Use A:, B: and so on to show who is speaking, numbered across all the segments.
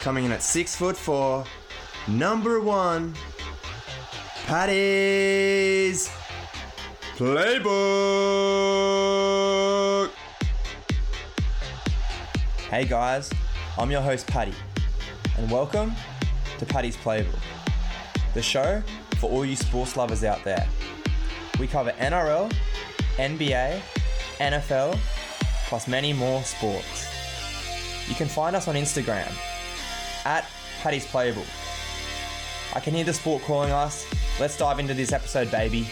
A: coming in at six foot four, number one, Patty's Playbook. Hey guys, I'm your host Patty, and welcome to Patty's Playbook, the show for all you sports lovers out there. We cover NRL, NBA, NFL, plus many more sports. You can find us on Instagram at Patty's Playable. I can hear the sport calling us. Let's dive into this episode, baby.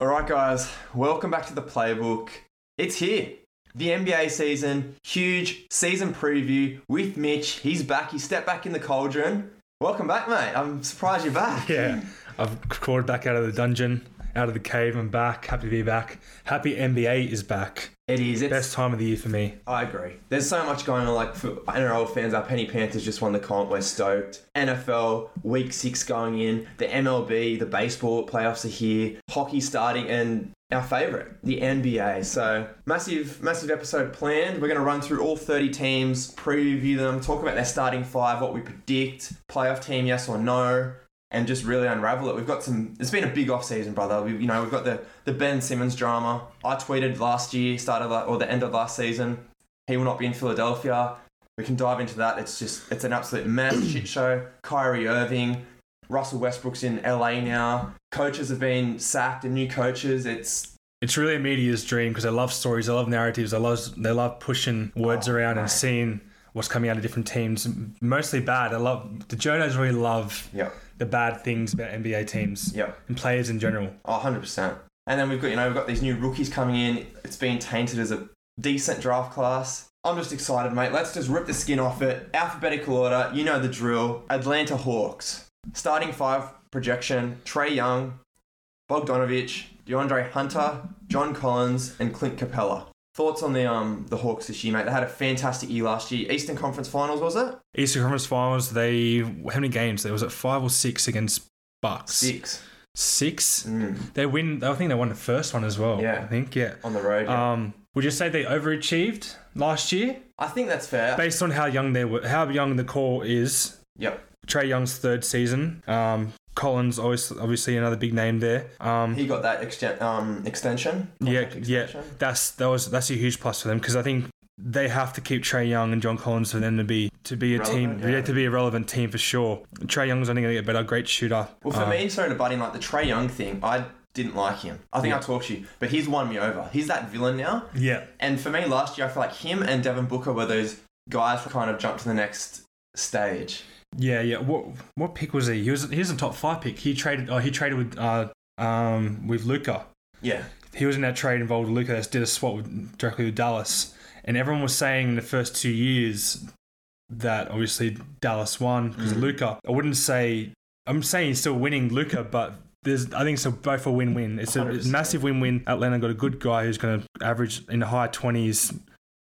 A: All right, guys, welcome back to the Playbook. It's here. The NBA season, huge season preview with Mitch. He's back. He stepped back in the cauldron. Welcome back, mate. I'm surprised you're back.
B: Yeah, I've crawled back out of the dungeon, out of the cave. I'm back. Happy to be back. Happy NBA is back.
A: It is. It's,
B: Best time of the year for me.
A: I agree. There's so much going on. Like for NRL fans, our Penny Panthers just won the comp. We're stoked. NFL Week Six going in. The MLB, the baseball playoffs are here. Hockey starting, and our favorite, the NBA. So massive, massive episode planned. We're going to run through all 30 teams, preview them, talk about their starting five, what we predict, playoff team, yes or no. And just really unravel it. We've got some. It's been a big off season, brother. We, you know, we've got the the Ben Simmons drama. I tweeted last year, started la- or the end of last season, he will not be in Philadelphia. We can dive into that. It's just it's an absolute mess shit show. Kyrie Irving, Russell Westbrook's in LA now. Coaches have been sacked and new coaches. It's
B: It's really a media's dream because I love stories, I love narratives, I love they love pushing words
A: Oh,
B: around
A: mate.
B: and seeing what's coming out of different teams. Mostly bad. I love the journos really love
A: Yep.
B: the bad things about NBA teams
A: Yep.
B: and players in general.
A: oh, 100%. And then we've got you know we've got these new rookies coming in. It's been tainted as a decent draft class. I'm just excited, mate. Let's just rip the skin off it. Alphabetical order, you know the drill. Atlanta Hawks. Starting five projection Trey Young, Bogdanovich, DeAndre Hunter, John Collins, and Clint Capella. Thoughts on the um the Hawks this year, mate? They had a fantastic year last year. Eastern Conference Finals, was it?
B: Eastern Conference Finals. They how many games? There was at five or six against Bucks.
A: Six.
B: Six.
A: Mm,
B: They win. I think they won the first one as well.
A: Yeah.
B: I think yeah.
A: on the road. yeah.
B: Um, would you say they overachieved last year
A: I think that's fair.
B: based on how young they were, how young the core is?
A: yep.
B: Trey Young's third season. Um, Collins, always obviously another big name there. Um,
A: He got that exten- um, extension.
B: yeah,
A: Contract
B: yeah,
A: extension.
B: that's that was that's a huge plus for them because I think they have to keep Trey Young and John Collins for them to be to be a
A: Relevant,
B: team,
A: yeah.
B: yeah. to be a relevant team for sure. Trey Young's only going to get better, great shooter.
A: Well, for
B: Um,
A: me, sorry to butt in, like the Trey Young thing, I didn't like him. I think I talked to you, but he's won me over. He's that villain now.
B: Um, yeah,
A: And for me, last year, I feel like him and Devin Booker were those guys who kind of jumped to the next stage.
B: yeah, yeah. What what pick was he? He was he was a top five pick. He traded. Oh, he traded with uh um with Luca.
A: Yeah.
B: he was in that trade involved with Luca that did a swap with, directly with Dallas. And everyone was saying in the first two years that obviously Dallas won because of Luca. I wouldn't say I'm saying he's still winning Luca, but there's I think it's a, both a win-win. It's a, it's
A: 100%.
B: a massive win-win. Atlanta got a good guy who's going to average in the high twenties,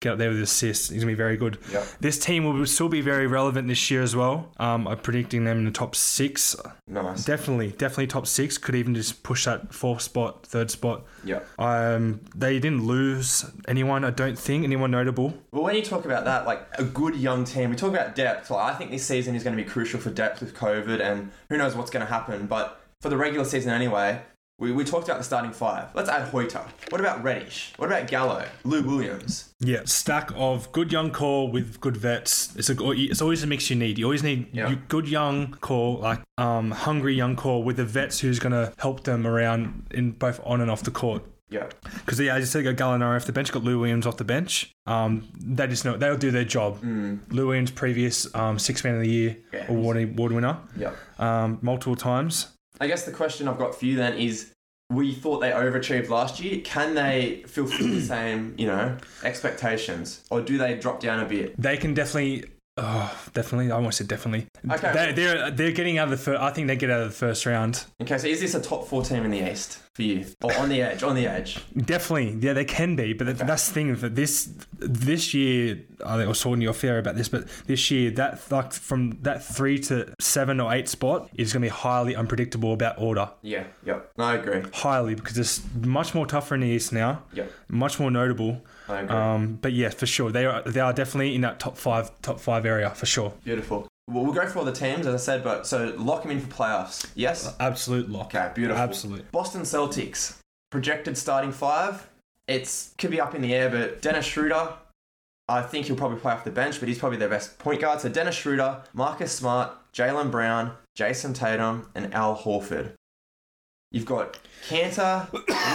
B: get up there with assists. He's going to be very good.
A: Yep.
B: This team will still be very relevant this year as well. Um, I'm predicting them in the top six.
A: Nice.
B: Definitely, definitely top six. Could even just push that fourth spot, third spot.
A: Yep.
B: Um, they didn't lose anyone, I don't think, anyone notable.
A: Well, when you talk about that, like a good young team, we talk about depth. Like, I think this season is going to be crucial for depth with COVID, and who knows what's going to happen. But for the regular season anyway, we, we talked about the starting five. Let's add Hoyter. What about Reddish? What about Gallo? Lou Williams?
B: Yeah, stack of good young core with good vets. It's a it's always a mix you need. You always need
A: Yeah.
B: you- good young core, like um, hungry young core with the vets who's gonna help them around in both on and off the court.
A: Yeah.
B: Because yeah, as you said, got Gallinari off the bench, got Lou Williams off the bench. Um, they just know they'll do their job. Lou Williams, previous um, six man of the year
A: Yeah.
B: award award winner,
A: Yep.
B: um, multiple times.
A: I guess the question I've got for you then is we thought they overachieved last year. Can they fulfill the same, you know, expectations? Or do they drop down a bit?
B: They can definitely. Oh, definitely. I almost said definitely.
A: Okay.
B: They, they're they're getting out of the first. I think they get out of the first round.
A: Okay, so is this a top four team in the East for you? Or on the edge, on the edge.
B: Definitely. Yeah, they can be. But th- that's the thing that this this year. I think I was talking to your fair about this, but this year that like from that three to seven or eight spot is going to be highly unpredictable about order.
A: Yeah, yep. I agree.
B: Highly, because it's much more tougher in the East now,
A: Yep,
B: much more notable.
A: I agree.
B: Um, but yeah, for sure, they are they are definitely in that top five top five area for sure.
A: Beautiful. Well, we'll go for all the teams, as I said, but so lock them in for playoffs. Yes?
B: Absolute lock.
A: Okay, beautiful.
B: Absolute.
A: Boston Celtics, projected starting five. It's could be up in the air, but Dennis Schroeder, I think he'll probably play off the bench, but he's probably their best point guard. So Dennis Schroeder, Marcus Smart, Jalen Brown, Jason Tatum, and Al Horford. You've got Cantor,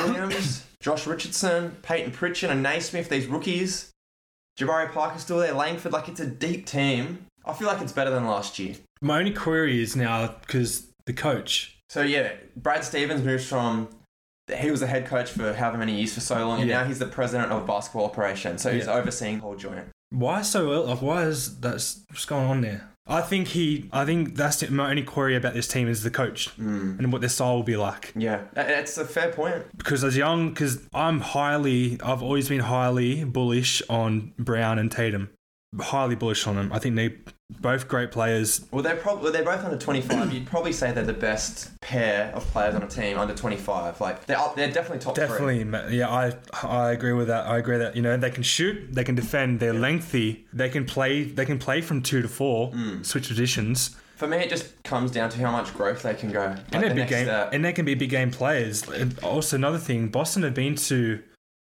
A: Williams, Josh Richardson, Peyton Pritchard, and Naismith, these rookies. Jabari Parker's still there, Langford, like it's a deep team. I feel like it's better than last year.
B: My only query is now because the coach.
A: So yeah, Brad Stevens moves from he was the head coach for however many years for so long, and
B: Yeah.
A: now he's the president of basketball operations. So he's
B: Yeah.
A: overseeing the whole joint.
B: Why so ill? Like, why is that? What's going on there? I think he. I think that's the, my only query about this team is the coach and what their style will be like.
A: Yeah, that- that's a fair point.
B: because as young, because I'm highly, I've always been highly bullish on Brown and Tatum. Highly bullish on them. I think they both great players.
A: Well, they're probably they're both under twenty five. You'd probably say they're the best pair of players on a team under twenty five. Like they're up, they're definitely top three.
B: Definitely, ma- yeah, I I agree with that. I agree that you know they can shoot, they can defend, they're lengthy, they can play, they can play from two to four, switch positions,
A: For me, it just comes down to how much growth they can go. Like,
B: and
A: the
B: they're big
A: next uh,
B: game,
A: step.
B: and they can be big game players. And also another thing, Boston have been to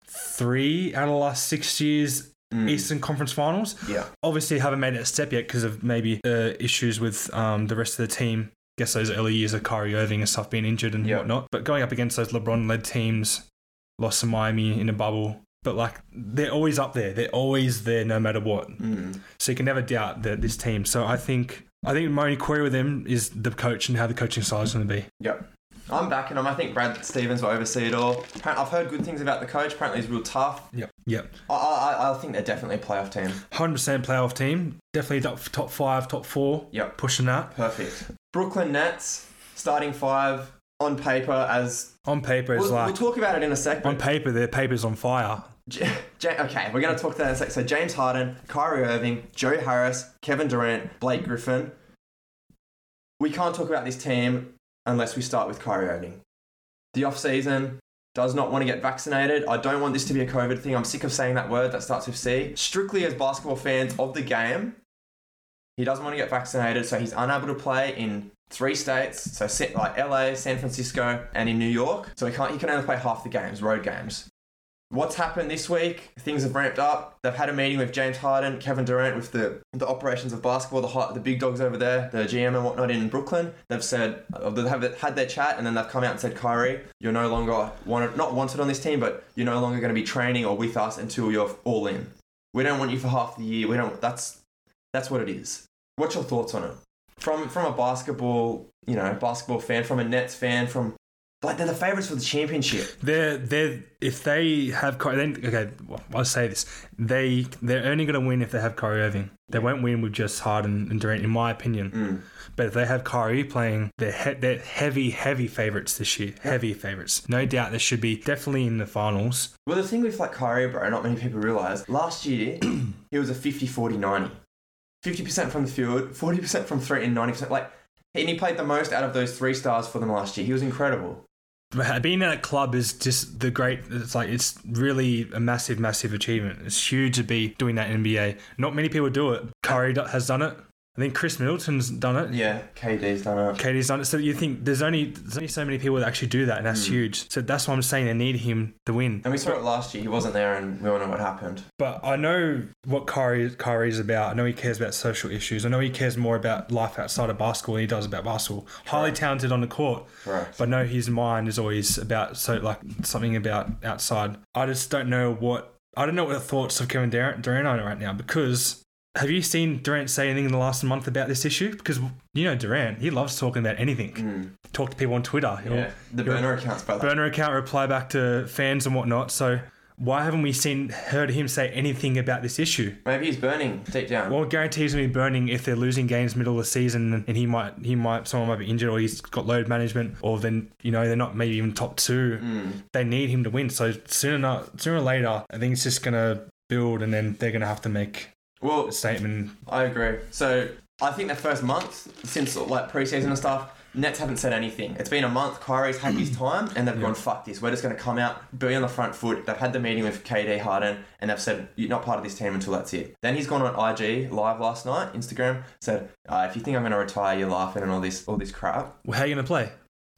B: three out of the last six years Eastern Conference Finals.
A: Mm. yeah,
B: obviously haven't made it a step yet because of maybe uh, issues with um, the rest of the team. Guess those early years of Kyrie Irving and stuff being injured and
A: Yeah.
B: whatnot. But going up against those LeBron-led teams, lost to Miami in a bubble. But like they're always up there. They're always there no matter what.
A: mm.
B: So you can never doubt that this team. So I think I think my only query with them is the coach and how the coaching style is going to be.
A: yep. I'm backing them. I think Brad Stevens will oversee it all. Apparent- I've heard good things about the coach. Apparently, he's real tough.
B: Yep. Yep.
A: I, I, I think they're definitely a playoff team.
B: Hundred percent playoff team. Definitely top top five, top four.
A: Yep.
B: Pushing that
A: Perfect. Brooklyn Nets, starting five on paper as.
B: on paper is
A: We'll, we'll
B: like
A: talk about it in a sec.
B: on
A: but
B: paper their paper's on fire.
A: J- J- okay, we're going to talk that in a sec. So James Harden, Kyrie Irving, Joe Harris, Kevin Durant, Blake Griffin. We can't talk about this team unless we start with Kyrie Irving. The offseason does not want to get vaccinated. I don't want this to be a COVID thing. I'm sick of saying that word that starts with C. Strictly as basketball fans of the game, He doesn't want to get vaccinated, so he's unable to play in three states, so Sa- like LA, San Francisco, and in New York. So he can't. He can only play half the games, road games. What's happened this week? Things have ramped up. They've had a meeting with James Harden, Kevin Durant, with the, the operations of basketball, the hi- the big dogs over there, the GM and whatnot in Brooklyn. They've said uh, they have had their chat, and then they've come out and said, Kyrie, you're no longer wanted, not wanted on this team, but you're no longer going to be training or with us until you're all in. We don't want you for half the year. We don't. That's that's what it is. What's your thoughts on it? From from a basketball, you know, basketball fan, from a Nets fan, from like they're the favorites for the championship.
B: They're they're if they have Kyrie, then okay, well, I'll say this: they they're only going to win if they have Kyrie Irving. They won't win with just Harden and Durant, in my opinion. But if they have Kyrie playing, they're he- they're heavy heavy favorites this year. Heavy favorites, no doubt. They should be definitely in the finals.
A: Well, the thing with like Kyrie, bro, not many people realize last year he was a 50 40 90. 50% from the field, 40% from three, and 90%. Like, and he played the most out of those three stars for them last year. He was incredible.
B: But Being at a club is just the great. It's like it's really a massive, massive achievement. It's huge to be doing that in NBA. Not many people do it. Curry do- has done it. I think Chris Middleton's done it.
A: Yeah, KD's done it.
B: Katie's done it. So you think there's only there's only so many people that actually do that, and that's huge. So that's why I'm saying they need him to win.
A: And we saw it last year. He wasn't there, and we all know what happened.
B: But I know what Kyrie Kyrie's about. I know he cares about social issues. I know he cares more about life outside of basketball than he does about basketball. Highly talented on the court,
A: Correct.
B: but no, his mind is always about so like something about outside. I just don't know what I don't know what the thoughts of Kevin Durant, Durant are right now because. Have you seen Durant say anything in the last month about this issue? Because you know Durant, he loves talking about anything. Talk to people on Twitter. He'll-
A: Yeah. The burner accounts, by the
B: burner account reply back to fans and whatnot. So why haven't we seen heard him say anything about this issue?
A: Maybe he's burning deep down.
B: Well, I guarantee he's gonna be burning if they're losing games middle of the season, and he might he might someone might be injured or he's got load management, or then you know they're not maybe even top two.
A: Mm.
B: They need him to win. So sooner not sooner or later, I think it's just gonna build, and then they're gonna have to make
A: well
B: a statement.
A: I agree. So I think the first month since like preseason and stuff, Nets haven't said anything. It's been a month. Kyrie's had his time, and they've gone fuck this. We're just going to come out, be on the front foot. They've had the meeting with KD Harden, and they've said you're not part of this team until that's it. Then he's gone on IG live last night, Instagram, said uh, if you think I'm going to retire, you're laughing and all this all this crap.
B: Well, how are you going to play?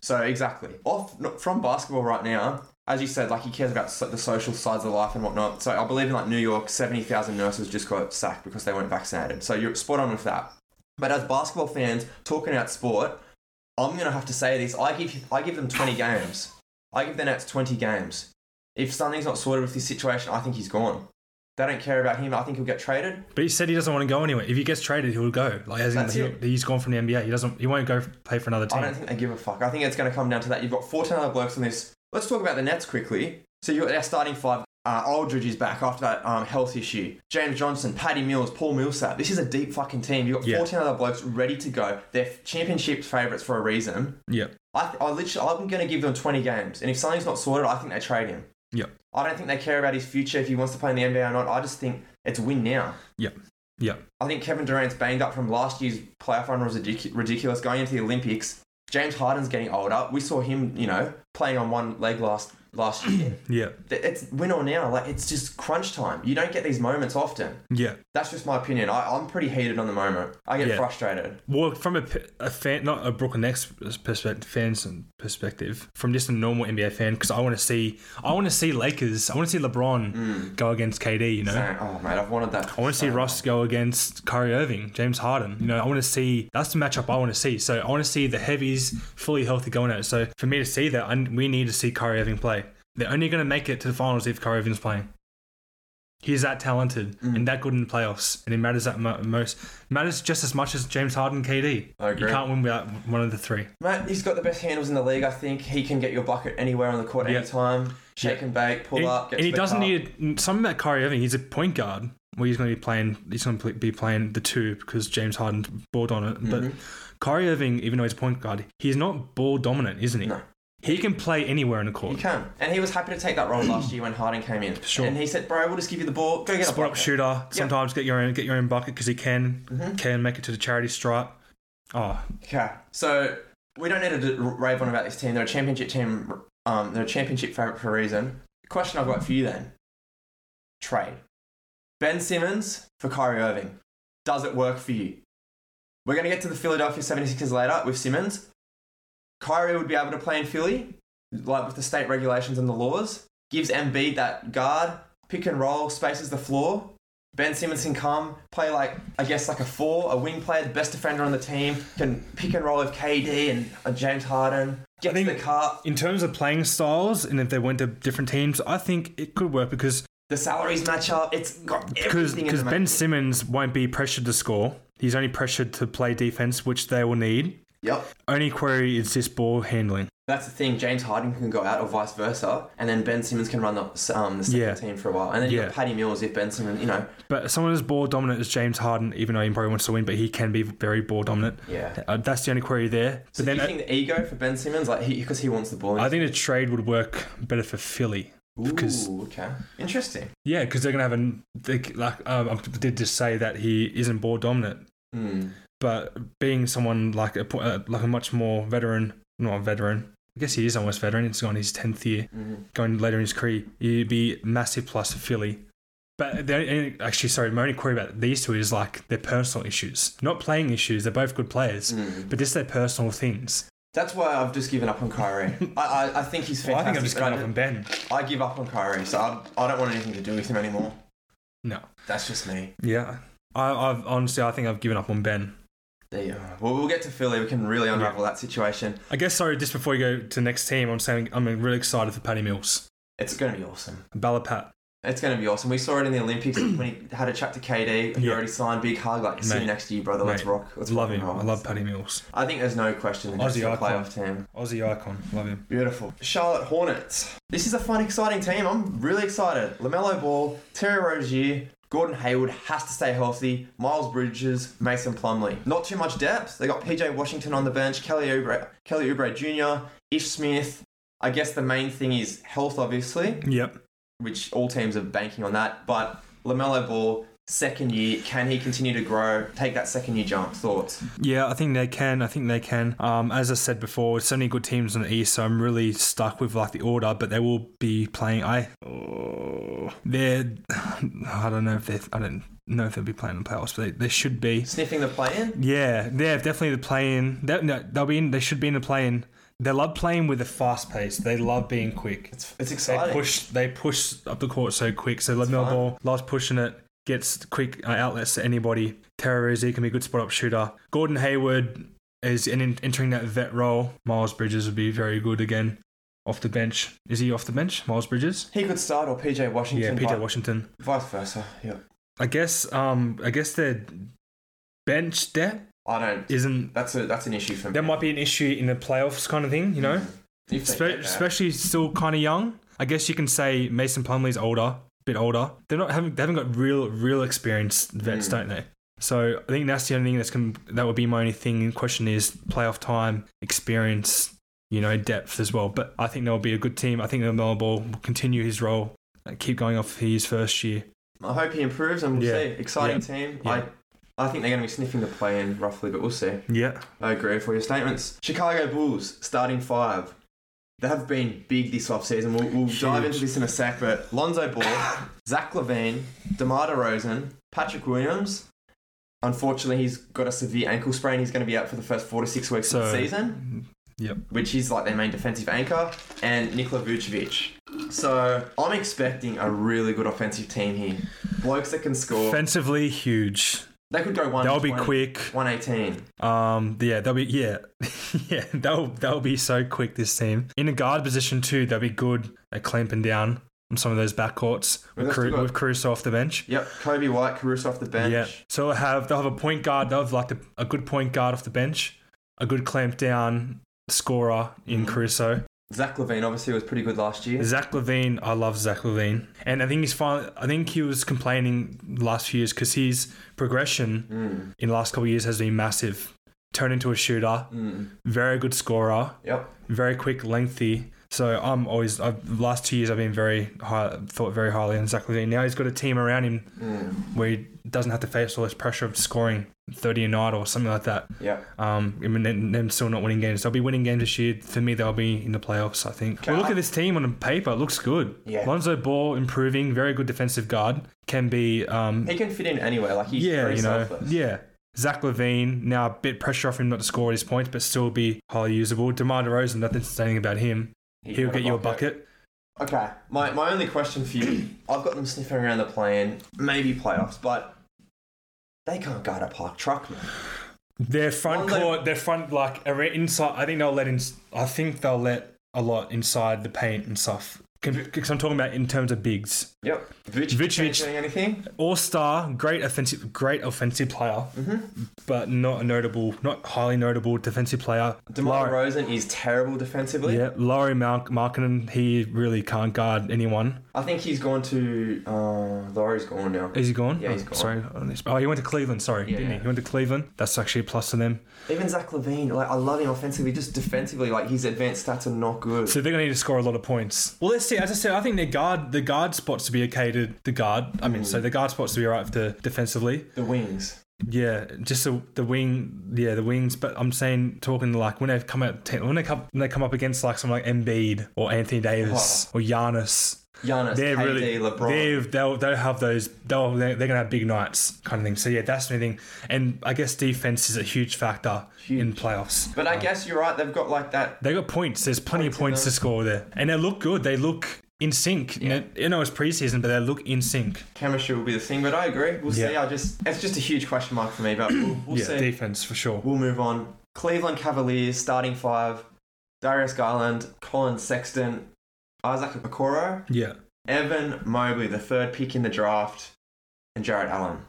A: So exactly off from basketball right now. As you said, like he cares about so- the social sides of life and whatnot. So I believe in like New York, seventy thousand nurses just got sacked because they weren't vaccinated. So you're spot on with that. But as basketball fans talking about sport, I'm gonna have to say this. I give I give them twenty games. I give the Nets twenty games. If something's not sorted with this situation, I think he's gone. They don't care about him. I think he'll get traded.
B: But he said he doesn't want to go anywhere. If he gets traded, he'll go. Like as in,
A: That's
B: he'll,
A: it.
B: he's gone from the NBA. He doesn't. He won't go f- play for another
A: I don't
B: team.
A: think they give a fuck. I think it's going to come down to that. You've got 14 other blokes on this. Let's talk about the Nets quickly. So you're our starting five. Uh, Aldridge is back after that um, health issue. James Johnson, Paddy Mills, Paul Millsap. This is a deep fucking team. You've got
B: Yeah.
A: 14 other blokes ready to go. They're f- championship favourites for a reason.
B: Yep.
A: I, th- I literally, I'm going to give them 20 games. And if something's not sorted, I think they trade him.
B: Yep.
A: I don't think they care about his future if he wants to play in the NBA or not. I just think it's win now.
B: Yep. Yep.
A: I think Kevin Durant's banged up from last year's playoff run was ridic- ridiculous. Going into the Olympics, James Harden's getting older. We saw him, you know, playing on one leg last last year.
B: Yep.
A: Th- it's win or now. Like it's just crunch time. You don't get these moments often.
B: Yep.
A: That's just my opinion. I, I'm pretty heated on the moment. I get
B: Yeah.
A: frustrated.
B: Well, from a, p- a fan, not a Brooklyn Nets perspective, fans and perspective, from just a normal NBA fan, because I want to see, I want to see Lakers, I want to see LeBron go against KD. You know,
A: Saying, oh mate, I've wanted that. Um,
B: I want to see Russ go against Kyrie Irving, James Harden. You know, I want to see that's the matchup I want to see. So I want to see the heavies fully healthy going at it. So for me to see that, I, we need to see Kyrie Irving play. They're only going to make it to the finals if Kyrie Irving's playing. He's that talented
A: Mm.
B: and that good in the playoffs, and it matters that mo- most matters just as much as James Harden, KD.
A: I agree.
B: You can't win without one of the three.
A: Mate, he's got the best handles in the league. I think he can get your bucket anywhere on the court
B: Yeah.
A: anytime. Shake
B: Yeah.
A: and bake, pull
B: And,
A: up. Get
B: and he
A: to the
B: doesn't
A: cup.
B: need something about Kyrie Irving. He's a point guard. Well, he's going to be playing. He's going to be playing the two because James Harden balled on it. But
A: Mm-hmm.
B: Kyrie Irving, even though he's a point guard, he's not ball dominant, isn't he?
A: No.
B: He can play anywhere in the
A: You
B: court.
A: can. And he was happy to take that role last year when Harden came in.
B: Sure.
A: And he said, bro, we'll just give you the ball. Go get a
B: Spot up
A: bucket." Mm-hmm.
B: shooter. Sometimes get your own get your own bucket because he can can make it to the charity stripe. Oh,
A: Okay. So we don't need to d- rave on about this team. They're a championship team. Um, they're a championship favourite for a reason. Question I've got for you then: Trade Ben Simmons for Kyrie Irving. Does it work for you? We're going to get to the Philadelphia 76ers later with Simmons. Kyrie would be able to play in Philly, like with the state regulations and the laws. Gives Embiid that guard, pick and roll, spaces the floor. Ben Simmons can come, play like, I guess, like a four, a wing player, the best defender on the team, can pick and roll with KD and uh, James Harden, get
B: think-
A: to the cup.
B: in terms of playing styles and if they went to different teams, I think it could work because
A: The salaries match up. It's got
B: because
A: everything in
B: because
A: the
B: Ben
A: match.
B: Simmons won't be pressured to score. He's only pressured to play defense, which they will need.
A: Yep.
B: Only query is this ball handling.
A: That's the thing. James Harden can go out, or vice versa, and then Ben Simmons can run the um, the second
B: Yeah.
A: team for a while, and then you've got
B: Yeah.
A: Patty Mills if Ben Simmons, you know,
B: But someone as ball dominant as James Harden, even though he probably wants to win, but he can be very ball dominant.
A: Yeah.
B: Uh, that's the only query there. But
A: So
B: then
A: do you think the ego for Ben Simmons, like he, because he wants the ball?
B: I think the trade would work better for Philly. Because
A: Ooh, okay, interesting.
B: yeah, because they're gonna have a they, like um, I did just say that he isn't ball dominant,
A: Mm.
B: but being someone like a po- uh, like a much more veteran, not a veteran. I guess he is almost veteran. It's on his tenth year,
A: Hmm.
B: going later in his career. He'd be massive plus for Philly. But the only, actually, sorry, my only query about these two is like their personal issues, not playing issues. They're both good players, but just their personal things.
A: Hmm. That's why I've just given up on Kyrie. I, I, I think he's
B: Well, I
A: fantastic.
B: think I'm just
A: but
B: going up on Ben.
A: I, I give up on Kyrie, so I, I don't want anything to do with him anymore.
B: No,
A: That's just me.
B: yeah, I, I've honestly, I think I've given up on Ben.
A: There you are. Well, we'll get to Philly. We can really unravel that situation.
B: I guess sorry, just before you go to next team, I'm saying I'm really excited for Patty Mills,
A: It's going to be awesome.
B: Ballot Pat.
A: It's going to be awesome. We saw it in the Olympics when he had a chat to KD. He
B: Yeah.
A: already signed big hug. Like, see you
B: Mate.
A: next year, brother. Let's
B: Mate,
A: rock. Let's
B: love
A: rock and
B: him.
A: roll.
B: I love Patty Mills,
A: I think there's no question. The next
B: Aussie icon.
A: playoff team.
B: Aussie icon. Love him.
A: Beautiful. Charlotte Hornets. This is a fun, exciting team. I'm really excited. LaMelo Ball, Terry Rozier, Gordon Hayward has to stay healthy. Miles Bridges, Mason Plumley. Not too much depth. They got PJ Washington on the bench, Kelly Oubre, Kelly Oubre Jr., Ish Smith. I guess the main thing is health, obviously,
B: Yep.
A: which all teams are banking on that. But LaMelo Ball, second year. Can he continue to grow? Take that second year jump. Thoughts?
B: Yeah, I think they can. I think they can. Um, as I said before, it's so many good teams on the East, so I'm really stuck with like the order, but they will be playing. I, oh, they're, I don't know if they, I don't know if they'll be playing in the playoffs, but they, they should be.
A: Sniffing the play in.
B: Yeah, they're definitely the play-in. They, no, they'll be in. They should be in the play-in. They love playing with a fast pace. They love being quick.
A: It's, it's
B: They
A: exciting.
B: push. They push up the court so quick. So Lamelo
A: fun.
B: Ball loves pushing it. Gets quick uh, outlets to anybody. Terrorizzi can be a good spot up shooter. Gordon Hayward is in, in- entering that vet role. Miles Bridges would be very good again off the bench. Is he off the bench? Miles Bridges.
A: He could start or PJ
B: Yeah,
A: Washington.
B: Peter
A: vi-
B: Washington.
A: Vice versa. Yeah.
B: I guess. Um, I guess their bench depth
A: I don't.
B: isn't.
A: That's a that's an issue for me.
B: That might be an issue in the playoffs kind of thing. You know.
A: If they
B: Spe-
A: get that.
B: especially still kind of young. I guess you can say Mason Plumlee's older, bit older. They're not having they haven't got real real experience vets,
A: Mm.
B: don't they? So I think that's the only thing that's can, that would be my only thing in question is playoff time, experience, you know, depth as well. But I think they'll be a good team. I think the Melbourne Ball will continue his role, uh, keep going off his first year.
A: I hope he improves and we'll
B: Yeah.
A: see. Exciting team.
B: Yeah.
A: I, I think they're going to be sniffing the play in roughly, but we'll see.
B: Yeah,
A: I agree with all your statements. Chicago Bulls, starting five. They have been big this offseason. We'll, we'll dive into this in a sec, but Lonzo Ball, Zach Levine, DeMar DeRozan, Patrick Williams. Unfortunately, he's got a severe ankle sprain. He's going to be out for the first four to six weeks of
B: So-
A: the season, which is like their main defensive anchor, and Nikola Vucevic. So I'm expecting a really good offensive team here. Blokes that can score.
B: offensively huge.
A: they could go one.
B: They'll be quick.
A: 118.
B: Um, yeah, they'll be yeah, yeah. They'll they'll be so quick this team in a guard position too. They'll be good at clamping down on some of those backcourts with
A: that's
B: Caru-
A: good.
B: with Caruso off the bench.
A: Yep, Kobe White, Caruso off the bench.
B: Yeah, so they'll have they'll have a point guard. They'll have like a, a good point guard off the bench, a good clamp down scorer in
A: Mm-hmm.
B: Caruso.
A: Zach Levine obviously was pretty good last year.
B: Zach Levine, I love Zach Levine, and I think he's finally. I think he was complaining the last few years because his progression
A: Mm,
B: in the last couple of years has been massive. Turned into a shooter,
A: mm,
B: very good scorer.
A: yep.
B: very quick, lengthy. So I'm always I've, the last two years I've been very high, thought very highly on Zach Levine. Now he's got a team around him
A: Mm,
B: where he doesn't have to face all this pressure of scoring 30 a night or something like that.
A: yep.
B: Um, I mean, them, them still not winning games. They'll be winning games this year. For me, they'll be in the playoffs. I think.
A: Okay.
B: Well, look at this team on paper. It looks good.
A: Yeah.
B: Lonzo Ball improving, very good defensive guard. Can be um,
A: He can fit in anywhere. Like he's
B: yeah,
A: very
B: you know,
A: selfless.
B: yeah. Zach Levine now a bit pressure off him not to score all his points, but still be highly usable. Demar Derozan, nothing saying about him.
A: He's
B: He'll
A: got
B: get you a bucket.
A: Okay. My, my only question for you, I've got them sniffing around the plane, maybe playoffs, but they can't guard a park truck, man.
B: Their front
A: Well, they-
B: court, their front like are inside. I think they'll let in. I think they'll let a lot inside the paint and stuff. Because I'm talking about in terms of bigs.
A: Yep. Vucevic,
B: Vucevic-
A: doing anything?
B: All star, great offensive, great offensive player,
A: Mm-hmm.
B: but not a notable, not highly notable defensive player.
A: DeMar
B: Lar-
A: Rosen is terrible defensively.
B: yeah, Laurie Mark- Markkinen, he really can't guard anyone.
A: I think he's gone to. Uh, Laurie's gone now.
B: Is he gone?
A: Yeah, he's
B: Oh,
A: gone.
B: Sorry. Oh, he went to Cleveland. Sorry,
A: Yeah,
B: didn't
A: yeah.
B: he? He went to Cleveland. That's actually a plus to them.
A: Even Zach Levine, like I love him offensively, just defensively, like his advanced stats are not good.
B: So they're going to need to score a lot of points. Well, let's see. As I said, I think their guard, the guard spots to be okay to the guard. I mean, so the guard spots to be all right to defensively.
A: the wings.
B: Yeah, just the, the wing. Yeah, the wings. But I'm saying talking like when they come out, when they come, when they come up against like someone like Embiid or Anthony Davis or Giannis.
A: Giannis,
B: They're
A: KD,
B: really
A: LeBron.
B: They've, they'll they'll have those. They'll they're, they're gonna have big nights kind of thing. So yeah, that's the thing. And I guess defense is a huge factor in playoffs.
A: But I guess you're right. They've got like that.
B: They got points. There's plenty of
A: Points in
B: points to score there, and they look good. They look in sync. You know- You know, it's preseason, but they look in sync.
A: Chemistry will be the thing, but I agree. We'll see.
B: Yeah.
A: I just it's just a huge question mark for me, but we'll, we'll
B: yeah,
A: see.
B: defense for sure.
A: We'll move on. Cleveland Cavaliers starting five: Darius Garland, Colin Sexton, Isaac Okoro,
B: Yeah,
A: Evan Mobley, the third pick in the draft, and Jared Allen.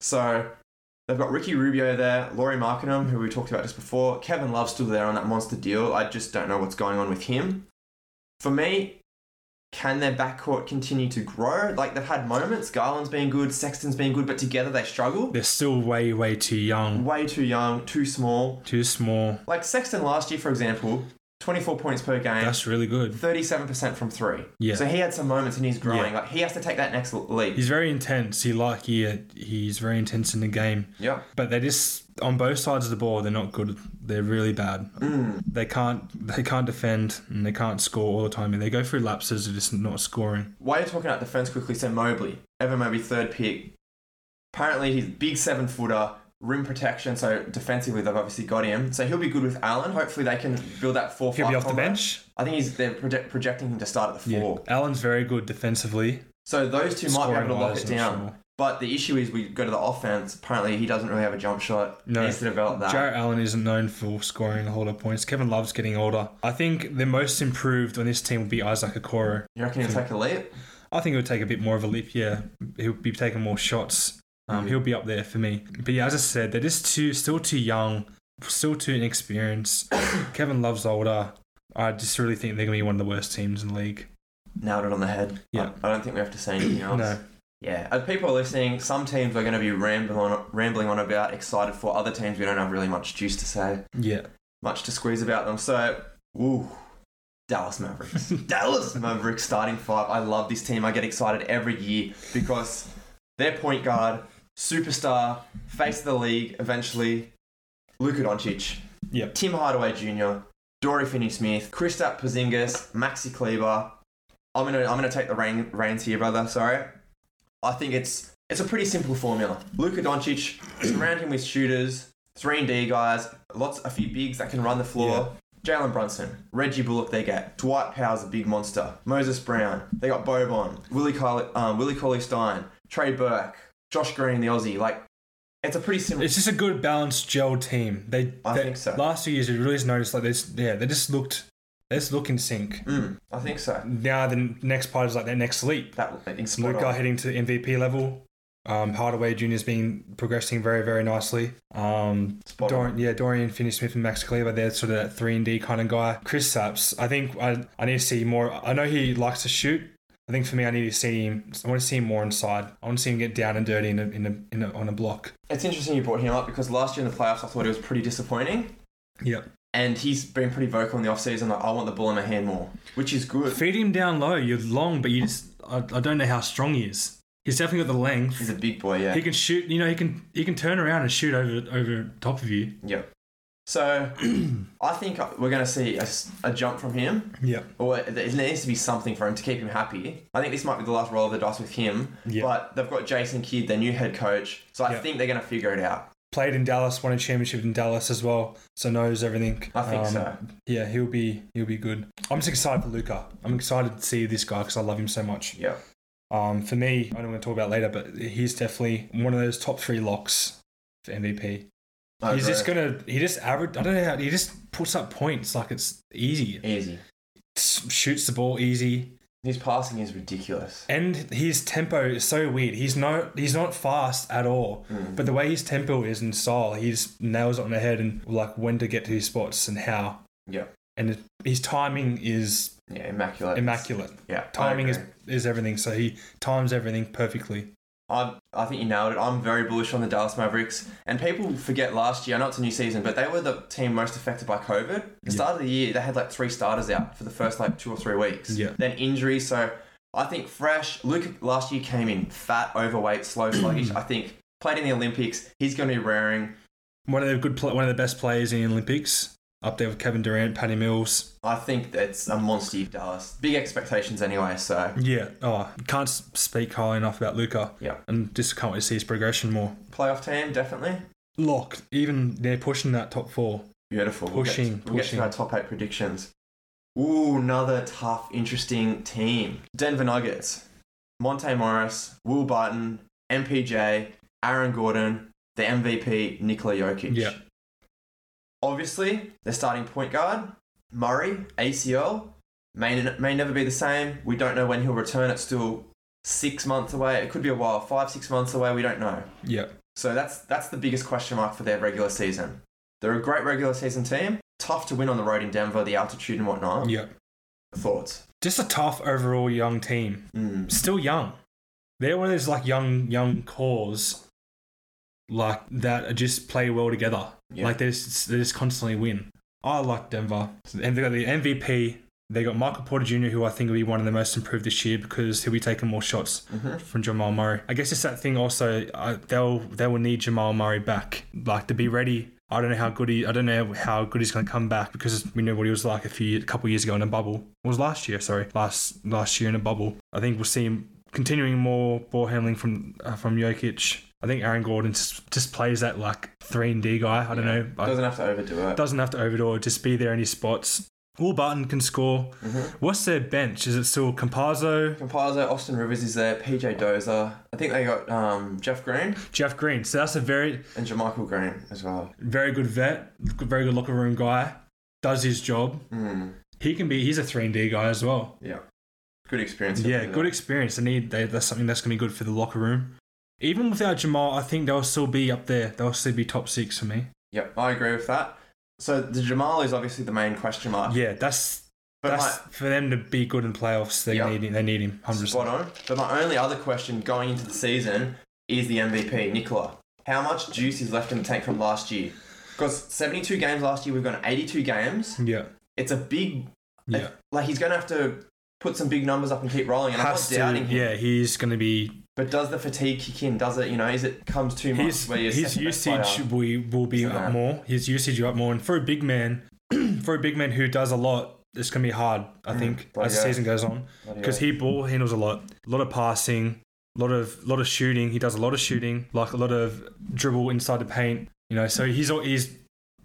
A: So they've got Ricky Rubio there, Laurie Markinum, who we talked about just before. Kevin Love's still there on that monster deal. I just don't know what's going on with him. For me, can their backcourt continue to grow? Like they've had moments. Garland's been good, Sexton's been good, but together they struggle.
B: they're still way way too young,
A: Way too young, too small.
B: too small.
A: Like Sexton last year, for example, 24 points per game.
B: That's really good.
A: 37% from three.
B: Yeah.
A: So he had some moments and he's growing.
B: Yeah.
A: Like he has to take that next leap.
B: He's very intense. He like he he's very intense in the game,
A: yeah.
B: but they just on both sides of the ball they're not good. They're really bad.
A: Hmm.
B: They can't they can't defend and they can't score all the time. And they go through lapses of just not scoring.
A: While you're talking about defense quickly, so Mobley, Evan Mobley, third pick. Apparently he's big seven footer, rim protection, so defensively they've obviously got him. So he'll be good with Allen. Hopefully they can build that four
B: He'll
A: five
B: be off the
A: combo.
B: bench.
A: I think he's they're project, projecting him to start at the four.
B: Allen's very good defensively.
A: So those two might be able to lock
B: Scoring-wise,
A: it
B: I'm
A: down.
B: sure.
A: But the issue is we go to the offense. Apparently he doesn't really have a jump shot.
B: No.
A: He needs to develop that.
B: Jarrett Allen isn't known for scoring a whole lot of points. Kevin Love's getting older. I think the most improved on this team will be Isaac Okoro.
A: you reckon he'll take a leap?
B: I think he'll take a bit more of a leap. Yeah, he'll be taking more shots.
A: Mm.
B: Um, He'll be up there for me. But yeah, as I said, they're just too, still too young, still too inexperienced. Kevin Love's older. I just really think they're gonna be one of the worst teams in the league.
A: Nailed it on the head.
B: Yeah.
A: I, I don't think we have to say anything else.
B: No,
A: Yeah, as people are listening, some teams we're going to be rambling on, rambling on about, excited for. Other teams we don't have really much juice to say,
B: yeah,
A: much to squeeze about them. So, ooh, Dallas Mavericks. Dallas Mavericks starting five. I love this team. I get excited every year because their point guard, superstar, face of the league eventually, Luka Doncic,
B: Yep.
A: Tim Hardaway Jr., Dory Finney-Smith, Kristaps Porzingis, Maxi Kleber. I'm gonna I'm gonna take the rein, reins here, brother. Sorry. I think it's it's a pretty simple formula. Luka Doncic, surround him with shooters, three and D guys, lots a few bigs that can run the floor. Jalen Brunson, Reggie Bullock, they get Dwight Powell's a big monster. Moses Brown, they got Bobon, Willie Cauley, um, Willie Cauley Stein, Trey Burke, Josh Green, the Aussie. Like, it's a pretty simple.
B: it's just a good balanced gel team. They,
A: I
B: they-
A: think so.
B: last few years, you really just noticed like this. Yeah, they just looked, they just look in sync.
A: Mm, I think so.
B: Now the next part is like their next leap.
A: That I think spot
B: Luca
A: on.
B: heading to MVP level. Um, Hardaway Jr. has been progressing very, very nicely. Um,
A: Spot
B: Dorian, yeah, Dorian Finney Smith and Max Kleber, they're sort of that three and D kind of guy. Chris Sapps, I think I, I need to see more. I know he likes to shoot. I think for me, I need to see him. I want to see him more inside. I want to see him get down and dirty in a, in a, in a, on a block.
A: It's interesting you brought him up because last year in the playoffs, I thought it was pretty disappointing.
B: Yep.
A: And he's been pretty vocal in the offseason, like, I want the ball in my hand more, which is good.
B: Feed him down low. You're long, but you just I, I don't know how strong he is. He's definitely got the length.
A: He's a big boy, yeah.
B: He can shoot. You know, he can he can turn around and shoot over over top of you.
A: yeah. So I think we're going to see a, s- a jump from him,
B: Yep.
A: or there needs to be something for him to keep him happy. I think this might be the last roll of the dice with him,
B: Yeah.
A: but they've got Jason Kidd, their new head coach, so I
B: Yeah.
A: think they're going to figure it out.
B: played in Dallas, won a championship in Dallas as well, so knows everything.
A: I think
B: Um,
A: so.
B: Yeah, he'll be he'll be good. I'm just excited for Luca. I'm excited to see this guy because I love him so much.
A: Yeah.
B: Um, for me, I don't want to talk about later, but he's definitely one of those top three locks for MVP.
A: I
B: he's
A: agree.
B: just gonna he just average. I don't know how he just puts up points like it's easy.
A: Easy.
B: S- Shoots the ball easy,
A: His passing is ridiculous.
B: and his tempo is so weird. He's no he's not fast at all.
A: Mm.
B: But the way his tempo is and style, he just nails it on the head and like when to get to his spots and how.
A: Yeah.
B: And it- his timing is
A: Yeah, immaculate.
B: immaculate.
A: Yeah. I
B: Timing is,
A: agree.
B: is everything. So he times everything perfectly.
A: I, I think you nailed it. I'm very bullish on the Dallas Mavericks. And people forget last year, I know it's a new season, but they were the team most affected by COVID. The start of the year, they had like three starters out for the first like two or three weeks.
B: Yeah.
A: Then injuries. So I think fresh. Luke last year came in fat, overweight, slow, sluggish. I think played in the Olympics. He's going to be raring.
B: One of the good pla one of the best players in the Olympics, up there with Kevin Durant, Patty Mills.
A: I think that's a monster year for Dallas. Big expectations anyway. So
B: Yeah. Oh, can't s- speak highly enough about Luca.
A: Yeah.
B: And just can't wait to see his progression more.
A: playoff team, definitely.
B: Locked. Even they're pushing that top four.
A: Beautiful.
B: Pushing,
A: We'll get, we'll get
B: pushing.
A: to our top eight predictions. Ooh, another tough, interesting team. Denver Nuggets. Monte Morris, Will Barton, MPJ, Aaron Gordon, the MVP, Nikola Jokic.
B: Yeah.
A: Obviously, their starting point guard, Murray, ACL, may, may never be the same. We don't know when he'll return. It's still six months away. It could be a while, five, six months away. We don't know.
B: Yeah.
A: So that's that's the biggest question mark for their regular season. They're a great regular season team. Tough to win on the road in Denver, the altitude and whatnot.
B: Yeah.
A: Thoughts?
B: Just a tough overall young team.
A: Mm.
B: still young. They're one of those like young, young cores, like that just play well together.
A: Yeah.
B: Like they just, they just constantly win. I like Denver. And they got the MVP. They got Michael Porter Jr., who I think will be one of the most improved this year because he'll be taking more shots from Jamal Murray. I guess it's that thing also. Uh, they'll they will need Jamal Murray back, like to be ready. I don't know how good he. I don't know how good he's going to come back because we know what he was like a few a couple years ago in a bubble. It was last year, sorry, last last year in a bubble. I think we'll see him continuing more ball handling from uh, from Jokic. I think Aaron Gordon just, just plays that like three and D guy. I don't know. I-
A: Doesn't have to overdo it.
B: doesn't have to overdo it, just be there in his spots. Will Barton can score.
A: Mm-hmm.
B: What's their bench? Is it still Compazzo,
A: Compiler Austin Rivers is there. PJ Dozer. I think they got um, Jeff Green
B: Jeff Green? So that's a very,
A: and Jermichael Green as well.
B: very good vet, very good locker room guy. Does his job.
A: Mm,
B: He can be. He's a three and D guy as well.
A: yeah, good experience.
B: Yeah, good experience. They need. They, that's something that's gonna be good for the locker room. Even without Jamal, I think they'll still be up there. They'll still be top six for me.
A: Yep, I agree with that. So the Jamal is obviously the main question mark.
B: Yeah, that's
A: but
B: that's for them to be good in playoffs. They
A: Yeah.
B: need need. They need him.
A: my,
B: Hundred
A: spot
B: percent.
A: on. But my only other question going into the season is the MVP, Nicola. How much juice is left in the tank from last year? Because 72 games last year, we've gone 82 games.
B: Yeah,
A: It's a big,
B: yeah.
A: like he's going to have to put some big numbers up and keep rolling. And I'm not
B: Has to.
A: doubting him.
B: Yeah, he's gonna be
A: But does the fatigue kick in? Does it, you know, is it comes too much
B: his,
A: where you're
B: his
A: second best
B: usage
A: player?
B: we will be
A: Isn't
B: up
A: that-
B: more. His usage will be up more, and for a big man, for a big man who does a lot, it's gonna be hard. I think
A: Mm, bloody
B: as the
A: hell.
B: season goes on,
A: Bloody
B: because
A: hell.
B: he ball handles a lot, a lot of passing, a lot of lot of shooting. He does a lot of shooting, like a lot of dribble inside the paint. You know, so he's al- he's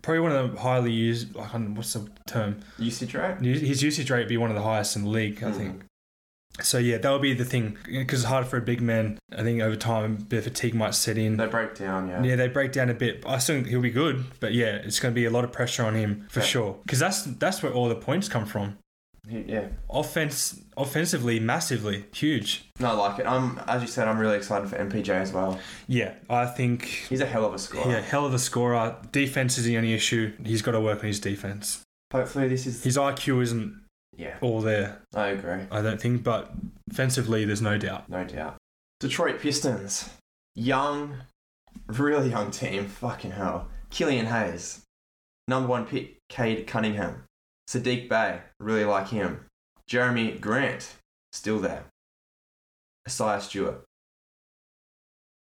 B: probably one of the highly used. I don't know, what's the term?
A: usage rate? Hmm.
B: His usage rate would be one of the highest in the league,
A: Mm.
B: I think. So yeah, that would be the thing because it's hard for a big man. I think over time, a bit of fatigue might set in.
A: They break down, yeah.
B: Yeah, they break down a bit. I still think he'll be good, but yeah, it's going to be a lot of pressure on him for
A: Yeah.
B: sure. Because that's that's where all the points come from.
A: He- yeah.
B: Offense, offensively, massively huge.
A: No, I like it. I'm, as you said, I'm really excited for MPJ as well.
B: Yeah, I think.
A: He's a hell of a scorer.
B: Yeah, hell of a scorer. Defense is the only issue. He's got to work on his defense.
A: Hopefully, this is.
B: His IQ isn't
A: Yeah,
B: all there,
A: I agree.
B: I don't think, but offensively, there's no doubt.
A: No doubt. Detroit Pistons. Young, really young team. Fucking hell. Killian Hayes. Number one pick, Cade Cunningham. Sadiq Bay. Really like him. Jeremy Grant. Still there. Isaiah Stewart.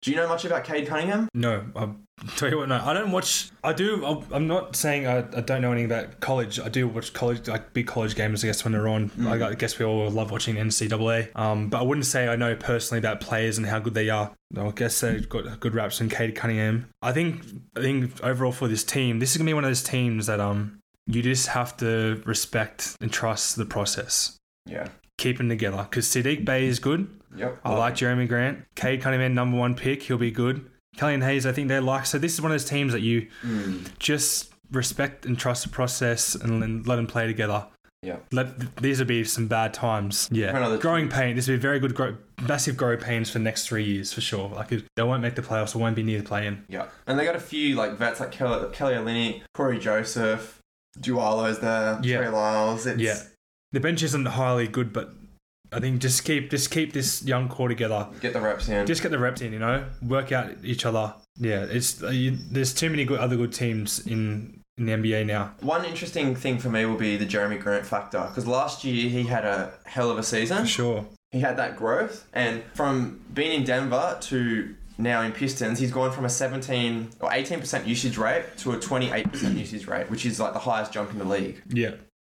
A: Do you know much about Cade Cunningham?
B: No, I'll tell you what, no, I don't watch. I do. I'll- I'm not saying I, I don't know anything about college. I do watch college, like big college games, I guess, when they're on.
A: Mm.
B: Like, I guess we all love watching NCAA. Um, but I wouldn't say I know personally about players and how good they are. I guess they've got good raps in Cade Cunningham. I think, I think overall for this team, this is gonna be one of those teams that um, you just have to respect and trust the process.
A: Yeah.
B: Keep them together because Sadiq Bay is good.
A: Yep.
B: I like Jeremy Grant. Cade Cunningham, number one pick. He'll be good. Killian Hayes, I think they like. So this is one of those teams that you
A: Mm.
B: just respect and trust the process and then let them play together.
A: Yeah.
B: Let these would be some bad times. Yeah.
A: Another-
B: growing pain. This would be very good, grow, massive growing pains for the next three years for sure. Like if they won't make the playoffs. They won't be near the play-in.
A: Uh, Yeah. And they got a few like vets like Kelly, Kelly Olynyk, Corey Joseph, Dualo's there,
B: Yeah.
A: Trey Lyles. It's,
B: Yeah. The bench isn't highly good, but I think just keep just keep this young core together.
A: Get the reps in.
B: just get the reps in, you know, work out each other. Yeah, it's uh, you, there's too many good, other good teams in, in the NBA now.
A: One interesting thing for me will be the Jeremy Grant factor because last year he had a hell of a season.
B: Sure.
A: He had that growth, and from being in Denver to now in Pistons, he's gone from a 17 or 18% usage rate to a 28% usage rate, which is like the highest jump in the league.
B: Yeah.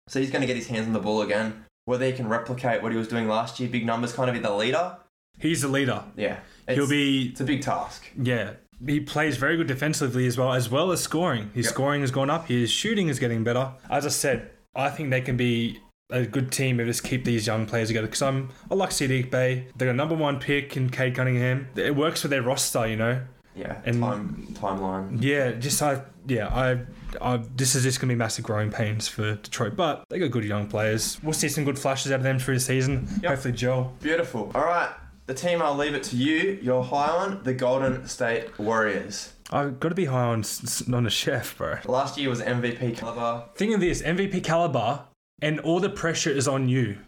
A: So he's going to get his hands on the ball again. Whether he can replicate what he was doing last year, big numbers, kind of be the leader.
B: He's the leader.
A: Yeah, it's,
B: He'll be
A: It's a big task.
B: yeah. He plays very good defensively as well, as well as scoring. His
A: Yep.
B: scoring has gone up. His shooting is getting better. As I said, I think they can be a good team if they just keep these young players together. Because I'm I like Sadiq Bay. They got number one pick in Cade Cunningham. It works for their roster, you know.
A: Yeah,
B: And-
A: time timeline.
B: Yeah, just I yeah I, I this is just gonna be massive growing pains for Detroit, but they got good young players. We'll see some good flashes out of them through the season.
A: Yep.
B: Hopefully, Joel.
A: Beautiful. All right, the team I'll leave it to you. You're high on the Golden State Warriors.
B: I've got to be high on s- on a chef, bro.
A: Last year was MVP caliber.
B: Think of this MVP caliber, and all the pressure is on you.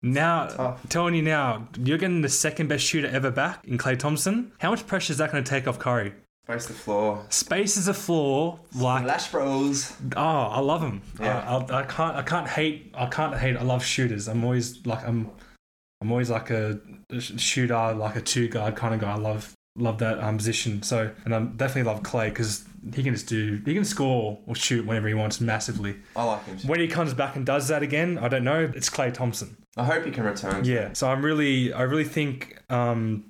B: Now,
A: Tough.
B: telling you now, you're getting the second best shooter ever back in Clay Thompson. How much pressure is that going to take off Curry?
A: Face the floor.
B: Space is a floor. Like
A: Lash Bros.
B: oh, I love them.
A: Yeah.
B: I, I, I can't I can't hate I can't hate. I love shooters. I'm always like I'm I'm always like a sh- shooter, like a two guard kind of guy. I love love that um, position. So and I definitely love Clay because he can just do he can score or shoot whenever he wants massively.
A: I like him.
B: When he comes back and does that again, I don't know. It's Clay Thompson.
A: I hope he can return.
B: Yeah. So I'm really, I really think, um,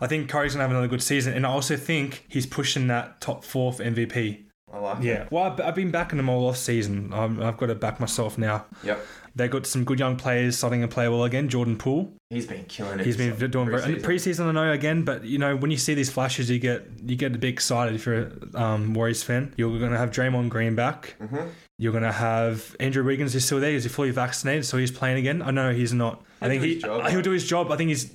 B: I think Curry's gonna have another good season, and I also think he's pushing that top four for MVP.
A: I like him.
B: Yeah. Well, I've, I've been backing them all off season. I'm, I've got to back myself now.
A: Yep.
B: They got some good young players starting to play well again. Jordan Poole.
A: He's been killing it.
B: He's been doing very, and the preseason. I know again, but you know when you see these flashes, you get you get a bit excited if you're a um, Warriors fan. You're gonna have Draymond Green back.
A: Mhm.
B: You're gonna have Andrew Wiggins. He's still there. He's fully vaccinated, so he's playing again. I know he's not. I
A: He'll
B: think
A: do
B: he
A: his job.
B: he'll do his job. I think he's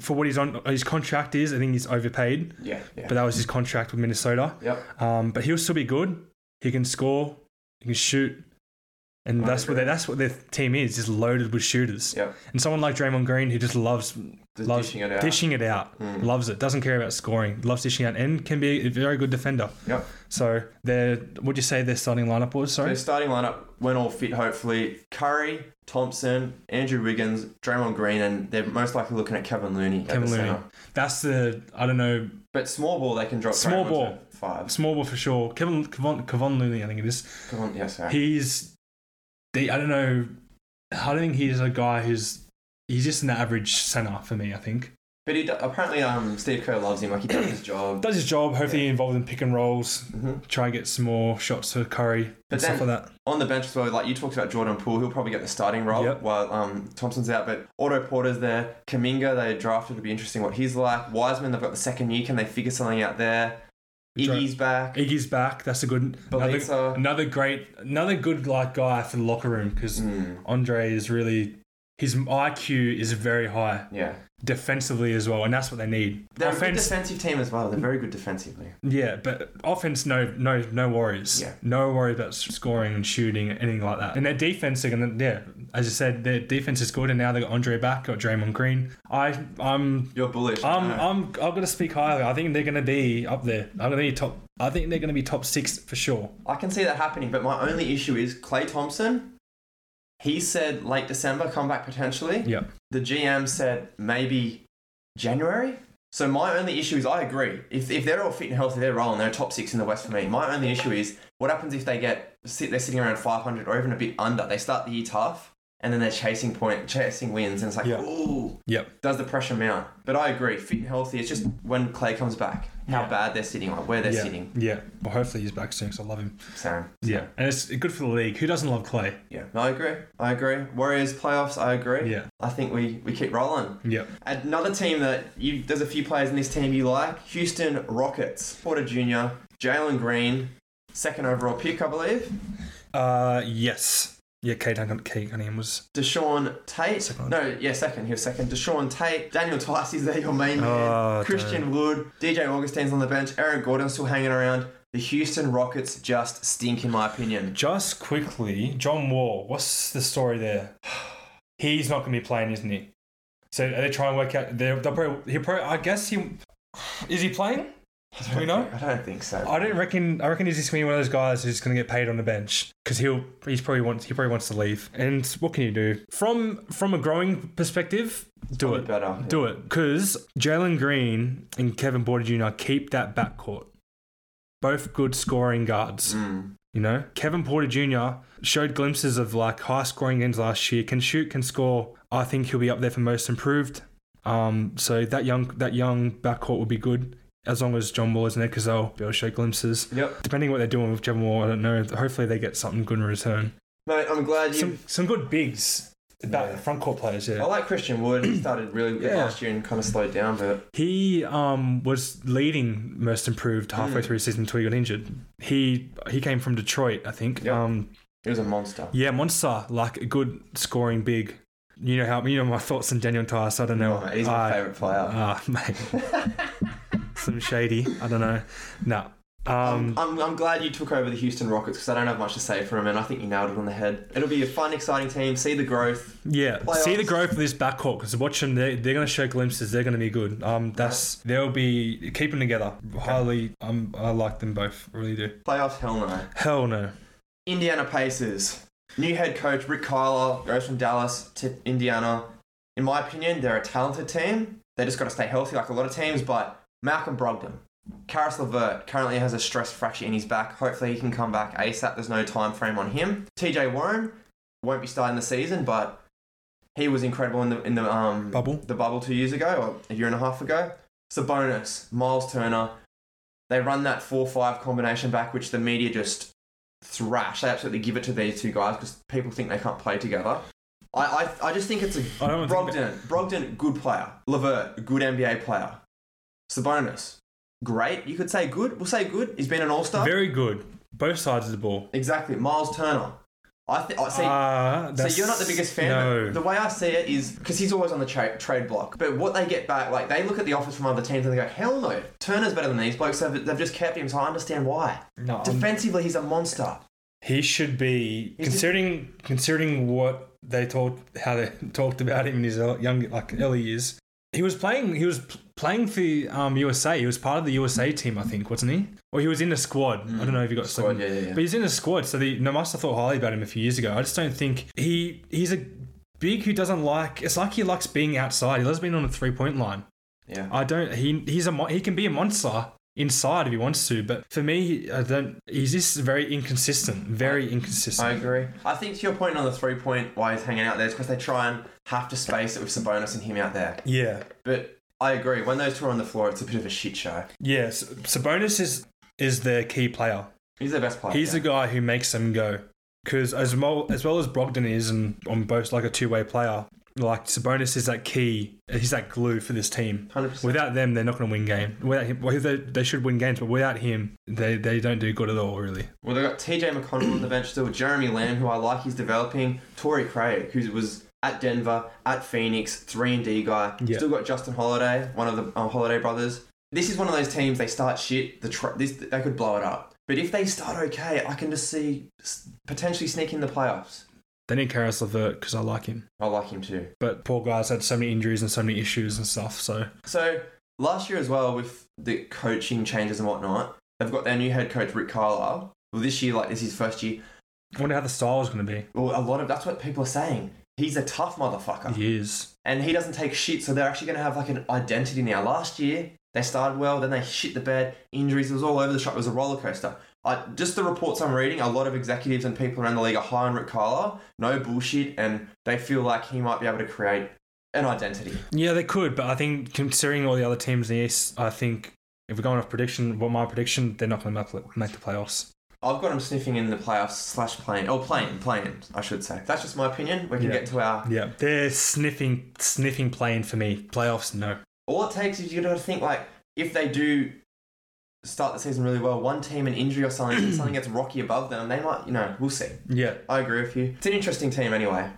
B: for what he's on his contract is. I think he's overpaid,
A: Yeah. Yeah.
B: but that was his contract with Minnesota.
A: yep.
B: Um, but he'll still be good. He can score. He can shoot. And
A: I
B: that's what
A: agree.
B: they, that's what their team is, just loaded with shooters.
A: Yep.
B: And someone like Draymond Green, who just loves
A: Just
B: loves
A: dishing it out.
B: dishing it out,
A: Mm.
B: loves it, doesn't care about scoring, loves dishing out, and can be a very good defender.
A: Yep.
B: So they're would you say their starting lineup was sorry?
A: Their starting lineup, when all fit, hopefully, Curry, Thompson, Andrew Wiggins, Draymond Green, and they're most likely looking at Kevin Looney. at
B: Kevin
A: the
B: Looney.
A: center.
B: That's the I don't know
A: But small ball, they can drop.
B: Small
A: Draymond
B: ball.
A: to Five.
B: small ball for sure. Kevin Kevon Kevon Looney, I think it is.
A: Come on, yes, sir.
B: He's the I don't know. I don't think he's a guy who's he's just an average center for me. I think
A: But he do- apparently, um, Steve Kerr loves him. Like he does his job.
B: does his job. Hopefully, involved in pick and rolls.
A: hmm
B: Try and get some more shots for Curry
A: But
B: and stuff
A: then-
B: like that.
A: On the bench as well, like you talked about Jordan Poole, he'll probably get the starting role
B: Yep.
A: while um, Thompson's out. But Otto Porter's there. Kaminga, they drafted. It'll be interesting what he's like. Wiseman, they've got the second year. Can they figure something out there?
B: Dra-
A: Iggy's back.
B: Iggy's back. That's a good another,
A: Bielitsa.
B: another great another good like guy for the locker room because
A: Hmm,
B: Andre is really his IQ is very high
A: Yeah.
B: defensively as well, and that's what they need.
A: They're a good defensive team as well. They're very good defensively.
B: Yeah, but offense, no, no, no worries.
A: Yeah.
B: no worry about scoring and shooting and anything like that. And their defense, again, yeah, as I said, their defense is good. And now they got Andre back, got Draymond Green. I, I'm,
A: You're bullish.
B: I'm,
A: I know.
B: I'm, I'm gonna speak highly. I think they're gonna be up there. I'm gonna be top. I think they're gonna be top six for sure.
A: I can see that happening, but my only issue is Clay Thompson. He said late December, comeback potentially.
B: Yep.
A: The GM said maybe January. So my only issue is I agree. If, if they're all fit and healthy, they're rolling. They're top six in the West for me. My only issue is what happens if they get sit they're sitting around 500 or even a bit under. They start the year tough and then they're chasing point, chasing wins, and it's like,
B: Yeah.
A: ooh,
B: Yep.
A: does the pressure mount? But I agree, fit and healthy. It's just when Clay comes back, how
B: Yeah.
A: bad they're sitting, like where they're
B: yeah.
A: sitting.
B: Yeah. Well, hopefully he's back soon. Cause I love him.
A: Sam.
B: Yeah. And it's good for the league. Who doesn't love Clay?
A: Yeah, no, I agree. I agree. Warriors playoffs. I agree.
B: Yeah.
A: I think we, we keep rolling.
B: Yep.
A: Another team that you there's a few players in this team you like. Houston Rockets. Porter Jr. Jalen Green. Second overall pick, I believe.
B: Uh, yes. Yeah. Kate Cunningham Kate Cunningham was.
A: Deshaun Tate.
B: Second.
A: No, yeah, second. He was second. Deshaun Tate. Daniel Tice is there, your main man.
B: Oh,
A: Christian Wood. DJ Augustine's on the bench. Aaron Gordon's still hanging around. The Houston Rockets just stink, in my opinion.
B: Just quickly, John Wall, what's the story there? He's not going to be playing, isn't he? So are they trying to work out? They're, they'll probably, he'll probably, I guess he is he playing? Do we know?
A: I don't think so.
B: I don't reckon. I reckon he's just going to be one of those guys who's going to get paid on the bench because he'll he's probably wants he probably wants to leave. And what can you do from from a growing perspective? Do
A: Probably
B: it,
A: better.
B: do it, because Jalen Green and Kevin Porter Jr. keep that backcourt. Both good scoring guards.
A: Mm.
B: You know, Kevin Porter Jr. showed glimpses of like high scoring games last year. Can shoot, can score. I think he'll be up there for most improved. Um, so that young that young backcourt will be good as long as John Wall is in there because they'll be able to show glimpses.
A: Yep.
B: Depending what they're doing with John Wall, I don't know. Hopefully they get something good in return.
A: Mate, I'm glad you
B: Some some good bigs, back
A: Yeah.
B: front court players.
A: I
B: Yeah,
A: like Christian Wood. He started really good
B: Yeah.
A: last year and kind of slowed down, but
B: he um was leading most improved
A: Hmm.
B: halfway through the season until he got injured. He he came from Detroit, I think.
A: Yeah.
B: Um,
A: he was a monster.
B: Yeah, Monster, like a good scoring big. You know how you know my thoughts on Daniel Tice. I don't know.
A: Oh, mate, he's my
B: I-
A: favourite player.
B: Ah, mate. Some shady. I don't know. No, Um,
A: I'm, I'm glad you took over the Houston Rockets because I don't have much to say for them, and I think you nailed it on the head. It'll be a fun, exciting team. See the growth.
B: yeah, see the
A: playoffs.
B: growth of this backcourt because watch them. They're, they're going to show glimpses. They're going to be good. Um, that's they'll be keep them together. Highly, um, I like them both. I Really do.
A: Playoffs, hell no.
B: Hell no.
A: Indiana Pacers. New head coach Rick Kyler goes from Dallas to Indiana. In my opinion, they're a talented team. They just got to stay healthy, like a lot of teams. But Malcolm Brogdon, Karis LeVert currently has a stress fracture in his back. Hopefully, he can come back ASAP. There's no time frame on him. TJ Warren won't be starting the season, but he was incredible in the in the um,
B: Bubble.
A: the bubble two years ago or a year and a half ago. Sabonis, Miles Turner, they run that four-five combination back, which the media just thrash. They absolutely give it to these two guys because people think they can't play together. I, I, I just think it's a
B: I don't think
A: Brogdon. Brogdon, good player. Levert, good NBA player. Sabonis, great. You could say good. We'll say good. He's been an All Star.
B: Very good. Both sides of the ball.
A: exactly. Miles Turner. I think. I see.
B: Ah,
A: So
B: that's-
A: you're not the biggest fan.
B: No.
A: but The way I see it is because he's always on the tra- trade block. But what they get back, like they look at the offers from other teams and they go, "Hell no, Turner's better than these blokes." So they've just kept him. So I understand why.
B: No, I'm-
A: Defensively, he's a monster.
B: he should be
A: He's just-
B: considering considering what they talked how they talked about him in his ear- young like early years. He was playing. He was p- playing for um, USA. He was part of the USA team, I think, wasn't he? Or he was in the squad. I don't know if he got
A: Mm, Squad,
B: selected.
A: yeah, yeah, yeah.
B: But he's in the squad, so they no, must have thought highly about him a few years ago. I just don't think he he's a big who doesn't like. It's like he likes being outside. He loves being on the three point line.
A: Yeah.
B: I don't. He he's a mon- he can be a monster inside if he wants to, but for me, I don't. He's just very inconsistent. Very inconsistent.
A: I agree. I think to your point on the three point why he's hanging out there is because they try and have to space it with Sabonis and him out there.
B: yeah,
A: But I agree. When those two are on the floor, it's a bit of a shit show.
B: yeah. S- Sabonis is is their key player.
A: He's their best player.
B: He's
A: yeah.
B: the guy who makes them go. Because as well as well as Brogdon is, and on both like a two way player, like Sabonis is that key. He's that glue for this team.
A: 100%.
B: Without them, they're not going to win game. Without him, well, they, they should win games, but without him, they, they don't do good at all. Really,
A: Well, they've got TJ McConnell on the bench still, Jeremy Lamb, who I like, he's developing, Torrey Craig, who was at Denver, at Phoenix, 3 and D guy.
B: Yeah.
A: Still got Justin Holiday, one of the uh, Holiday brothers. This is one of those teams, they start shit, the tr- this, they could blow it up. But if they start okay, I can just see s- potentially sneaking the playoffs.
B: they need Karis Levert because I like him.
A: I like him too.
B: but poor guys had so many injuries and so many issues and stuff. So
A: So last year as well, with the coaching changes and whatnot, they've got their new head coach Rick Carlisle. Well, this year, like this is his first year.
B: I wonder how the style is going to be.
A: Well, a lot of that's what people are saying. He's a tough motherfucker,
B: He is.
A: and he doesn't take shit. So they're actually going to have like an identity now. Last year they started well, then they shit the bed. Injuries it was all over the shop. It was a roller coaster. I, just the reports I'm reading, a lot of executives and people around the league are high on Rick Carlisle. No bullshit, and they feel like he might be able to create an identity.
B: Yeah, they could, but I think considering all the other teams in the East, I think if we're going off prediction, what my prediction, they're not going to make, make the playoffs.
A: I've got him sniffing in the playoffs slash playing or playing playing. I should say that's just my opinion. We can
B: Yeah.
A: get to our.
B: Yeah, they're sniffing sniffing playing for me. Playoffs, no.
A: All it takes is you got to think like if they do start the season really well, one team an injury or something, something gets rocky above them, they might you know we'll see.
B: Yeah,
A: I agree with you. It's an interesting team anyway.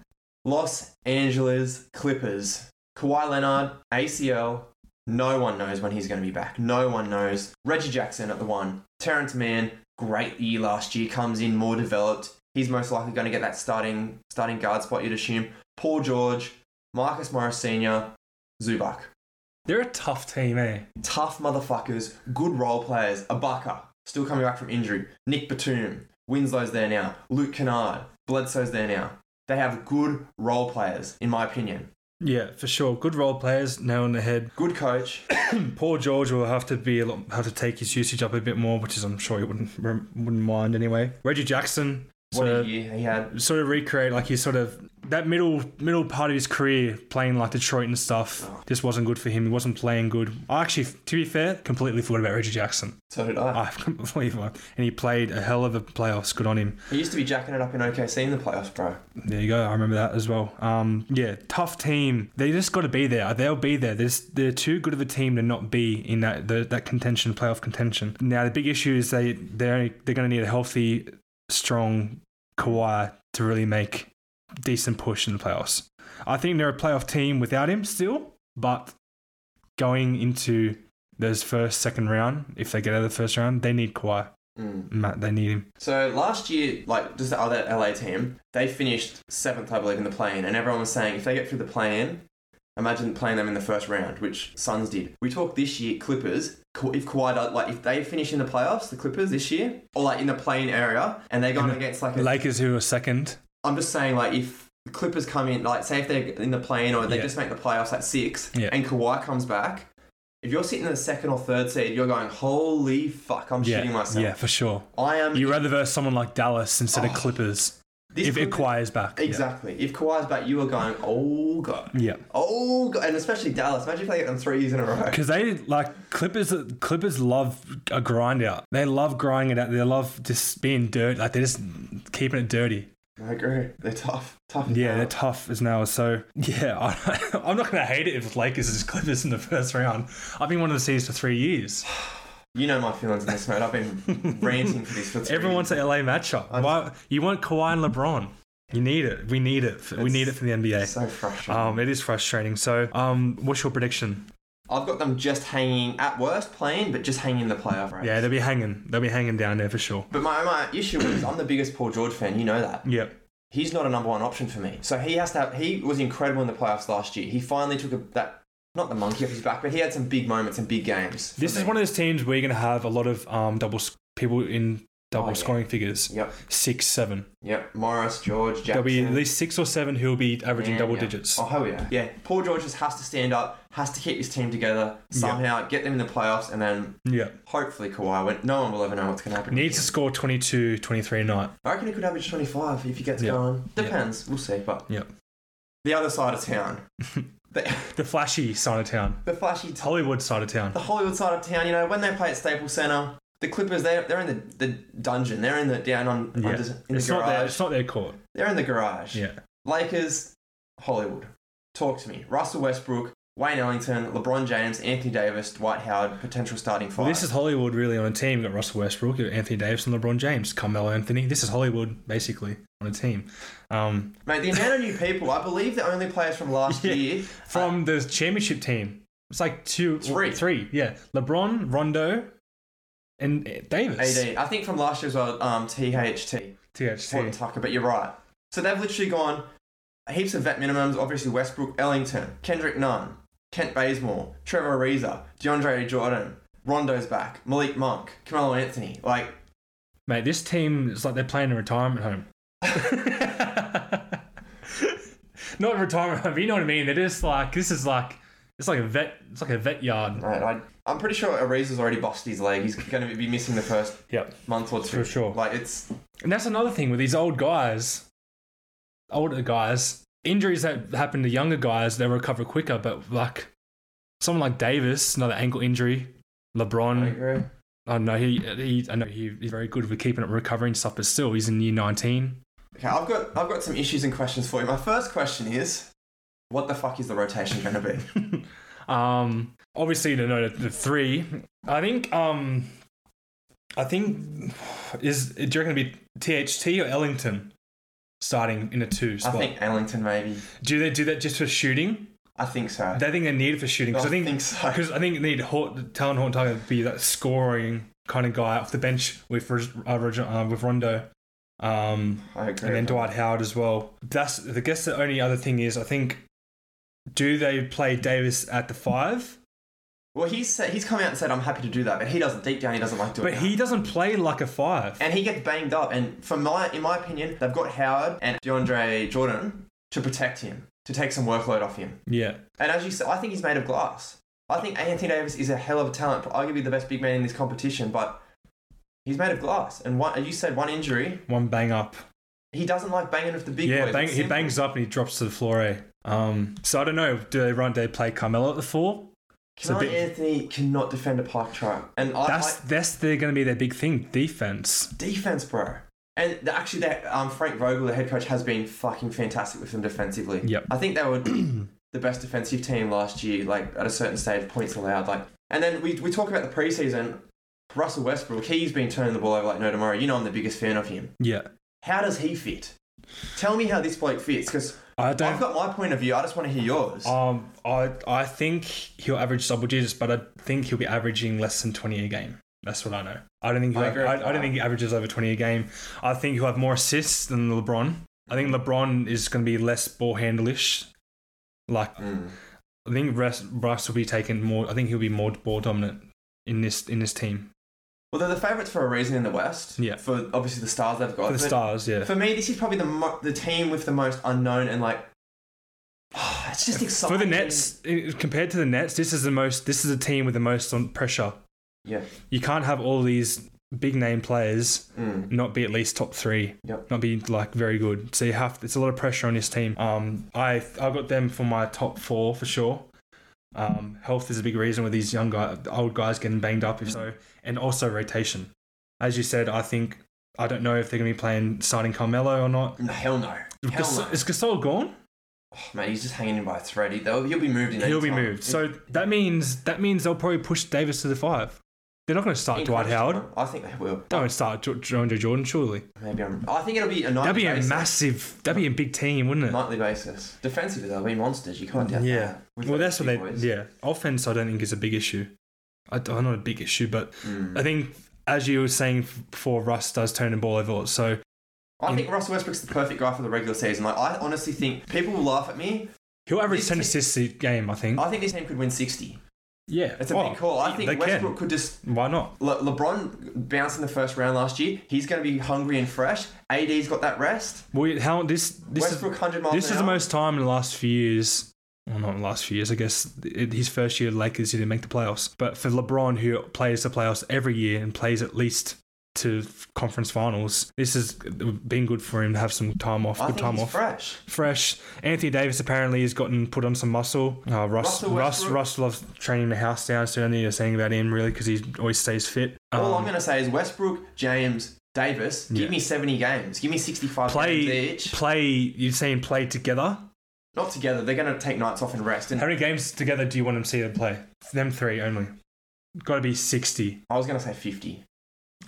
A: Los Angeles Clippers. Kawhi Leonard ACL. No one knows when he's going to be back. No one knows. Reggie Jackson at the one. Terrence Mann, great year last year, comes in more developed. He's most likely going to get that starting starting guard spot, you'd assume. Paul George, Marcus Morris Sr., Zubac.
B: they're a tough team, eh?
A: Tough motherfuckers, good role players. Ibaka, still coming back from injury. Nick Batum, Winslow's there now. Luke Kennard, Bledsoe's there now. They have good role players, in my opinion.
B: Yeah, for sure. Good role players, nail on the head.
A: Good coach.
B: Poor George will have to be a lot, have to take his usage up a bit more, which is I'm sure he wouldn't wouldn't mind anyway. Reggie Jackson,
A: What
B: so-
A: a year he had.
B: sort of recreate like his sort of that middle middle part of his career playing like Detroit and stuff just wasn't good for him. He wasn't playing good. I actually, to be fair, completely forgot about Reggie Jackson.
A: So did I.
B: I completely forgot. And he played a hell of a playoffs. Good on him.
A: He used to be jacking it up in OKC in the playoffs, bro.
B: There you go. I remember that as well. Um, yeah, tough team. They just got to be there. They'll be there. They're, just- they're too good of a team to not be in that the, that contention, playoff contention. Now the big issue is they they're they're going to need a healthy, strong Kawhi to really make decent push in the playoffs. I think they're a playoff team without him still, but going into those first second round, if they get out of the first round, they need Kawhi.
A: Mm.
B: Matt, they need him.
A: So last year, like just the other LA team, they finished seventh, I believe, in the play-in, and everyone was saying if they get through the play-in, imagine playing them in the first round, which Suns did. We talked this year, Clippers. Ka- If Kawhi does, like if they finish in the playoffs, the Clippers this year, or like in the play-in area, and they're going
B: And
A: against like a,
B: The Lakers who are second.
A: I'm just saying, like, if the Clippers come in, like, say if they're in the plane or they
B: Yeah.
A: just make the playoffs at six
B: Yeah.
A: and Kawhi comes back, if you're sitting in the second or third seed, you're going, holy fuck, I'm
B: Yeah,
A: shooting myself.
B: yeah, for sure.
A: I am.
B: You rather verse someone like Dallas instead
A: Oh,
B: of Clippers
A: this
B: if it
A: Clippers-
B: Kawhi is back. Yeah.
A: Exactly. If Kawhi's back, you are going, oh, God.
B: Yeah,
A: Oh, God. And especially Dallas. Imagine if they get them threes in a row.
B: because they like Clippers. Clippers love a grind out. They love grinding it out. They love just being dirt. Like they're just keeping it dirty.
A: I agree. They're tough. Tough. as
B: Yeah,
A: hell.
B: they're tough as nails. So yeah, I, I'm not gonna hate it if Lakers is Clippers in the first round. I've been wanting to see this for three years.
A: You know my feelings on this, mate. I've been ranting for this for three
B: Everyone's an LA matchup. Why you want Kawhi and LeBron? You need it. We need it. We
A: It's-
B: need it for the NBA.
A: so frustrating.
B: Um, it is frustrating. So, um, what's your prediction?
A: I've got them just hanging, at worst, playing, but just hanging in the playoff race.
B: Yeah, they'll be hanging. They'll be hanging down there for sure.
A: But my, my issue is I'm the biggest Paul George fan. You know that.
B: Yeah,
A: He's not a number one option for me. So he has to have. He was incredible in the playoffs last year. He finally took a, that not the monkey off his back, but he had some big moments and big games. for
B: this is
A: me.
B: one of those teams where you're gonna have a lot of um double s- people in double
A: Oh, yeah.
B: scoring figures.
A: Yep,
B: Six, seven.
A: yep. Morris, George, Jackson.
B: There'll be at least six or seven who'll be averaging
A: Yeah,
B: double
A: yeah.
B: digits.
A: Oh hell yeah! Yeah, Paul George just has to stand up, has to keep his team together somehow, get them in the playoffs, and then
B: Yeah.
A: hopefully Kawhi. When no one will ever know what's going to happen.
B: Needs to score 22, 23 a night.
A: I reckon he could average 25 if he gets
B: Yeah.
A: going.
B: Yeah.
A: Depends. We'll see. But
B: Yeah.
A: the other side of town, the,
B: The flashy side of town.
A: the flashy
B: It's Hollywood side of town.
A: the Hollywood side of town, you know, when they play at Staples Center, the Clippers, they're, they're in the, the dungeon. They're in the down on,
B: Yeah.
A: under, in the
B: It's not, their,
A: garage.
B: it's not their court.
A: They're in the garage.
B: Yeah.
A: Lakers, Hollywood. Talk to me. Russell Westbrook, Wayne Ellington, LeBron James, Anthony Davis, Dwight Howard, potential starting five.
B: Well, this is Hollywood really on a team. You've got Russell Westbrook, you've got Anthony Davis, and LeBron James. Carmelo Anthony. This is Hollywood basically on a team. Um,
A: Mate, the amount of new people, I believe the only players from last
B: Yeah.
A: year.
B: from the championship team, it's like two,
A: Three.
B: three. Yeah, LeBron, Rondo, and uh, Davis.
A: AD. I think from last year as well, um, THT, Horton
B: THT.
A: Tucker, but you're right. So they've literally gone heaps of vet minimums, obviously Westbrook, Ellington, Kendrick Nunn, Kent Bazemore, Trevor Ariza, DeAndre Jordan, Rondo's back, Malik Monk, Carmelo Anthony. Like,
B: Mate, this team is like they're playing a retirement home. Not a retirement home. but You know what I mean? They're just like this is like it's like a vet. It's like a vet yard.
A: mate, I, I'm pretty sure Ariza's already bossed his leg. He's going to be missing the first
B: Yep.
A: month or two.
B: For sure.
A: Like, it's
B: And that's another thing with these old guys, older guys, injuries that happen to younger guys, they recover quicker. But like someone like Davis, another ankle injury.
A: I
B: LeBron,
A: agree.
B: I don't know Oh, he, he I know he, he's very good with keeping it recovering stuff, but still he's in year nineteen.
A: Okay, I've got I've got some issues and questions for you. My first question is, what the fuck is the rotation going to be?
B: Um, obviously, you know the, the three. I think. Um, I think is do you reckon it'd be THT or Ellington starting in a two
A: I
B: spot?
A: think Ellington maybe.
B: do they do that just for shooting?
A: I think so.
B: They think they need it for shooting because I think
A: so.
B: because I think they need Hort, Talon Horton Tucker to be that scoring kind of guy off the bench with Ros- uh, Roger- uh, with Rondo. Um,
A: I agree.
B: and then Dwight Howard as well. That's I guess the only other thing is I think do they play Davis at the five?
A: Well, he's said, he's come out and said I'm happy to do that, but he doesn't deep down he doesn't like doing
B: But
A: that.
B: he doesn't play like a five.
A: and he gets banged up, and for my in my opinion, they've got Howard and DeAndre Jordan to protect him, to take some workload off him.
B: Yeah.
A: And as you said, I think he's made of glass. I think Anthony Davis is a hell of a talent, arguably the best big man in this competition, but he's made of glass. And one, as you said, one injury,
B: One bang up.
A: he doesn't like banging with the big
B: yeah,
A: boys.
B: bang,
A: It's
B: he
A: simple.
B: bangs up and he drops to the floor. Eh? Um, so I don't know. Do they run? Do they play Carmelo at the four? It's a
A: Carmelo
B: bit-
A: Anthony cannot defend a pike trap, and I,
B: That's
A: I
B: that's they're going to be their big thing. Defense.
A: defense, bro. And the, actually, that um, Frank Vogel, the head coach, has been fucking fantastic with them defensively.
B: Yep.
A: I think they were the best defensive team last year. Like at a certain stage, points allowed. Like, and then we we talk about the preseason. Russell Westbrook, he's been turning the ball over like no tomorrow. You know, I'm the biggest fan of him.
B: Yeah.
A: How does he fit? Tell me how this bloke fits, because
B: I don't.
A: I've got my point of view. I just want to hear yours.
B: Um, I I think he'll average double digits, but I think he'll be averaging less than twenty a game. That's what I know. I don't think he'll,
A: I
B: I,
A: agree with
B: I,
A: that.
B: don't think he averages over twenty a game. I think he'll have more assists than LeBron. I think LeBron is going to be less ball handlish. Like
A: Mm.
B: I think Bryce, Bryce will be taken more. I think he'll be more ball dominant in this in this team
A: Well, they're the favourites for a reason in the West.
B: Yeah.
A: For obviously the stars they've got.
B: for the
A: but
B: stars. Yeah,
A: For me, this is probably the mo- the team with the most unknown and like. Ah, it's just exciting.
B: for the Nets i- compared to the Nets, this is the most. This is a team with the most on pressure.
A: Yeah.
B: You can't have all these big name players
A: Mm.
B: not be at least top three,
A: Yep.
B: not be like very good. So you have it's a lot of pressure on this team. Um, I I got them for my top four for sure. Um, health is a big reason with these young guys, old guys getting banged up, if so, and also rotation. As you said, I think I don't know if they're going to be playing starting Carmelo or not.
A: No, hell no. Hell
B: Gas-
A: no.
B: Is Gasol gone?
A: Oh, man, he's just hanging in by a thread. He, will be moved in. any
B: He'll be
A: time.
B: moved. So that means that means they'll probably push Davis to the five. They're not going to start
A: In
B: Dwight
A: crunch
B: Howard.
A: time, I think they will.
B: Don't start Jo- DeAndre Jordan, surely.
A: Maybe I'm. I think it'll be a nightly
B: That'd be a
A: basis.
B: massive. That'd be a big team, wouldn't it?
A: nightly basis. Defensively, they'll be monsters. You can't doubt
B: Yeah.
A: that. With
B: Well,
A: those
B: that's what they.
A: big boys.
B: Yeah. Offense, I don't think is a big issue. I, don't- not a big issue, but
A: Mm.
B: I think as you were saying before, Russ does turn the ball over. So
A: I think Russell Westbrook's the perfect guy for the regular season. Like, I honestly think people will laugh at me.
B: he'll average
A: This
B: ten
A: team-
B: assists a game. I think.
A: I think this team could win 60.
B: yeah.
A: It's a
B: Oh,
A: big call. I think
B: they
A: Westbrook
B: Can.
A: could just.
B: Why not?
A: Le- LeBron bounced in the first round last year. He's going to be hungry and fresh. AD's got that rest.
B: Well, how this this is
A: Westbrook 100 miles
B: this
A: an
B: is the
A: hour.
B: most time in the last few years. Well, not the last few years, I guess. It, his first year, Lakers, he didn't make the playoffs. But for LeBron, who plays the playoffs every year and plays at least to conference finals, this has been good for him to have some time off,
A: I
B: good
A: think
B: time
A: he's
B: off.
A: fresh.
B: fresh. Anthony Davis apparently has gotten put on some muscle. Uh, Russ,
A: Russell
B: Russ,
A: Westbrook.
B: Russ loves training the house down. So only you're saying about him really because he always stays fit.
A: All Oh, I'm
B: Um,
A: going to say is Westbrook, James, Davis, give
B: Yeah.
A: me 70 games. Give me 65 games
B: play,
A: each.
B: play. You're saying play together.
A: Not together. They're going to take nights off and rest. And
B: How many games together do you want them to see them play? Them three only. Got to be sixty.
A: I was going to say 50.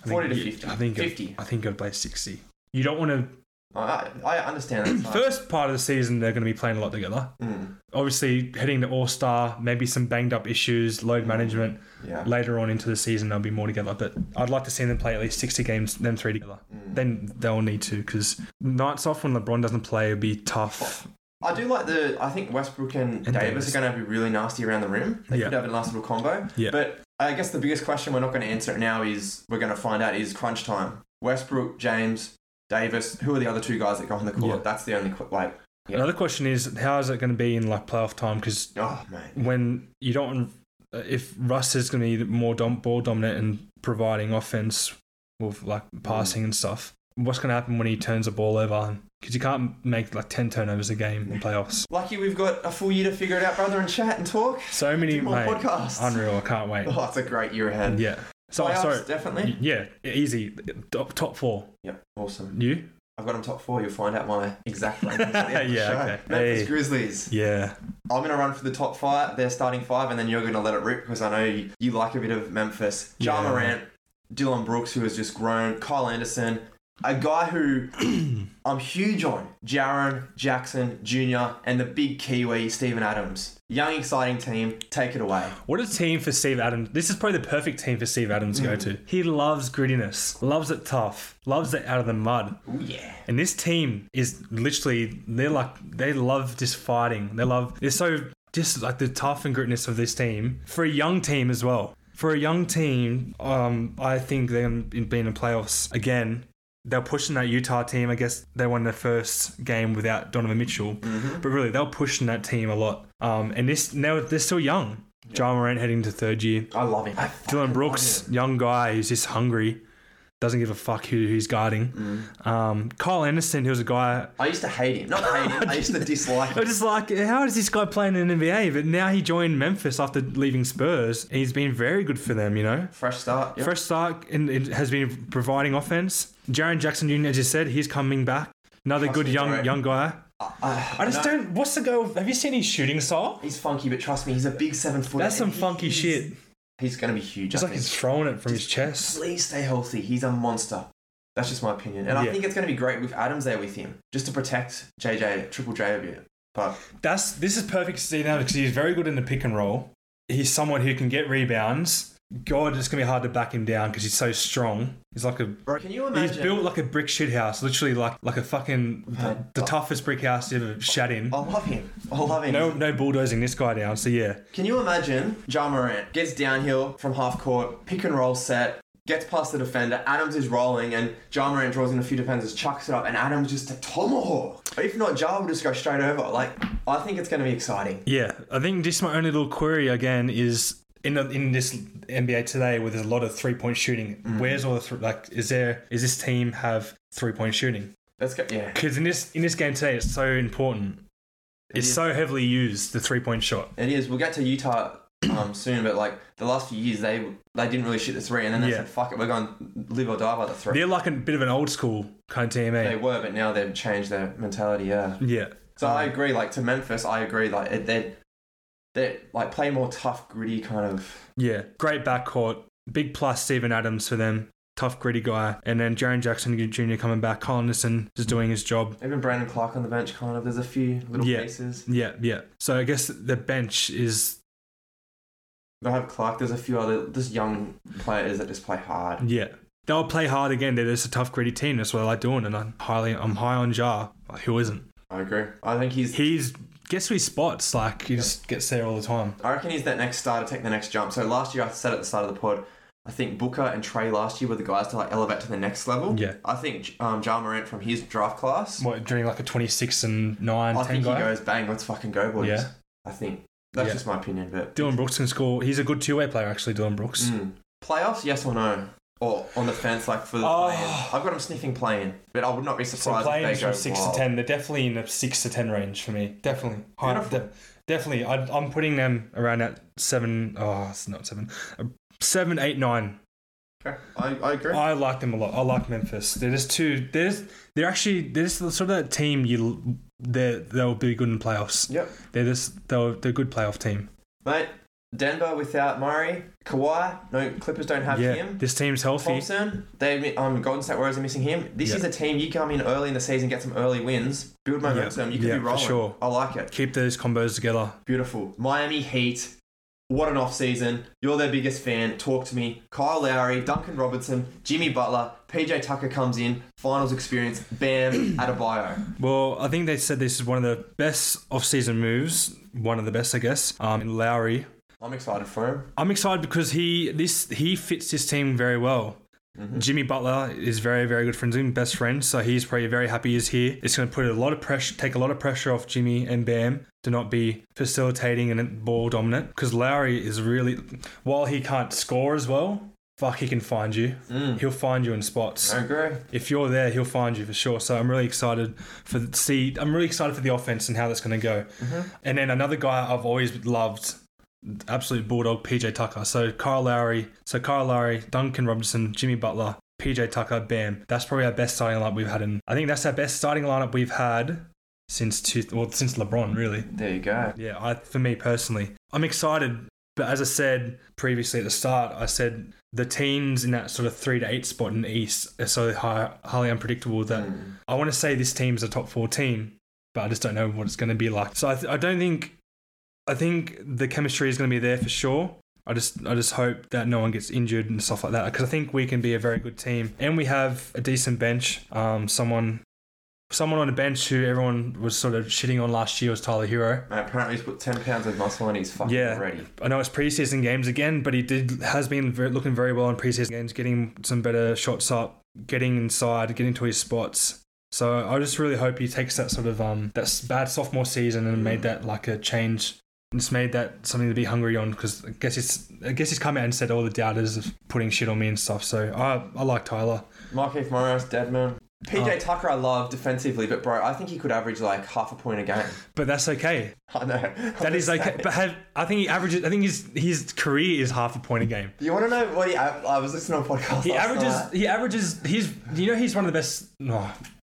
B: I
A: 40 to
B: you-
A: 50.
B: I think. uh,
A: 50.
B: I think I'd play sixty. You don't want to.
A: I, I I understand that. side.
B: First part of the season, they're going to be playing a lot together.
A: Mm,
B: Obviously, heading to All Star, maybe some banged up issues, load
A: Mm.
B: management.
A: yeah.
B: later on into the season they'll be more together but i'd like to see them play at least 60 games them three together
A: Mm.
B: then they'll need to because nights off when lebron doesn't play will be tough
A: I do like the. I think Westbrook and,
B: And
A: Davis,
B: Davis.
A: are going to be really nasty around the rim. They
B: Yeah.
A: could have a nice little combo.
B: Yeah.
A: But I guess the biggest question we're not going to answer it now is we're going to find out is crunch time. Westbrook, James, Davis. Who are the other two guys that go on the court?
B: Yeah.
A: That's the only qu- like. Yeah.
B: another question is how is it going to be in like playoff time because
A: Oh man.
B: when you don't if russ is going to be more dom- ball dominant and providing offense with like passing and stuff what's going to happen when he turns the ball over because you can't make like 10 turnovers a game in playoffs
A: Lucky we've got a full year to figure it out, brother, and chat and talk.
B: so many
A: Do more
B: mate,
A: podcasts.
B: unreal i can't wait
A: Oh, it's a great year ahead.
B: yeah so
A: Playoffs,
B: sorry
A: definitely.
B: Yeah, easy. Top, top four.
A: Yeah, awesome.
B: You?
A: I've got them top four. You'll find out my exact rankings. at the end of the
B: Yeah,
A: show.
B: okay.
A: Memphis
B: Hey.
A: Grizzlies.
B: Yeah.
A: I'm gonna run for the top five. They're starting five, and then you're gonna let it rip because I know you, you like a bit of Memphis. Ja
B: Yeah.
A: Morant, Dylan Brooks, who has just grown. Kyle Anderson, a guy who I'm huge on. Jaron Jackson Jr. and the big Kiwi Stephen Adams. Young, exciting team. Take it away.
B: What a team for Steve Adams. This is probably the perfect team for Steve Adams to go to. He loves grittiness, loves it tough, loves it out of the mud.
A: Oh yeah.
B: And this team is literally, they're like, they love just fighting. They love, they're so, just like the tough and grittiness of this team for a young team as well. For a young team, um, I think they're going to be in the playoffs again. They're pushing that Utah team. I guess they won their first game without Donovan Mitchell. But really, they were pushing that team a lot. Um, and this now they're still young. John Morant heading to third year.
A: I love him. I
B: Dylan
A: fucking
B: Brooks,
A: love
B: young guy who's just hungry, doesn't give a fuck who he's guarding.
A: Mm.
B: Um, Kyle Anderson, who was a guy.
A: him. I used to hate him. Not hate him. I used to dislike
B: I
A: him.
B: was just like, how is this guy playing in the NBA? But now he joined Memphis after leaving Spurs, and he's been very good for them, you know.
A: Fresh start. Yep.
B: Fresh start and it has been providing offense. Jaron Jackson Jr., as you said, he's coming back. Another good
A: me, bro.
B: young young guy.
A: I,
B: I just don't. What's the go? Have you seen his shooting style?
A: He's funky, but trust me, he's a big seven footer.
B: That's some funky shit.
A: He's gonna be huge.
B: It's
A: I
B: like
A: think.
B: he's throwing it from his chest.
A: Please stay healthy. He's a monster. That's just my opinion, and I
B: Yeah.
A: think it's going to be great with Adams there with him, just to protect JJ Triple J a bit. But
B: That's this is perfect to see now because he's very good in the pick and roll. He's someone who can get rebounds. God, it's gonna be hard to back him down because he's so strong. He's like a
A: bro, can you
B: he's
A: imagine?
B: built like a brick shit house, literally like like a fucking the, the toughest brick house you ever shat in.
A: I love him. I love him.
B: No, no bulldozing this guy down. So yeah,
A: Can you imagine? Ja Morant gets downhill from half court, pick and roll set, gets past the defender. Adams is rolling, and Ja Morant draws in a few defenders, chucks it up, and Adams just a tomahawk. If not, Ja will just go straight over. Like, I think it's going to be exciting.
B: yeah. I think just my only little query again is in the, in this NBA today where there's a lot of three point shooting. Where's all the thr like? Is there is this team have three point shooting?
A: Let's go. Yeah.
B: Because in this in this game today, it's so important. It's
A: is.
B: so heavily used the three point shot.
A: It is. We'll get to Utah um, soon, but like the last few years, they they didn't really shoot the three, and then they
B: Yeah.
A: said, "Fuck it, we're going to live or die by the three.
B: They're like a bit of an old school kind of team, eh?
A: They were, but now they've changed their mentality. Yeah.
B: yeah,
A: So I agree. Like to Memphis, I agree. Like it- they they like play more tough, gritty kind of.
B: yeah. Great backcourt. Big plus Stephen Adams for them. Tough, gritty guy. And then Jaron Jackson Jr. coming back. Collison is doing his job.
A: Even Brandon Clark on the bench, kind of. There's a few little
B: Yeah.
A: pieces.
B: Yeah, yeah. So I guess the bench is
A: They have Clark. There's a few other just young players that just play hard.
B: yeah. They'll play hard again. They're just a tough, gritty team. That's what I like doing. And I'm highly, I'm high on Jar. Like, who isn't?
A: I agree. I think he's.
B: He's gets these spots. Like he just gets there all the time.
A: I reckon he's that next star to take the next jump. So last year, I said at the start of the pod, I think Booker and Trey last year were the guys to like elevate to the next level.
B: Yeah.
A: I think um, Ja Morant from his draft class.
B: What during like a twenty six and nine,
A: I
B: 10
A: think he
B: guy?
A: goes bang. Let's fucking go, boys.
B: Yeah.
A: I think that's
B: Yeah.
A: just my opinion, but
B: Dylan Brooks can score. He's a good two way player, actually. Dylan Brooks.
A: Mm. Playoffs, yes or no? Or on the fence, like for the
B: Oh.
A: play-in. I've got him sniffing playing, but I would not be
B: So
A: surprised
B: playing
A: if they
B: from
A: go
B: six
A: wild.
B: to ten, they're definitely in the six to ten range for me. Definitely, High-
A: Beautiful.
B: de- definitely. I, I'm putting them around that seven. Oh, it's not seven. Uh, Seven, eight, nine.
A: Okay. I, I agree.
B: I like them a lot. I like Memphis. They're just two. They're just, they're actually they're just the sort of that team you they they'll be good in playoffs.
A: Yep.
B: They're just they're they're a good playoff team.
A: Mate, Denver without Murray, Kawhi, no Clippers don't have
B: yeah,
A: him.
B: this team's healthy.
A: Thompson, they um Golden State Warriors are missing him. This
B: Yeah.
A: is a team you come in early in the season, get some early wins, build momentum. You could
B: Yeah,
A: be
B: for
A: rolling.
B: sure.
A: I like it.
B: Keep those combos together.
A: Beautiful. Miami Heat. What an off season. You're their biggest fan. Talk to me. Kyle Lowry, Duncan Robertson, Jimmy Butler, PJ Tucker comes in. Finals experience. Bam. Adebayo.
B: Well, I think they said this is one of the best off-season moves, one of the best, I guess. Um, in Lowry,
A: I'm excited for him.
B: I'm excited because he this he fits this team very well. Jimmy Butler is very very good friends with him, best friend, so he's probably very happy he's here. It's going to put a lot of pressure, take a lot of pressure off Jimmy and Bam to not be facilitating and ball dominant because Lowry is really while he can't score as well. Fuck, he can find you. He'll find you in spots
A: I agree.
B: if you're there, he'll find you for sure. So I'm really excited for the, see. I'm really excited for the offense and how that's going to go. And then another guy I've always loved, absolute bulldog, PJ Tucker. So Kyle Lowry, so Kyle Lowry, Duncan Robinson, Jimmy Butler, PJ Tucker, Bam. That's probably our best starting lineup we've had. In I think that's our best starting lineup we've had since two, well since LeBron really.
A: There you go.
B: Yeah, I, for me personally, I'm excited. But as I said previously at the start, I said the teams in that sort of three to eight spot in the East are so high, highly unpredictable that I want to say this team's a top four team, but I just don't know what it's going to be like. So I, th- I don't think, I think the chemistry is going to be there for sure. I just, I just hope that no one gets injured and stuff like that because I think we can be a very good team and we have a decent bench. Um, someone, someone on the bench who everyone was sort of shitting on last year was Tyler Hero.
A: Mate, apparently he's put 10 pounds of muscle and he's fucking
B: Yeah.
A: ready.
B: I know it's preseason games again, but he did has been very, looking very well in preseason games, getting some better shots up, getting inside, getting to his spots. So I just really hope he takes that sort of um that s- bad sophomore season and made that like a change. Just made that something to be hungry on because I guess it's I guess he's come out and said all the doubters of putting shit on me and stuff. So I I like Tyler.
A: Markeith Morris, Deadman. PJ
B: Oh.
A: Tucker, I love defensively, but bro, I think he could average like half a point a game.
B: But that's okay.
A: I know.
B: That is okay. But have, I think he averages. I think his his career is half a point a game.
A: You want to know what he? I, I was listening to a podcast.
B: He
A: last
B: averages.
A: night.
B: He averages. He's. You know, he's one of the best. No,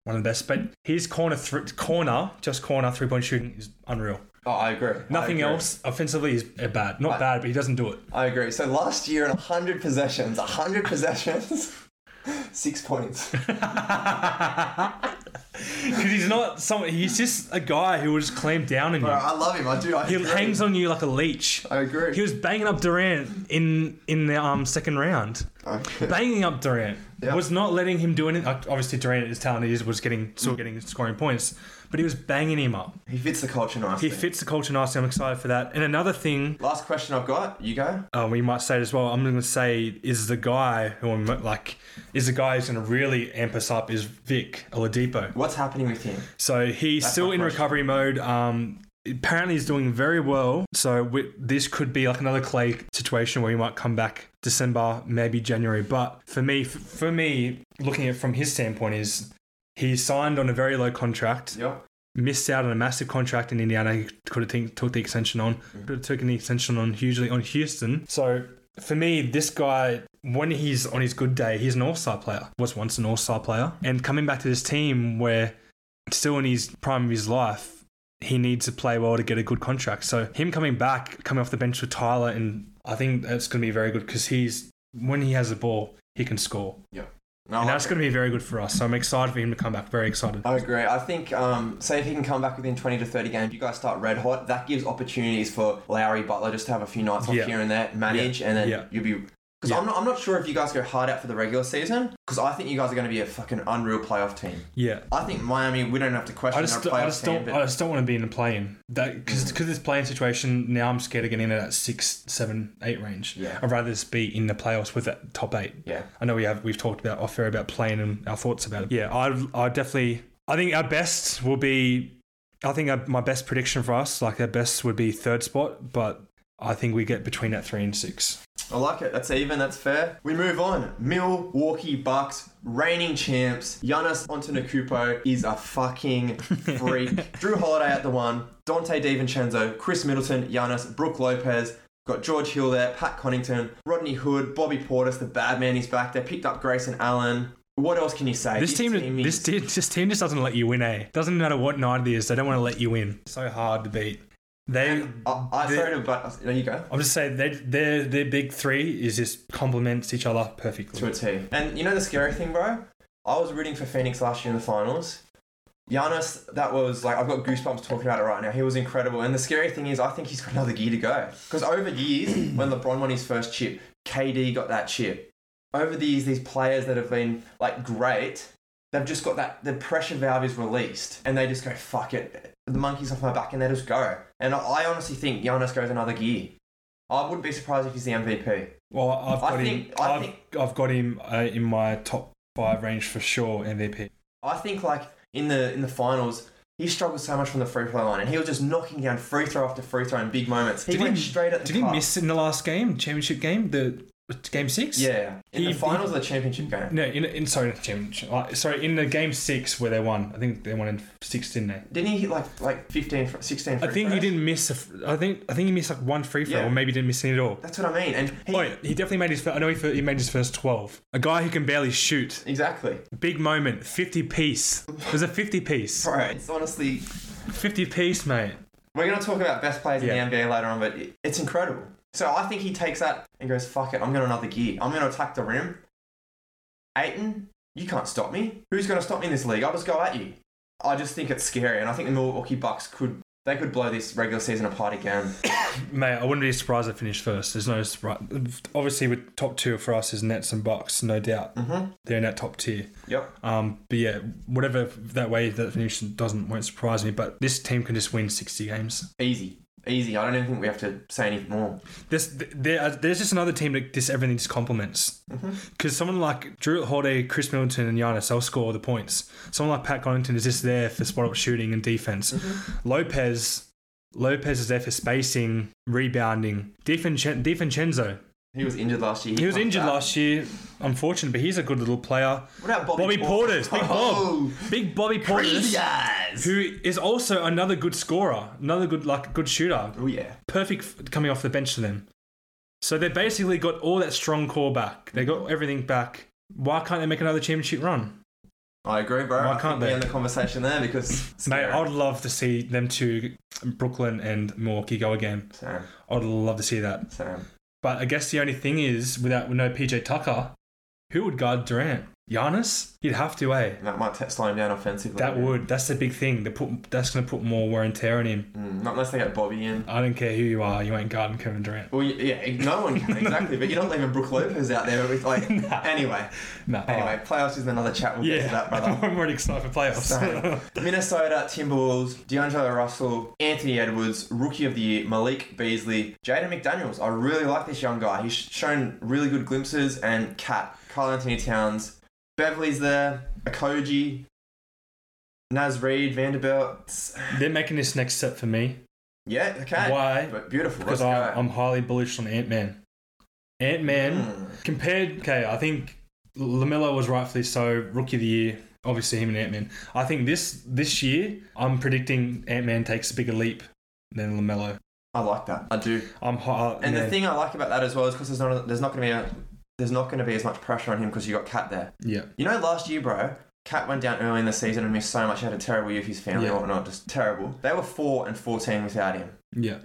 B: one of the best. But his corner, th- corner, just corner three point shooting is unreal.
A: Oh, I agree. I
B: Nothing
A: agree.
B: else offensively is uh, bad. Not bad, but he doesn't do it.
A: I agree. So last year in 100 possessions, 100 possessions, Six points.
B: Because he's not someone. He's just a guy who will just clamp down on
A: Bro,
B: you.
A: I love him. I do. I
B: He
A: agree.
B: hangs on you like a leech.
A: I agree.
B: He was banging up Durant in in the um second round.
A: Okay.
B: banging up Durant.
A: Yeah.
B: Was not letting him do anything. Like, Obviously, Durant is talented. He was getting still getting scoring points, but he was banging him up.
A: He fits the culture nicely.
B: He fits the culture nicely. I'm excited for that. And another thing
A: Last question I've got. You go.
B: uh, we might say as well, I'm going to say is the guy who I'm like is the guy who's going to really amp us up is Vic Oladipo.
A: What's happening with him?
B: So he's still
A: my
B: in
A: question.
B: recovery mode. Um, apparently he's doing very well. So we, this could be like another clay situation where he might come back December, maybe January. But for me, f- for me, looking at it from his standpoint is he signed on a very low contract,
A: Yep.
B: missed out on a massive contract in Indiana. He could have t- took the extension on, could have taken the extension on hugely on Houston. So for me, this guy. When he's on his good day, he's an all-star player. Was once an all-star player, and coming back to this team where still in his prime of his life, he needs to play well to get a good contract. So him coming back, coming off the bench with Tyler, and I think that's going to be very good because he's when he has the ball, he can score,
A: No,
B: and
A: I Uh,
B: that's going to be very good for us. So I'm excited for him to come back. Very excited.
A: I agree. I think, um, say if he can come back within 20 to 30 games, you guys start red hot. That gives opportunities for Lowry Butler just to have a few nights off
B: Yeah.
A: here and there, manage, and then
B: Yeah.
A: you'll be. Because
B: Yeah.
A: I'm, not, I'm not sure if you guys go hard out for the regular season, because I think you guys are going to be a fucking unreal playoff team.
B: Yeah.
A: I think Miami, we don't have to question
B: I just,
A: their playoff
B: I just
A: team,
B: don't,
A: but
B: I just don't want to be in the play-in. That because because this play-in situation now, I'm scared of getting into that six, seven, eight range.
A: Yeah.
B: I'd rather just be in the playoffs with that top eight.
A: yeah.
B: I know we have we've talked about off air about playing and our thoughts about it. Yeah, I I definitely I think our best will be I think our, my best prediction for us like our best would be third spot, but I think we get between that three and six.
A: I like it. That's even. That's fair. We move on. Milwaukee Bucks, reigning champs. Giannis Antetokounmpo is a fucking freak. Drew Holiday at the one. Dante DiVincenzo, Chris Middleton, Giannis, Brooke Lopez. Got George Hill there, Pat Connington, Rodney Hood, Bobby Portis, the bad man is back. They picked up Grayson Allen. What else can you say?
B: This team,
A: is-
B: this team, this team just doesn't let you win. Eh, doesn't matter what night it is, they don't want to let you in. So hard to beat. They,
A: I, I
B: the-
A: sorry to, but there you go.
B: I'm just saying they, their their big three is just complements each other perfectly.
A: To a T. And you know the scary thing, bro? I was rooting for Phoenix last year in the finals. Giannis, that was like I've got goosebumps talking about it right now. He was incredible, and the scary thing is, I think he's got another gear to go. Because over the years, when LeBron won his first chip, KD got that chip. Over the years, these players that have been like great, they've just got that the pressure valve is released, and they just go fuck it. The monkey's off my back, and they just go. And I, I honestly think Giannis goes another gear. I wouldn't be surprised if he's the MVP.
B: Well, I've
A: I
B: got him.
A: think- I
B: I've, I've got him uh, in my top five range for sure. MVP.
A: I think like in the in the finals, he struggled so much from the free throw line, and he was just knocking down free throw after free throw in big moments. He
B: Did
A: went
B: he-
A: straight at the
B: Did he
A: cup.
B: miss in the last game, championship game, the game six?
A: Yeah, in
B: He-
A: the finals of the championship game.
B: No, in, in sorry, not championship. uh, sorry, in the game six where they won. I think they won in six, didn't they?
A: Didn't he hit like like 15, fr- 16
B: I
A: free
B: think
A: throws?
B: he didn't miss. A, f- I think I think he missed like one free throw,
A: Yeah.
B: or maybe didn't miss any at all.
A: That's what I mean. And he,
B: Oh, yeah, he definitely made his. fir- I know he, fir- he made his first twelve. A guy who can barely shoot.
A: exactly,
B: Big moment. Fifty piece. It was a fifty piece.
A: bro. It's honestly,
B: Fifty piece, mate.
A: we're gonna talk about best players
B: Yeah.
A: in the NBA later on, but it, it's incredible. So I think he takes that and goes, "Fuck it, I'm going to another gear. I'm going to attack the rim." Aiton, you can't stop me. Who's going to stop me in this league? I'll just go at you. I just think it's scary, and I think the Milwaukee Bucks could they could blow this regular season apart again.
B: Mate, I wouldn't be surprised if it finished first. There's no surprise. Obviously, with top two for us is Nets and Bucks, no doubt.
A: Mm-hmm.
B: They're in that top tier.
A: Yep.
B: Um, but yeah, whatever that way that finish doesn't won't surprise me. But this team can just win sixty games.
A: Easy, easy. I don't even think we have to say anything more.
B: This there uh, there's just another team that just everything just complements. Because someone like Drew Holiday, Chris Middleton, and Giannis, they'll score the points. Someone like Pat Connaughton is just there for spot up shooting and defense. Lopez. Lopez is there for spacing, rebounding. Defin- DiVincenzo,
A: He was injured last year.
B: He was
A: comes
B: injured
A: back.
B: last year, unfortunate, but he's a good little player.
A: What about Bobby,
B: Bobby Portis, Big Bob,
A: Oh,
B: Big Bobby
A: crazy
B: Portis,
A: eyes.
B: who is also another good scorer, another good like good shooter,
A: Oh yeah.
B: perfect f- coming off the bench to them. So they basically got all that strong core back. They
A: Mm-hmm.
B: got everything back. Why can't they make another championship run,
A: I agree, bro.
B: Why
A: I think
B: can't
A: we
B: they?
A: end the conversation there because
B: mate?
A: scary.
B: I'd love to see them two, Brooklyn and Milwaukee, go again.
A: Sam,
B: I'd love to see that.
A: Sam.
B: But I guess the only thing is, without with no PJ Tucker, Who would guard Durant? Giannis? You'd have to, eh?
A: And that might t- slow him down offensively.
B: That would. That's the big thing. They put, that's going to put more wear and tear on him.
A: Mm, not unless they get Bobby in.
B: I don't care who you are. You ain't guarding Kevin Durant.
A: Well, y- yeah, e-, no one can exactly. But you're not leaving Brook Lopez out there. With, like,
B: Nah.
A: anyway,
B: No.
A: anyway, playoffs is another chat. We'll get
B: Oh. yeah.
A: to that, brother.
B: I'm already excited for
A: So,
B: playoffs.
A: Minnesota Timberwolves, D'Angelo Russell, Anthony Edwards, Rookie of the Year, Malik Beasley, Jaden McDaniels. I really like this young guy. He's shown really good glimpses. And Cat, Carl Anthony Towns, Beverly's there, Akoji, Naz Reid, Vanderbilt.
B: They're making this next step for me.
A: Yeah, okay.
B: Why?
A: But beautiful.
B: Because
A: Let's
B: I-
A: go.
B: I'm highly bullish on Ant Man. Ant Man.
A: Mm.
B: Compared, okay, I think Lamelo was rightfully so rookie of the year. Obviously, him and Ant Man. I think this this year, I'm predicting Ant Man takes a bigger leap than Lamelo.
A: I like that. I do.
B: I'm uh, high.
A: And the thing I like about that as well is because there's not there's not going to be a, there's not going to be as much pressure on him because you got Cat there.
B: yeah,
A: You know, last year, bro, Cat went down early in the season and missed so much. He had a terrible year with his family
B: Yeah.
A: and whatnot, just terrible. They were four and fourteen without him.
B: yeah.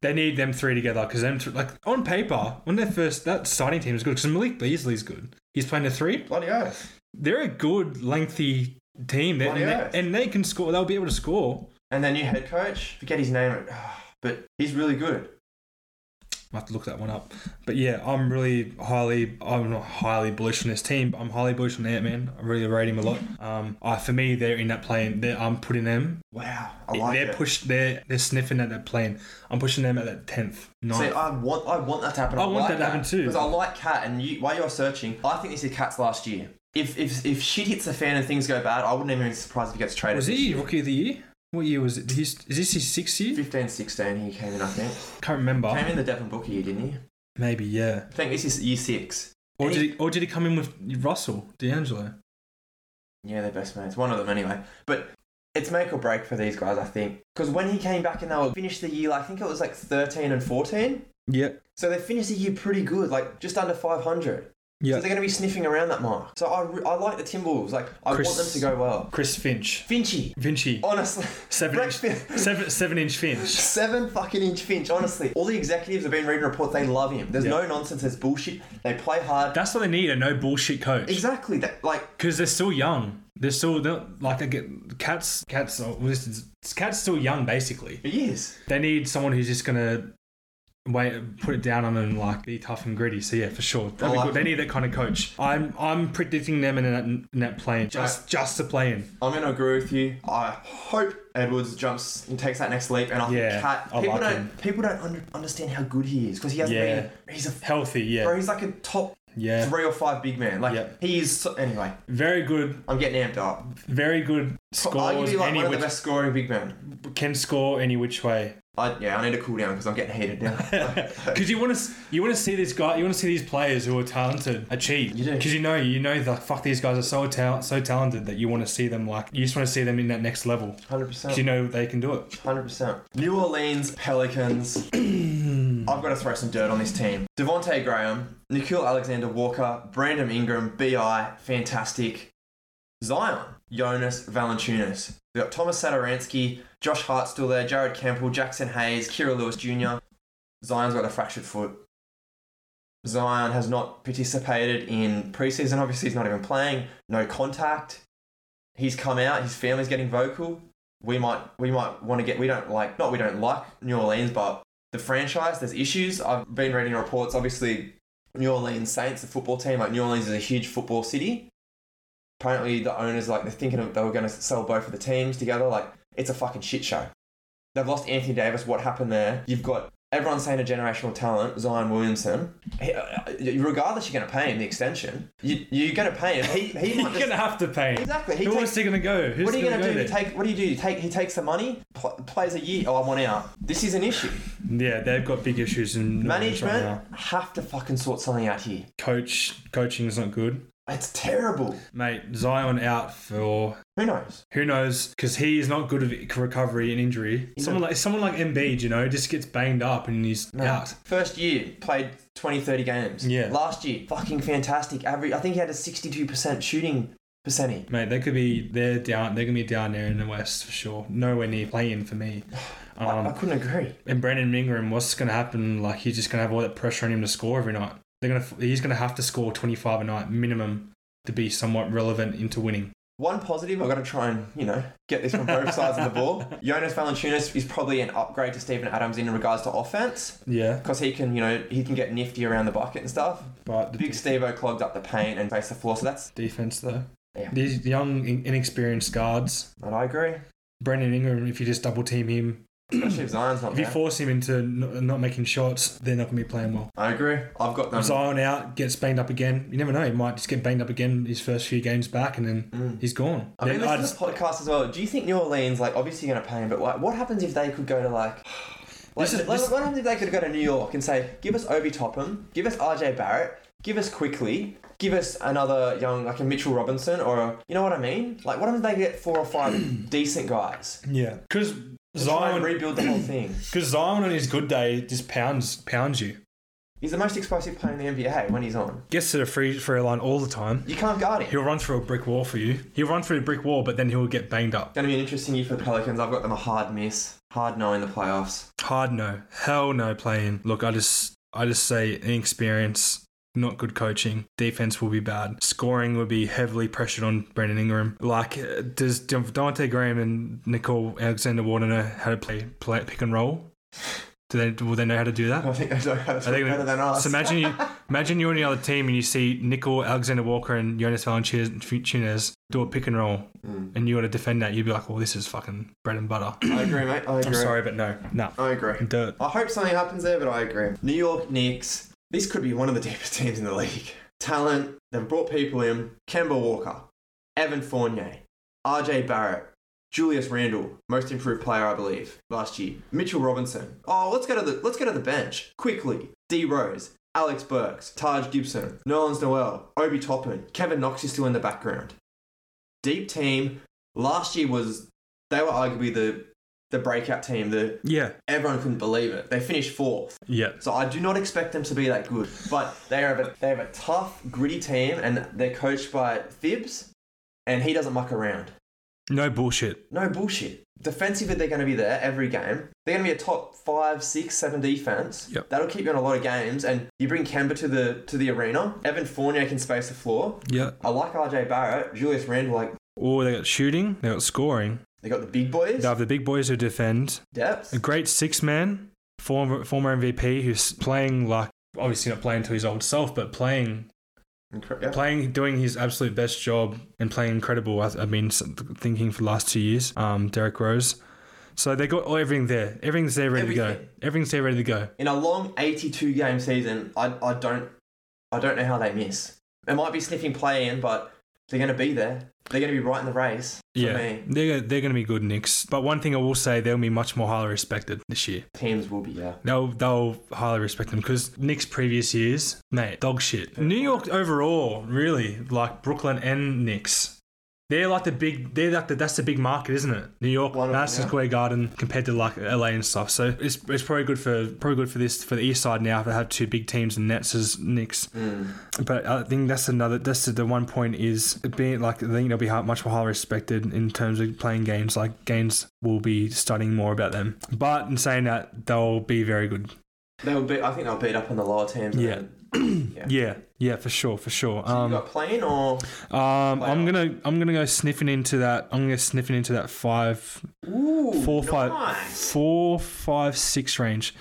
B: They need them three together because them three, like on paper when they're first that starting team is good because Malik Beasley's good. He's playing the three.
A: Bloody oath.
B: They're a good lengthy team. They,
A: Bloody
B: and,
A: oath.
B: they, and they can score. They'll be able to score.
A: And their new head coach, forget his name, but he's really good.
B: I have to look that one up. But yeah, I'm really highly, I'm not highly bullish on this team, but I'm highly bullish on Ant Man. I really rate him a lot. Um, I, for me, they're in that plane. They're, I'm putting them.
A: Wow, I like
B: they're
A: it.
B: pushed. They're they're sniffing at that plane. I'm pushing them at that tenth,
A: See,
B: ninth.
A: I want I want that to happen.
B: I want
A: like
B: that to happen too.
A: Because I like Cat, and you, while you're searching, I think this is Cat's last year. If if if shit hits the fan and things go bad, I wouldn't even be surprised if he gets traded.
B: was
A: this
B: he
A: year.
B: rookie of the year? What year was it? Did he, is this his sixth year?
A: 15, 16 He came in, I think.
B: Can't remember.
A: Came in the Devon Booker year, didn't he?
B: Maybe yeah.
A: I think this is year six.
B: Or
A: Any-
B: did he, or did he come in with Russell D'Angelo?
A: Yeah, they're best mates. One of them, anyway. But it's make or break for these guys, I think. Because when he came back and they were finished the year, like, I think it was like 13 and 14.
B: Yeah,
A: So they finished the year pretty good, like just under 500.
B: yeah.
A: So they're going to be sniffing around that mark. So I, re- I like the Timberwolves. Like, I
B: Chris-
A: want them to go well.
B: Chris Finch,
A: Finchy,
B: Vinci,
A: honestly.
B: seven
A: Brett
B: inch,
A: Fin-
B: seven seven inch Finch.
A: Seven fucking inch Finch, honestly. All the executives have been reading reports, they love him. There's
B: Yeah.
A: no nonsense, there's bullshit. They play hard.
B: That's what they need—a no bullshit coach.
A: exactly. That, like,
B: because they're still young. They're still they're, like I get cats. Cats. oh, well, This is, cats still young. Basically,
A: he is.
B: they need someone who's just gonna wait, put it down on them, like be tough and gritty. So yeah, for sure, That'd be
A: like
B: good. they need that kind of coach. I'm I'm predicting them in that, in that plane, just just to play in.
A: I'm gonna agree with you. I hope Edwards jumps and takes that next leap, and I
B: Yeah,
A: think Cat.
B: I
A: People
B: like
A: don't
B: him.
A: people don't under, understand how good he is because he hasn't
B: Yeah.
A: been. He's a
B: Healthy,
A: bro.
B: yeah,
A: He's like a top
B: yeah,
A: three or five big man. Like
B: Yeah.
A: he is. So, anyway,
B: very good,
A: I'm getting amped up.
B: very good scores.
A: Arguably like
B: any
A: one of the
B: which
A: best scoring big men.
B: can score any which way.
A: I, yeah, I need to cool down because I'm getting heated now.
B: Because you want to, you want to see this guy, you want to see these players who are talented achieve.
A: You do.
B: Because you know, you know, the fuck these guys are so tal- so talented that you want to see them like, you just want to see them in that next level.
A: Hundred
B: 'Cause you
A: percent.
B: know they can do it.
A: Hundred percent. New Orleans Pelicans. I've got to throw some dirt on this team. Devonte Graham, Nikhil Alexander Walker, Brandon Ingram, Bi, fantastic. Zion, Jonas Valanciunas. We got Thomas Sadaransky, Josh Hart still there, Jared Campbell, Jackson Hayes, Kira Lewis Jr. Zion's got a fractured foot. Zion has not participated in preseason. Obviously, he's not even playing. No contact. He's come out. His family's getting vocal. We might, we might want to get. We don't like. Not we don't like New Orleans, but the franchise. There's issues. I've been reading reports. Obviously, New Orleans Saints, the football team. Like New Orleans is a huge football city. Apparently, the owners like they're thinking of, they were going to sell both of the teams together. Like it's a fucking shit show. They've lost Anthony Davis. What happened there? You've got everyone saying a generational talent, Zion Williamson. He- uh, regardless, you're going to pay him the extension. You, you're going to pay him. He, he
B: You're
A: might just
B: gonna have to pay.
A: Exactly. He
B: Who
A: takes-
B: else are gonna go? Who's
A: what are you
B: gonna,
A: going to do?
B: go
A: You take what do you do? You take he takes the money, pl- plays a year. Oh, I want out. This is an issue.
B: there? Yeah, they've got big issues in management.
A: Management have to fucking sort something out here.
B: Coach coaching is not good,
A: It's terrible.
B: mate. Zion out for
A: Who knows?
B: Who knows? Because he is not good at recovery and injury. Someone like someone like Embiid, you know, just gets banged up and he's out.
A: First year played 20, 30 games.
B: Yeah.
A: Last year, fucking fantastic. Average. I think he had a sixty-two percent shooting percentage.
B: Mate, they could be they're down. They're gonna be down there in the West for sure. Nowhere near playing for me.
A: I, I
B: Um,
A: couldn't agree.
B: and Brandon Ingram, what's gonna happen? Like he's just gonna have all that pressure on him to score every night. They're gonna he's gonna have to score twenty five a night minimum to be somewhat relevant into winning.
A: One positive, I've got to try and, you know, get this from both sides of the ball. Jonas Valanciunas is probably an upgrade to Stephen Adams in regards to offense
B: Yeah,
A: because he can, you know, he can get nifty around the bucket and stuff.
B: but the
A: Big Stevo clogged up the paint and faced the floor, so that's,
B: defense though.
A: Yeah.
B: These young, in- inexperienced guards.
A: and I agree.
B: Brandon Ingram, if you just double team him,
A: Especially if Zion's not
B: if you
A: there.
B: force him into n- not making shots, they're not going to be playing well.
A: I agree. I've got them.
B: Zion out, gets banged up again. You never know. He might just get banged up again his first few games back, and then
A: Mm.
B: he's gone.
A: I mean,
B: Then
A: this
B: I
A: is
B: just-
A: a podcast as well. Do you think New Orleans, like, obviously you're going to pay him, but like, what happens if they could go to, like, like,
B: This is-
A: like,
B: this-
A: what happens if they could go to New York and say, give us Obi Toppin, give us RJ Barrett, give us Quickly, give us another young, like a Mitchell Robinson or a, you know what I mean? Like, what happens if they get four or five decent guys?
B: yeah, because
A: Try and
B: Zion,
A: rebuild the whole thing.
B: because Zion on his good day just pounds pounds you.
A: He's the most explosive player in the NBA when he's on.
B: Gets to the free throw line all the time.
A: You can't guard him.
B: He'll run through a brick wall for you. He'll run through a brick wall, but then he'll get banged up.
A: Going to be an interesting year for the Pelicans. I've got them a hard miss, hard no in the playoffs.
B: Hard no, hell no, playing. Look, I just, I just say inexperience, not good coaching. Defense will be bad. Scoring will be heavily pressured on Brandon Ingram. Like, uh, does Devontae Graham and Nicole Alexander Warner know how to play, play pick and roll? Do they? Will they know how to do that?
A: I think they know how to
B: Are they
A: play
B: gonna-
A: better than us.
B: So imagine you imagine you're on the other team and you see Nickel, Alexander Walker, and Jonas Valanciunas do a pick and roll,
A: Mm.
B: and you got to defend that. You'd be like, "Well, this is fucking bread and butter."
A: I agree, mate. I agree.
B: I'm sorry, but
A: Oh,
B: no, no,
A: I agree.
B: dirt.
A: I hope something happens there, but I agree. New York Knicks. This could be one of the deepest teams in the league. Talent. They've brought people in. Kemba Walker, Evan Fournier, RJ Barrett, Julius Randle, most improved player, I believe, last year. Mitchell Robinson. Oh, let's go to the let's go to the bench quickly. D Rose. Alex Burks, Taj Gibson, Nerlens Noel, Obi Toppin, Kevin Knox is still in the background. Deep team. Last year was they were arguably the the breakout team, the
B: Yeah,
A: everyone couldn't believe it. They finished fourth,
B: yeah.
A: so I do not expect them to be that good. But they are a, they have a tough, gritty team, and they're coached by Fibs, and he doesn't muck around.
B: No bullshit.
A: No bullshit. Defensively, they're going to be there every game. They're going to be a top five, six, seven defense.
B: Yep.
A: That'll keep you in a lot of games. And you bring Kemba to the to the arena. Evan Fournier can space the floor.
B: Yeah.
A: I like RJ Barrett, Julius Randle. Like
B: Or they got shooting, they got scoring.
A: they got the big boys.
B: They have the big boys who defend.
A: Depth.
B: A great six man, former former MVP who's playing like obviously not playing to his old self, but playing
A: Incre- yeah.
B: playing doing his absolute best job and playing incredible. I, I mean, s- thinking for the last two years, um, Derek Rose. So they got all- everything there. Everything's there, ready to go.
A: Everything.
B: Everything's there, ready to go.
A: in a long 82 game season, I, I don't I don't know how they miss. It might be sniffing play in, but they're going to be there. They're going to be right in the race for
B: yeah,
A: me.
B: they're they're going to be good Knicks. But one thing I will say, they'll be much more highly respected this year.
A: Teams will be there.
B: They'll they'll highly respect them because Nick's previous years, mate, dog shit. New York overall, really, like Brooklyn and Knicks. They're like the big. They're like the. That's the big market, isn't it? New York,
A: One of them,
B: Madison
A: yeah.
B: Square Garden, compared to like LA and stuff. So it's, it's probably good for probably good for this for the East side now. If they have two big teams and Nets as Knicks,
A: Mm.
B: but I think that's another. That's the, the one point is being like I think they'll be hi- much more highly respected in terms of playing games. Like games will be studying more about them. But in saying that, they'll be very good.
A: They'll be. I think they'll beat up on the lower teams.
B: Yeah.
A: and- Yeah.
B: Yeah, yeah, for sure, for sure.
A: So
B: Um,
A: you got playing or
B: um, I'm
A: playoff.
B: gonna, I'm gonna go sniffing into that. I'm gonna sniffing into that five,
A: Ooh,
B: four, five,
A: nice.
B: four, five, six range.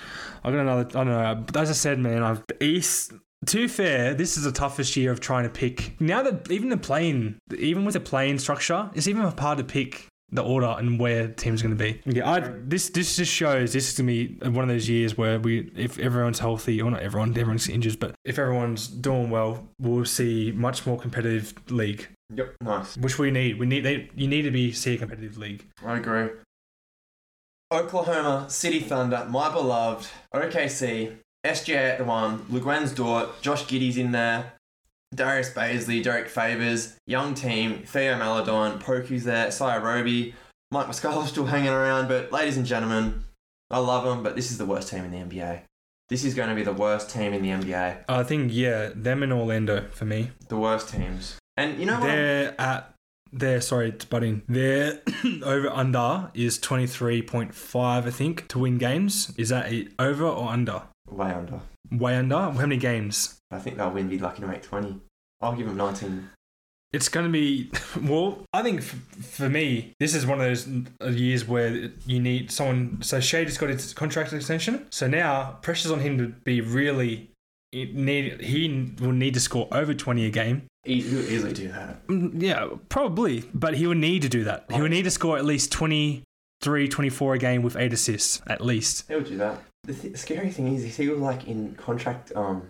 B: I got another. I don't know. But as I said, man, I've the East. To be fair, this is the toughest year of trying to pick. Now that even the plane, even with the plane structure, it's even hard to pick the order and where teams are going to be. Yeah, I, this this just shows this is going to be one of those years where we, if everyone's healthy, or not everyone, everyone's injured, but if everyone's doing well, we'll see much more competitive league,
A: Yep, nice.
B: which we need. We need they, you need to be see a competitive league.
A: I agree. Oklahoma City Thunder, my beloved OKC, SGA at the one, LeGuenn's Dort, Josh Giddy's in there, Darius Baisley, Derek Favors, young team, Theo Maladon, Poku's there, Sia Roby, Mike Muscala's still hanging around, but ladies and gentlemen, I love them, but this is the worst team in the NBA. This is going to be the worst team in the NBA.
B: I think yeah, them in Orlando for me.
A: The worst teams. And you know what? I'm-
B: They're at their sorry to butt in. Their over under is twenty three point five, I think, to win games. Is that a- over or under?
A: Way under.
B: Way under. How many games?
A: I think they'll win. Be lucky to make twenty. I'll give them nineteen.
B: It's going to be well. I think f- for me, this is one of those uh, years where you need someone. So Shade has got his contract extension. So now pressure's on him to be really it need. He will need to score over twenty a game.
A: E- He'll easily do that.
B: Mm, Yeah, probably. But he will need to do that. He will need to score at least 23, 24 a game with eight assists at least.
A: He'll do that. The th- scary thing is, he was like in contract, um,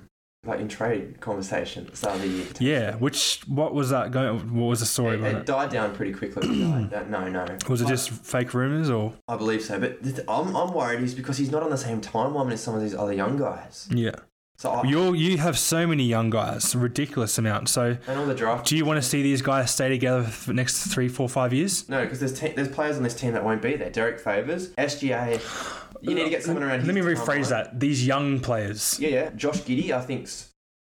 A: like in trade conversation at the start of the year.
B: Yeah. Which what was that going? What was the story
A: It,
B: about
A: it
B: it?
A: died down pretty quickly. no, that- no, no.
B: Was it
A: But
B: just fake rumors or?
A: I believe so, but th- I'm, I'm worried is because he's not on the same timeline as some of these other young guys.
B: Yeah.
A: So I,
B: You you have so many young guys, ridiculous amount. So
A: and all the draft.
B: do you want to see these guys stay together for the next three, four, five years?
A: No, because there's te- there's players on this team that won't be there. Derek Favors, SGA. You need to get someone around.
B: Let me
A: his
B: rephrase
A: timeline.
B: that. These young players.
A: Yeah, yeah. Josh Giddy, I think's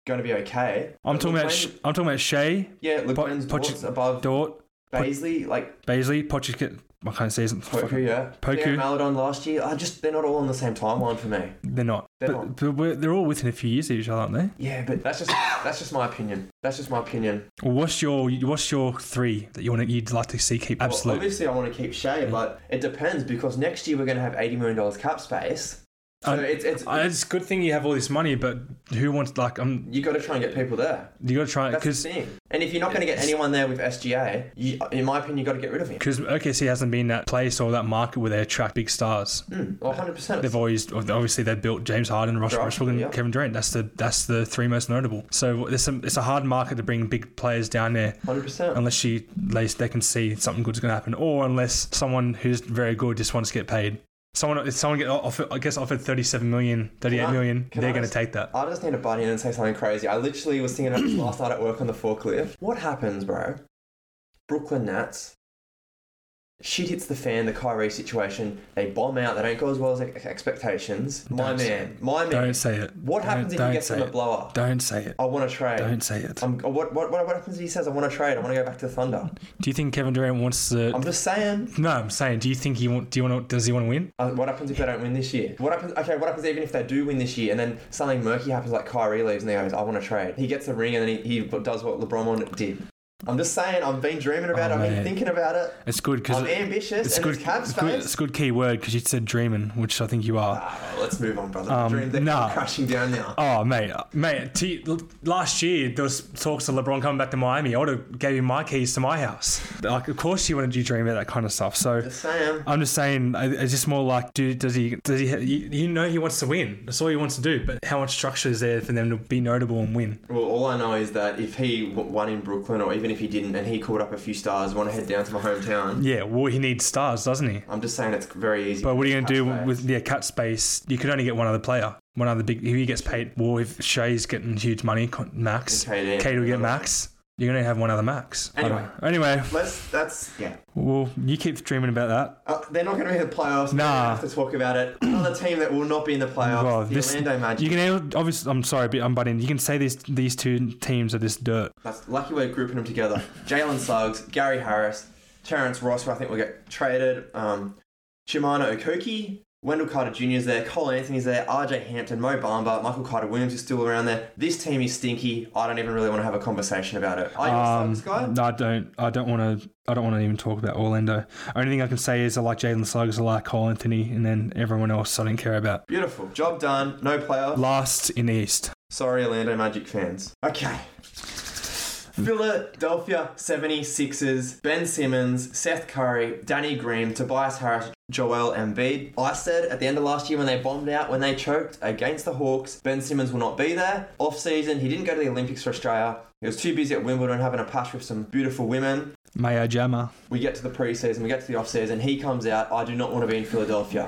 A: going to be okay.
B: I'm
A: But
B: talking
A: Laquan-
B: about. Sh- I'm talking about Shea,
A: yeah,
B: Po-
A: Lequan's
B: Poch-
A: Poch- above
B: Dort,
A: Baisley, like
B: Baisley, Pochik. I can't say his.
A: Poku, yeah.
B: Poku.
A: Darren Maladon last year. I just they're not all on the same timeline for me.
B: They're not.
A: They're
B: but
A: not.
B: but we're, they're all within a few years of each other, aren't they?
A: Yeah, but that's just that's just my opinion. That's just my opinion.
B: Well, what's your What's your three that you want? You'd like to see keep
A: Well,
B: absolute?
A: obviously, I want to keep Shea, but it depends because next year we're going to have eighty million dollars cap space. So
B: Um,
A: it's it's
B: Uh, it's a good thing you have all this money, but who wants like um?
A: you got to try and get people there.
B: You got to try
A: That's
B: because
A: the thing. And if you're not going to get anyone there with SGA, you, in my opinion, you got to get rid of him.
B: Because OKC hasn't been that place or that market where they attract big stars.
A: Mm, 100%.
B: They've always obviously they built James Harden, Russell
A: Right,
B: Westbrook, and
A: yeah.
B: Kevin Durant. That's the that's the three most notable. So there's some, it's a hard market to bring big players down there
A: 100%.
B: unless you they, they can see something good's going to happen, or unless someone who's very good just wants to get paid. Someone if someone get offered, I guess offered 37 million, 38
A: Can I-
B: million,
A: can
B: they're
A: I
B: going to
A: just-
B: take that.
A: I just need to butt in and say something crazy. I literally was thinking about this last night at work on the forklift. What happens, bro? Brooklyn Nats. Shit hits the fan, the Kyrie situation. They bomb out. They don't go as well as ex- expectations. My
B: Don't say
A: man. My man.
B: Don't say it.
A: what
B: Don't-
A: happens if
B: don't
A: he gets
B: say
A: on the
B: it.
A: blower?
B: Don't say it.
A: I want to trade.
B: Don't say it.
A: I'm, what, what, what happens if he says, I want to trade? I want to go back to the Thunder?
B: Do you think Kevin Durant wants to?
A: I'm just saying.
B: no, I'm saying. Do you think he want? Do you want? to? Does he want to win?
A: Uh, what happens if they don't win this year? What happens? Okay, what happens even if they do win this year, and then something murky happens, like Kyrie leaves and he goes, "I want to trade." He gets a ring, and then he, he does what LeBron wanted- did. I'm just saying, I've been dreaming about
B: Oh,
A: it. I've been
B: man.
A: thinking about it.
B: It's good because
A: I'm ambitious,
B: It's
A: and
B: good,
A: it's cap
B: it's, good, it's
A: space.
B: a good key word because you said dreaming, which I think you are.
A: Ah, well, let's move on, brother.
B: Um,
A: Dreams are
B: nah.
A: crashing down now.
B: Oh, mate, uh, mate. T- l- last year there was talks of LeBron coming back to Miami. I would have gave you my keys to my house. Like, of course you wanted you to dream about that kind of stuff. So
A: Just saying.
B: I'm just saying, I- it's just more like, do, does he? Does he? You, you know, he wants to win. That's all he wants to do. But how much structure is there for them to be notable and win?
A: Well, all I know is that if he w- won in Brooklyn, or even if he didn't, and he called up a few stars, want to head down to my hometown.
B: Yeah, well, he needs stars, doesn't he?
A: I'm just saying it's very easy.
B: But what are you going to do
A: Cap space.
B: with the yeah, cut space? You could only get one other player, one other big. If he gets paid, well, if Shea's getting huge money, con- max.
A: KD,
B: Kate will get max. You're gonna have one other max. I
A: Anyway.
B: don't know. Anyway,
A: Let's. That's yeah.
B: well, you keep dreaming about that.
A: Uh, they're not going to be in the playoffs.
B: Nah.
A: We have to talk about it. Another team that will not be in the playoffs.
B: Well,
A: Oh, the
B: this-
A: Orlando Magic.
B: You can obviously. I'm sorry, but I'm butting. You can say these these two teams are just dirt.
A: That's lucky we're grouping them together. Jalen Suggs, Gary Harris, Terrence Ross, who I think will get traded. Um, Shimano Okoki, Wendell Carter Jr. is there. Cole Anthony's there. RJ Hampton, Mo Bamba, Michael Carter Williams is still around there. This team is stinky. I don't even really want to have a conversation about it. Are you a Suggs guy?
B: Um, no, I don't. I don't want to. I don't want to even talk about Orlando. Only thing I can say is I like Jalen Suggs, I like Cole Anthony, and then everyone else I don't care about.
A: Beautiful. Job done. No playoffs.
B: Last in the East.
A: Sorry, Orlando Magic fans. Okay. Philadelphia 76ers, Ben Simmons, Seth Curry, Danny Green, Tobias Harris, Joel Embiid. I said at the end of last year when they bombed out, when they choked against the Hawks, Ben Simmons will not be there. Off season, he didn't go to the Olympics for Australia. He was too busy at Wimbledon having a pash with some beautiful women.
B: Maya Jama.
A: We get to the preseason, we get to the off season. He comes out. I do not want to be in Philadelphia.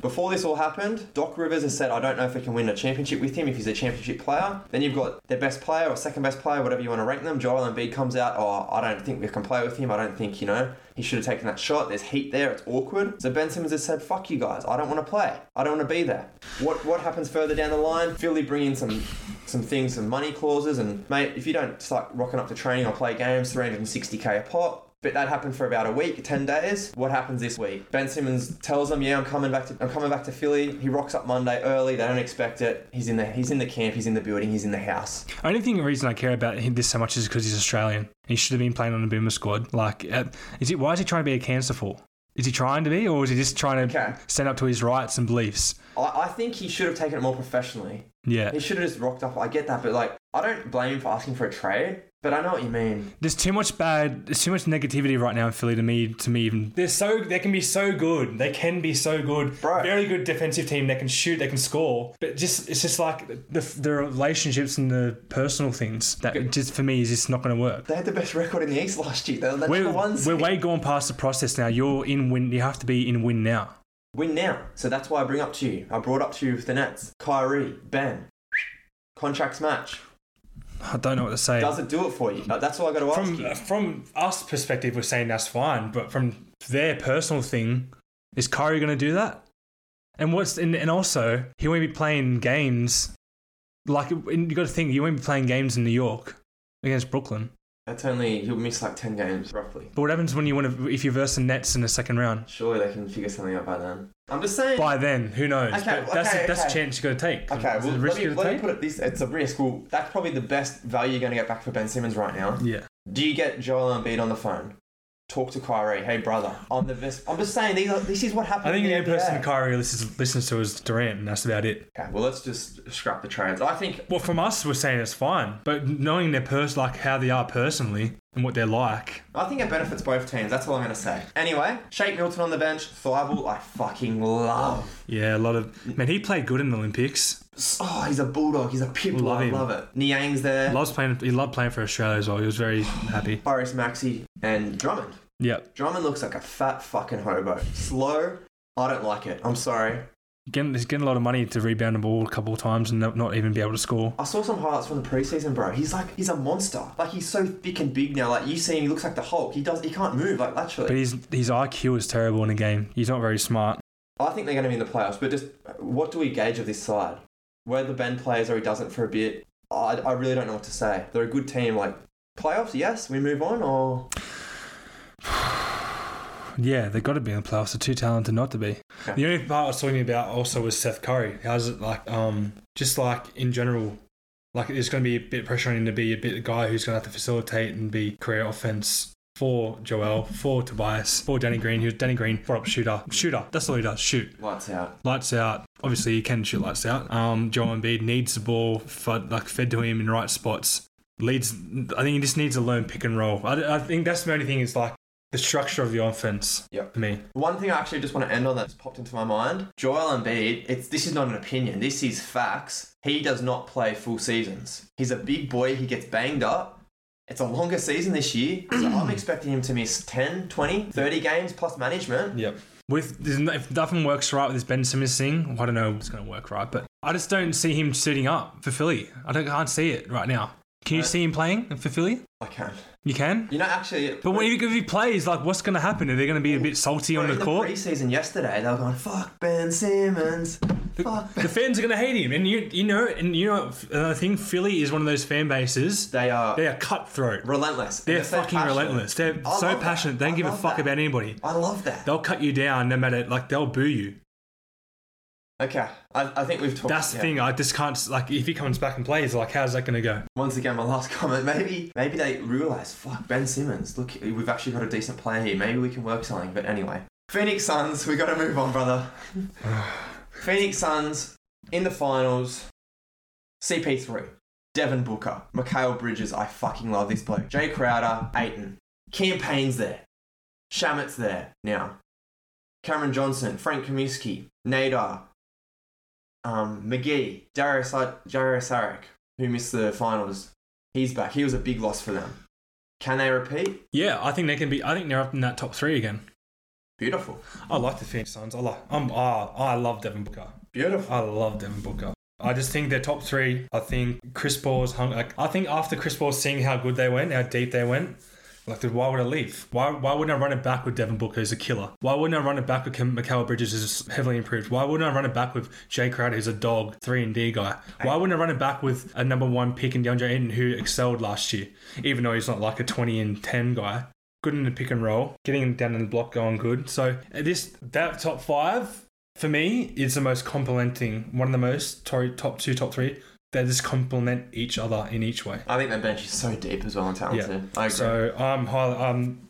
A: Before this all happened, Doc Rivers has said, I don't know if I can win a championship with him if he's a championship player. Then you've got their best player or second best player, whatever you want to rank them. Joel Embiid comes out, oh, I don't think we can play with him. I don't think, you know, he should have taken that shot. There's heat there. It's awkward. So Ben Simmons has said, fuck you guys. I don't want to play. I don't want to be there. What what happens further down the line? Philly bring in some some things, some money clauses, and mate, if you don't start rocking up to training or play games, 360k a pop, But that happened for about a week, ten days. What happens this week? Ben Simmons tells them, "Yeah, I'm coming back to I'm coming back to Philly." He rocks up Monday early. They don't expect it. He's in the he's in the camp. He's in the building. He's in the house.
B: Only thing reason I care about him this so much is because he's Australian. He should have been playing on the Boomer squad. Like, uh, is it? Why is he trying to be a cancer for? Is he trying to be, or is he just trying to
A: Okay.
B: stand up to his rights and beliefs?
A: I, I think he should have taken it more professionally.
B: Yeah,
A: He should have just rocked up. I get that, but like I don't blame him for asking for a trade. But I know what you mean.
B: there's too much bad, there's too much negativity right now in Philly to me. To me, even they're so they can be so good, they can be so good.
A: Right.
B: Very good defensive team. They can shoot, they can score, but just it's just like the, the relationships and the personal things that just for me is just not going to work.
A: They had the best record in the East last year. They're, that's
B: We're,
A: the ones
B: we're way gone past the process now. You're in win. You have to be in win now.
A: win now. So that's why I bring up to you. I brought up to you with the Nets, Kyrie, Ben. Contracts match.
B: I don't know what to say.
A: Does it do it for you? Uh, That's all I got to ask
B: from
A: you.
B: from us perspective, we're saying that's fine, but from their personal thing, is Kyrie going to do that? And what's and, and also he won't be playing games. Like and you got to think, you won't be playing games in New York against Brooklyn.
A: That's only he'll miss like ten games roughly.
B: But what happens when you want to if you verse the Nets in the second round?
A: Surely they can figure something out by then. I'm just saying.
B: By then, who knows?
A: Okay,
B: but that's
A: okay,
B: that's
A: okay.
B: a chance you got to take.
A: Okay,
B: It's a
A: well, let,
B: risk
A: me,
B: you
A: let
B: got to
A: me put it this it's a risk. Well, that's probably the best value you're going to get back for Ben Simmons right now.
B: take. Yeah.
A: Do you get Joel Embiid on the phone? Talk to Kyrie. Hey, brother, I'm the best. I'm just saying, these are, this is what happens.
B: I think
A: in
B: the only person
A: NBA.
B: Kyrie listens, listens to is Durant, and that's about it.
A: Okay, well, let's just scrap the trades. I think
B: Well, from us, we're saying it's fine, but knowing their pers- like how they are personally and what they're like,
A: I think it benefits both teams. That's all I'm going to say. Anyway, Shake Milton on the bench. Thibault, I fucking love.
B: yeah, a lot of man. He played good in the Olympics.
A: Oh, he's a bulldog. He's a pit bull.
B: Love
A: I
B: him.
A: love it. Niang's there.
B: Loves playing. He loved playing for Australia as well. He was very happy.
A: Boris Maxey and Drummond.
B: Yep.
A: Drummond looks like a fat fucking hobo. Slow. I don't like it. I'm sorry.
B: Getting, he's getting a lot of money to rebound the ball a couple of times and not, not even be able to score.
A: I saw some highlights from the preseason, bro. He's like, he's a monster. Like he's so thick and big now. Like you see him, he looks like the Hulk. He does, he can't move like laterally.
B: But his his IQ is terrible in the game. He's not very smart.
A: I think they're going to be in the playoffs, but just what do we gauge of this side? Whether Ben plays or he doesn't for a bit, I, I really don't know what to say. They're a good team. Like, playoffs, yes, we move on, or.
B: Yeah, they've got to be in the playoffs. They're too talented not to be.
A: Okay.
B: The only part I was talking about also was Seth Curry. How's it like? Um, just like in general, like it's going to be a bit pressure on him to be a bit a guy who's going to have to facilitate and be career offense for Joel, for Tobias, for Danny Green. Who's Danny Green? Prop shooter, shooter. That's all he does. Shoot.
A: Lights out.
B: Lights out. Obviously, he can shoot lights out. Um, Joel Embiid needs the ball fed, like fed to him in the right spots. Leads. I think he just needs to learn pick and roll. I, I think that's the only thing is like the structure of the offense.
A: Yep.
B: For me,
A: One thing I actually just want to end on that's popped into my mind Joel Embiid, it's, this is not an opinion, this is facts. He does not play full seasons. He's a big boy, he gets banged up. It's a longer season this year, so I'm expecting him to miss 10, 20, 30 gagames plus management.
B: Yep. With there's no- if nothing works right with this Ben Simmons thing, I don't know if it's going to work right, but I just don't see him suiting up for Philly. I don't can't see it right now. Can you
A: Right.
B: see him playing for Philly?
A: I can.
B: You can.
A: You know, actually.
B: But when, if he plays, like, what's going to happen? Are they going to be a bit salty on
A: But
B: the
A: in
B: court?
A: the preseason yesterday, they were going, "Fuck Ben Simmons, fuck." Ben.
B: the fans are going to hate him, and you you know, and you know, another thing, Philly is one of those fan bases.
A: They are
B: They are cutthroat.
A: relentless.
B: They're
A: so
B: fucking
A: passionate.
B: relentless. They're
A: I
B: so
A: love that.
B: passionate. They don't
A: I
B: give a
A: love
B: fuck
A: that.
B: about anybody.
A: I love that.
B: They'll cut you down no matter. Like they'll boo you.
A: Okay, I, I think we've talked.
B: That's the
A: yeah.
B: thing. I just can't. Like if he comes back and plays, like how's that going to go?
A: Once again, my last comment. Maybe, maybe they realise, fuck Ben Simmons. Look, we've actually got a decent player here. Maybe we can work something. But anyway, Phoenix Suns. We got to move on, brother. Phoenix Suns in the finals. CP3, Devin Booker, Mikhail Bridges. I fucking love this bloke. Jay Crowder, Aiton. Campaign's there. Shamit's there now. Cameron Johnson, Frank Kaminsky, Nadar, um, McGee, Dario, Sa- Dario Saric, who missed the finals. He's back. He was a big loss for them. Can they repeat?
B: Yeah, I think they can be. I think they're up in that top three again.
A: Beautiful.
B: I like the Phoenix Suns. I like. I'm. ah, I love Devin Booker.
A: Beautiful.
B: I love Devin Booker. I just think they're top three. I think Chris Paul's hung. Like, I think after Chris Paul seeing how good they went, how deep they went, like, dude, why would I leave? Why, why wouldn't I run it back with Devin Booker who's a killer? Why wouldn't I run it back with Kim- Mikal Bridges who's heavily improved? Why wouldn't I run it back with Jay Crowder who's a dog, three and D guy? Why wouldn't I run it back with a number one pick in DeAndre Ayton who excelled last year, even though he's not like a twenty and ten guy? good in the pick and roll, getting down in the block going good. So uh, this that top five for me is the most complementing, one of the most to- top two, top three. They just complement each other in each way.
A: I think that bench is so deep as well and talented. I agree.
B: So I'm highly um,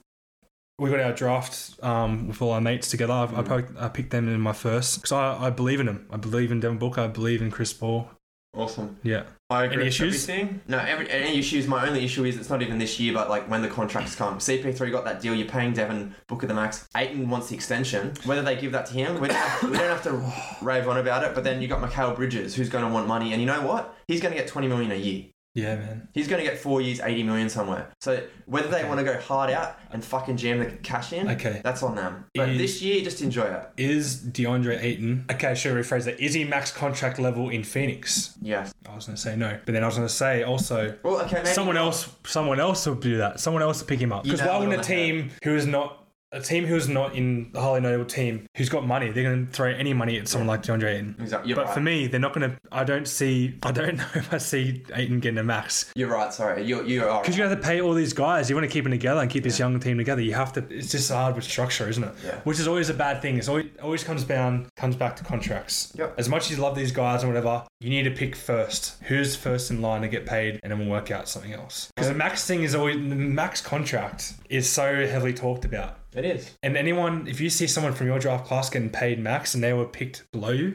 B: we got our draft um with all our mates together. I've, I, poked, I picked them in my first because I, I believe in them. I believe in Devin Booker. I believe in Chris Paul.
A: awesome.
B: Yeah,
A: I agree
B: Any
A: with
B: issues?
A: everything. No, every, any issues. My only issue is it's not even this year, but like when the contracts come. CP3 got that deal. You're paying Devin Booker the max. Aiton wants the extension. Whether they give that to him, we don't have, we don't have to rave on about it. But then you got Mikhail Bridges, who's going to want money, and you know what? He's going to get 20 million a year.
B: yeah, man.
A: He's going to get four years, 80 million somewhere. So whether they want to go hard out and fucking jam the cash in,
B: Okay.
A: that's on them. But
B: Is-
A: this year, just enjoy it.
B: Is DeAndre Ayton okay? Should I rephrase that? Is he max contract level in Phoenix?
A: Yes.
B: I was gonna say no, but then I was gonna say also
A: Well, okay, maybe
B: someone else, someone else will do that. Someone else will pick him up. Because
A: You know
B: why wouldn't
A: what
B: a
A: I
B: team who is not a team who is not in the highly notable team who's got money, they're gonna throw any money at someone like DeAndre Ayton.
A: Exactly. You're
B: But
A: right.
B: for me, they're not gonna. I don't see. I don't know if I see Ayton getting a max
A: You're right. Sorry. You're, you are.
B: because you have to pay all these guys. You want to keep them together and keep this young team together. You have to. It's just hard with structure, isn't it?
A: Yeah.
B: Which is always a bad thing. It's always always comes down comes back to contracts.
A: Yep.
B: As much as you love these guys and whatever, you need to pick first. Who's first in line to get paid, and then we'll work out something else. Because the max thing is always the max contract is so heavily talked about.
A: It is.
B: And anyone, if you see someone from your draft class getting paid max and they were picked below you,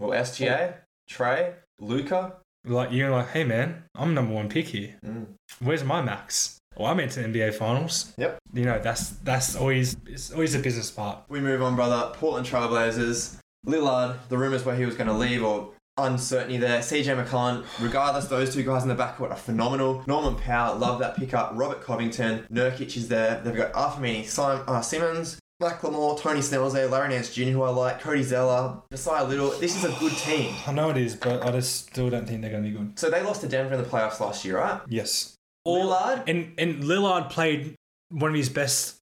A: Well, SGA, Trey, Luca.
B: like you're like, hey man, I'm number one pick here.
A: Mm.
B: Where's my max? Well, I'm into NBA finals.
A: Yep.
B: You know, that's that's always it's always a business part.
A: We move on, brother. Portland Trailblazers. Lillard, the rumours were he was going to leave or uncertainty there. CJ McCollum, regardless, those two guys in the backcourt are phenomenal. Norman Powell, love that pickup. Robert Covington, Nurkic is there. They've got Arfamini, Sim- uh, Simmons, Macklemore, Tony Snell's there, Larry Nance Jr., who I like, Cody Zeller, Messiah Little. This is a good team.
B: I know it is, but I just still don't think they're going to be good.
A: So they lost to Denver in the playoffs last year, right?
B: Yes.
A: Lillard,
B: And and Lillard played one of his best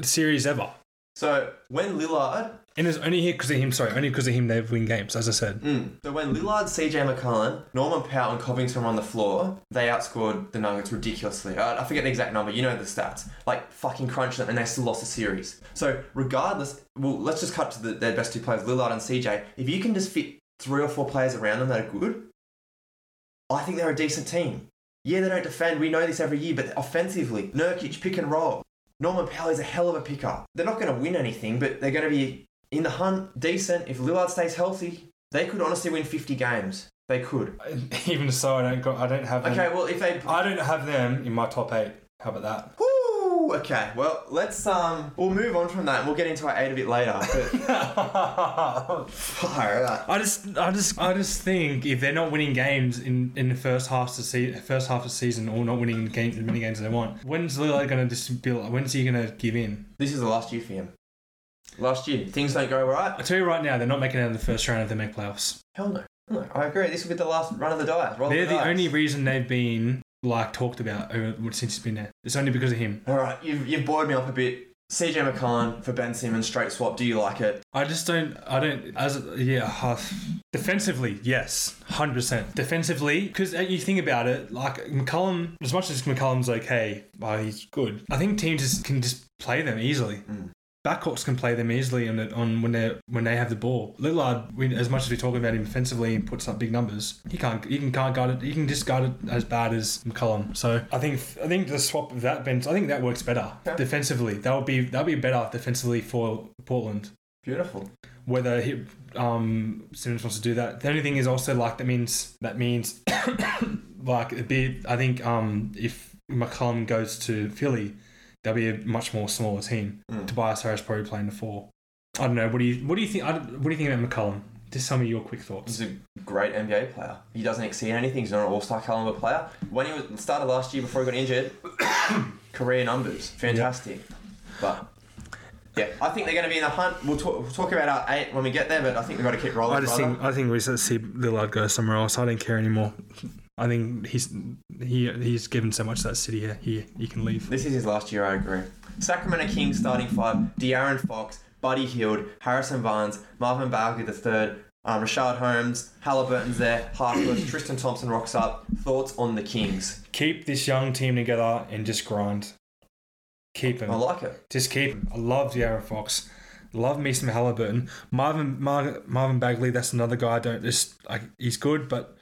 B: series ever.
A: So when Lillard,
B: And it's only here because of him. Sorry, only because of him they win games. As I said,
A: mm, so when Lillard, CJ McCollum, Norman Powell, and Covington were on the floor, they outscored the Nuggets ridiculously. I, I forget the exact number. You know the stats. Like fucking crunch them, and they still lost the series. So regardless, well, let's just cut to the, their best two players, Lillard and CJ. If you can just fit three or four players around them that are good, I think they're a decent team. Yeah, they don't defend. We know this every year, but offensively, Nurkic pick and roll. Norman Powell is a hell of a pickup. They're not going to win anything, but they're going to be in the hunt, decent. If Lillard stays healthy, they could honestly win 50 games. They could.
B: Um, even so, I don't go. I don't have.
A: Okay, well, if they.
B: I don't have them in my top eight. How about that?
A: Woo! Okay, well, let's um, we'll move on from that. and We'll get into our eight a bit later. But
B: I
A: far out.
B: just, I just, I just think if they're not winning games in, in the first half of the season, first half of the season, or not winning games as many games as they want, when's Lillard gonna just be? like- When's he gonna give in?
A: This is the last year for him. Last year, things don't go right.
B: I tell you right now, they're not making it out of the first round if they make playoffs.
A: Hell no. Hell no. I agree. This will be the last run of the dice. Roll
B: They're the
A: dice.
B: only reason they've been like talked about over, since he's been there. It's only because of him.
A: All right, you've, you've bored me up a bit. CJ McCollum for Ben Simmons, straight swap. Do you like it?
B: I just don't. I don't. As yeah, uh, defensively, yes, hundred percent. Defensively, because you think about it, like McCollum. As much as McCollum's okay, well, he's good. I think teams just, can just play them easily. Backcourts can play them easily on, on when they when they have the ball. Lillard, we, as much as we talk about him defensively and puts up big numbers, he can't he can can't guard it. He can just guard it as bad as McCollum. So I think I think the swap of that bench, I think that works better
A: Okay.
B: defensively. That would be that would be better defensively for Portland
A: Beautiful.
B: whether he, um, Simmons wants to do that. The only thing is also like that means that means like it'd be I think um, if McCollum goes to Philly, that'll be a much more smaller team. Tobias Harris probably playing the four. I don't know. What do you what do you think? I, don't- what do you think about McCollum? Just tell me your quick thoughts.
A: He's a great NBA player. He doesn't exceed anything. He's not an all-star caliber player. When he was started last year before he got injured, career numbers, fantastic. But yeah, I think they're going to be in the hunt. We'll talk, we'll talk about our eight when we get there, but I think we've got to keep rolling.
B: I just
A: brother.
B: think I think we should see Lillard go somewhere else. I don't care anymore. I think he's he he's given so much to that city here. He he can leave.
A: This is his last year, I agree. Sacramento Kings starting five: De'Aaron Fox, Buddy Hield, Harrison Barnes, Marvin Bagley III, um, Rashad Holmes, Halliburton's there, Harkless, Tristan Thompson rocks up. Thoughts on the Kings?
B: Keep this young team together and just grind. Keep him.
A: I like it.
B: Just keep him. I love De'Aaron Fox. Love me some Halliburton. Marvin Mar- Marvin Bagley. That's another guy. I don't just like he's good, but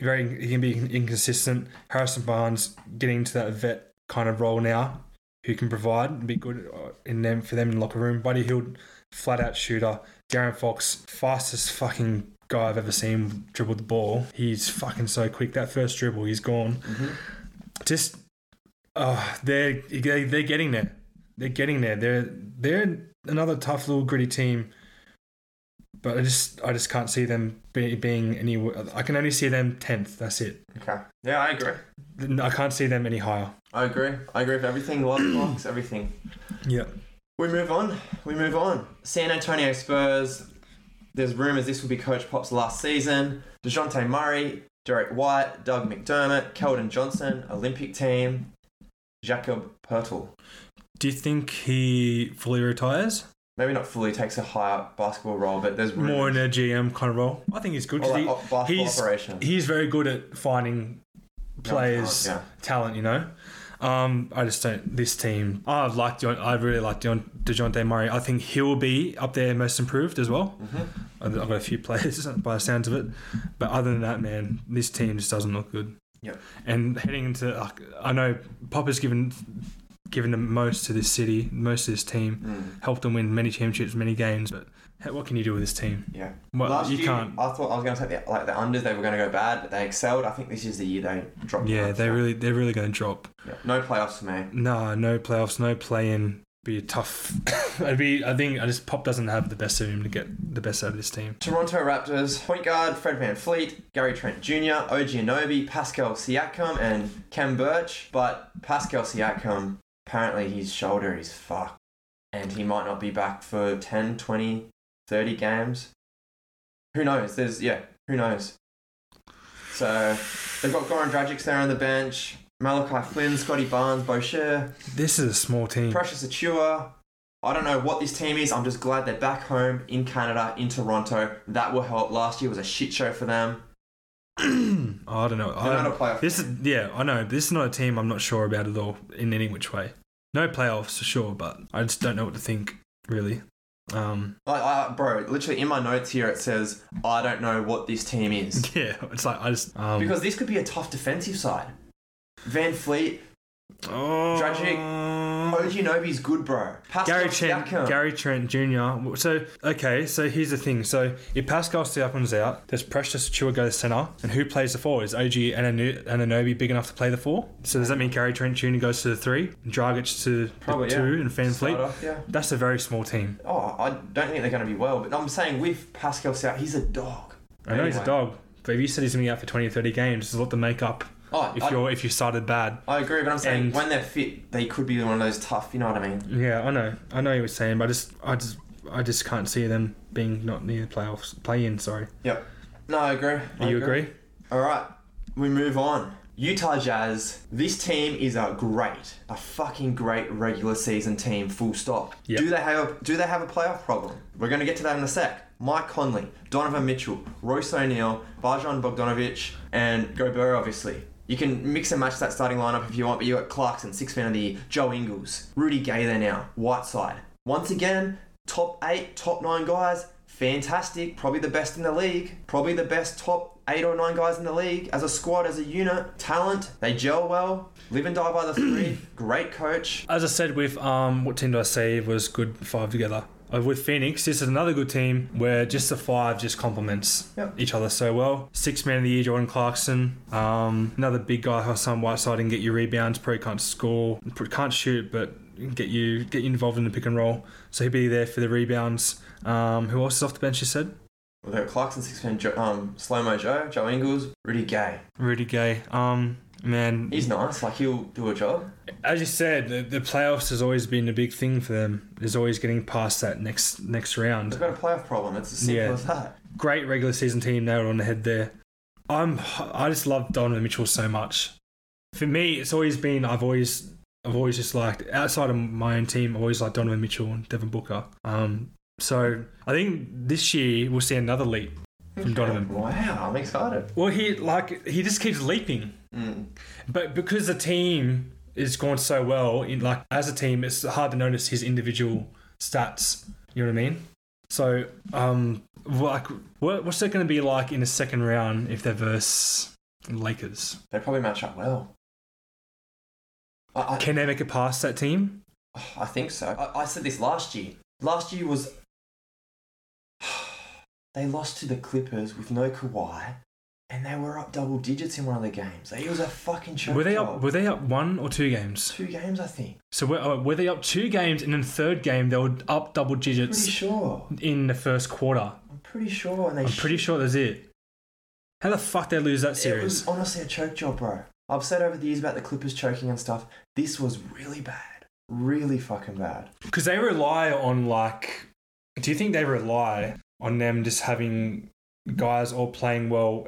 B: very he can be inconsistent. Harrison Barnes getting into that vet kind of role now, who can provide and be good uh, in them for them in the locker room. Buddy Hill, flat out shooter. Darren Fox, fastest fucking guy I've ever seen dribble the ball. He's fucking so quick. That first dribble, he's gone. Just, oh, they're they- they're getting there. They're getting there. They're they're another tough little gritty team. But I just I just can't see them be, being any. I can only see them tenth. That's it.
A: Okay. Yeah, I agree.
B: I can't see them any higher.
A: I agree. I agree with everything. Love Fox, everything.
B: Yeah.
A: We move on. We move on. San Antonio Spurs. There's rumors this will be Coach Pop's last season. DeJounte Murray, Derek White, Doug McDermott, Keldon Johnson, Olympic team, Jakob Pertl.
B: Do you think he fully retires?
A: Maybe not fully takes a higher basketball role, but there's rumors.
B: More in a GM kind of role. I think he's good.
A: Or
B: 'cause
A: like
B: he-
A: op- basketball
B: he's-
A: operations.
B: he's very good at finding players
A: yeah.
B: talent, you know. Um, I just don't. This team, I like. Deon, I really like Deon, Dejounte Murray. I think he'll be up there most improved as well. I've I've got a few players by the sounds of it, but other than that, man, this team just doesn't look good.
A: Yep.
B: And heading into, like, I know Pop has given given the most to this city, most to this team, helped them win many championships, many games. But hey, what can you do with this team?
A: Yeah.
B: Well,
A: Last
B: you
A: year,
B: can't.
A: I thought I was going to take the, like the unders. They were going to go bad, but they excelled. I think this is the year they dropped.
B: Yeah,
A: back.
B: they really they're really going to drop.
A: Yeah. No playoffs for me.
B: No, no playoffs, no play in. Be a tough. I'd be. I think I just Pop doesn't have the best of him to get the best out of this team.
A: Toronto Raptors point guard Fred Van Fleet, Gary Trent Jr., OG Anobi, Pascal Siakam, and Cam Birch. But Pascal Siakam, apparently his shoulder is fucked. And he might not be back for 10, 20, 30 games. Who knows? There's, yeah, who knows? So they've got Goran Dragic there on the bench, Malachi Flynn, Scotty Barnes, Boucher,
B: This is a small team.
A: Precious Achua. I don't know what this team is. I'm just glad they're back home in Canada, in Toronto. That will help. Last year was a shit show for them.
B: I don't know.
A: They're
B: I,
A: not a playoff.
B: this is yeah. I know this is not a team. I'm not sure about at all in any which way. No playoffs for sure, but I just don't know what to think really. Um,
A: Like, I, bro, literally in my notes here it says, I don't know what this team is.
B: yeah, it's like I just um,
A: Because this could be a tough defensive side. Van Fleet,
B: oh,
A: Dragic, OG Nobi's good, bro. Pascal
B: Gary Trent,
A: Siakam.
B: Gary Trent Jr. So okay, so here's the thing. So if Pascal Siakam's out, there's Precious Chua go to center, and who plays the four? Is OG and Ananobi big enough to play the four? So does that mean Gary Trent Jr. goes to the three, and Dragic to
A: Probably,
B: the
A: yeah.
B: two, and Fan Fleet?
A: Start off, yeah.
B: That's a very small team.
A: Oh, I don't think they're going to be well, but I'm saying with Pascal Siakam, he's a dog.
B: I know he's a
A: Anyway.
B: dog, but if you said he's gonna be out for 20 or 30 games, there's a lot to make up.
A: Oh,
B: If
A: I-
B: you're if you started bad,
A: I agree, but I'm saying
B: And-
A: when they're fit, they could be one of those tough, you know what I mean?
B: yeah, I know, I know you were saying, but I just, I just, I just can't see them being not near the playoffs, play in. Sorry,
A: Yep. No, I agree. I
B: do you agree?
A: All right, we move on. Utah Jazz. This team is a great, a fucking great regular season team. Full stop.
B: Yep.
A: Do they have a, Do they have a playoff problem? We're going to get to that in a sec. Mike Conley, Donovan Mitchell, Royce O'Neal, Bajan Bogdanovic, and Gobert. Obviously, you can mix and match that starting lineup if you want. But you got Clarkson, six man of the year, Joe Ingles, Rudy Gay there now, Whiteside. Once again, top eight, top nine guys, fantastic. Probably the best in the league. Probably the best top eight or nine guys in the league as a squad, as a unit. Talent, they gel well. Live and die by the three. Great coach.
B: as I said with um, what team do I say was good five together? Uh, with Phoenix, this is another good team where just the five just complements
A: Yep.
B: each other so well. Six man of the year, Jordan Clarkson. Um, another big guy, Hassan Whiteside, and get you rebounds. Probably can't score, pr- can't shoot, but get you get you involved in the pick and roll. So he'd be there for the rebounds. Um, who else is off the bench? You said
A: Well, they've got Clarkson, six man, jo- um, slow mo Joe, Joe Ingles, Rudy Gay.
B: Rudy Gay. Um, man,
A: He's nice. Like he'll do a job.
B: as you said, the, the playoffs has always been a big thing for them. Is always getting past that next next round.
A: They've got a playoff problem. It's as simple
B: Yeah.
A: as that.
B: great regular season team nailed on the head there. I'm I just love Donovan Mitchell so much. For me, it's always been I've always I've always just liked outside of my own team, I always liked Donovan Mitchell and Devin Booker. Um, so I think this year we'll see another leap from Donovan.
A: Wow, I'm excited.
B: Well, he like he just keeps leaping,
A: Mm.
B: but because the team it's gone so well in like as a team, it's hard to notice his individual stats. You know what I mean? So, um, like, what, what's that going to be like in the second round if they verse Lakers?
A: They probably match up well. I, I,
B: Can they make it past that team?
A: I think so. I, I said this last year. Last year was. They lost to the Clippers with no Kawhi, and they were up double digits in one of the games. It was a fucking choke
B: Were they
A: job.
B: up? Were they up one or two games?
A: Two games, I think.
B: So were, uh, were they up two games, and in the third game they were up double
A: Pretty
B: digits
A: sure.
B: in the first quarter.
A: I'm pretty sure. And they
B: I'm pretty sure that's it. How the fuck they lose that
A: It
B: series?
A: was honestly a choke job, bro. I've said over the years about the Clippers choking and stuff. This was really bad. Really fucking bad.
B: Because they rely on like, do you think they rely on them just having guys all playing well,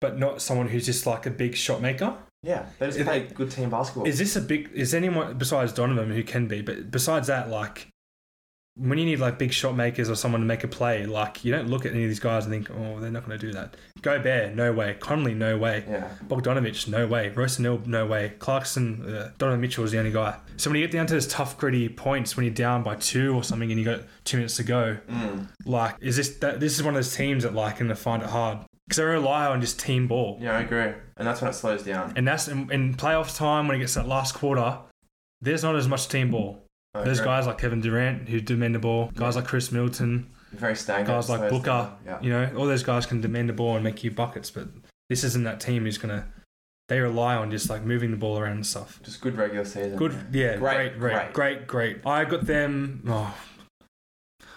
B: but not someone who's just like a big shot maker?
A: Yeah, they just
B: If-
A: play good team basketball.
B: Is this a big? Is anyone besides Donovan who can be? But besides that, like, when you need like big shot makers or someone to make a play, like you don't look at any of these guys and think, oh, they're not going to do that. Gobert, no way. Conley, no way.
A: yeah.
B: Bogdanovich, no way. Rosanil, no way. Clarkson, uh, Donovan Mitchell is the only guy. So when you get down to those tough, gritty points, when you're down by two or something, and you got two minutes to go, like, is this that? This is one of those teams that like, and they find it hard because they rely on just team ball,
A: Yeah, I agree. And that's when it slows down.
B: and that's in, in playoff time when it gets to that last quarter. There's not as much team ball.
A: I
B: There's
A: agree.
B: guys like Kevin Durant who demand the ball. Guys like Chris Middleton.
A: Very stagnant.
B: Guys like
A: slows
B: Booker.
A: down. Yeah.
B: You know, all those guys can demand the ball and make you buckets, but this isn't that team who's gonna. They rely on just like moving the ball around and stuff.
A: Just good regular season.
B: Good, yeah,
A: Great,
B: great, great, great, great. I got them. Oh,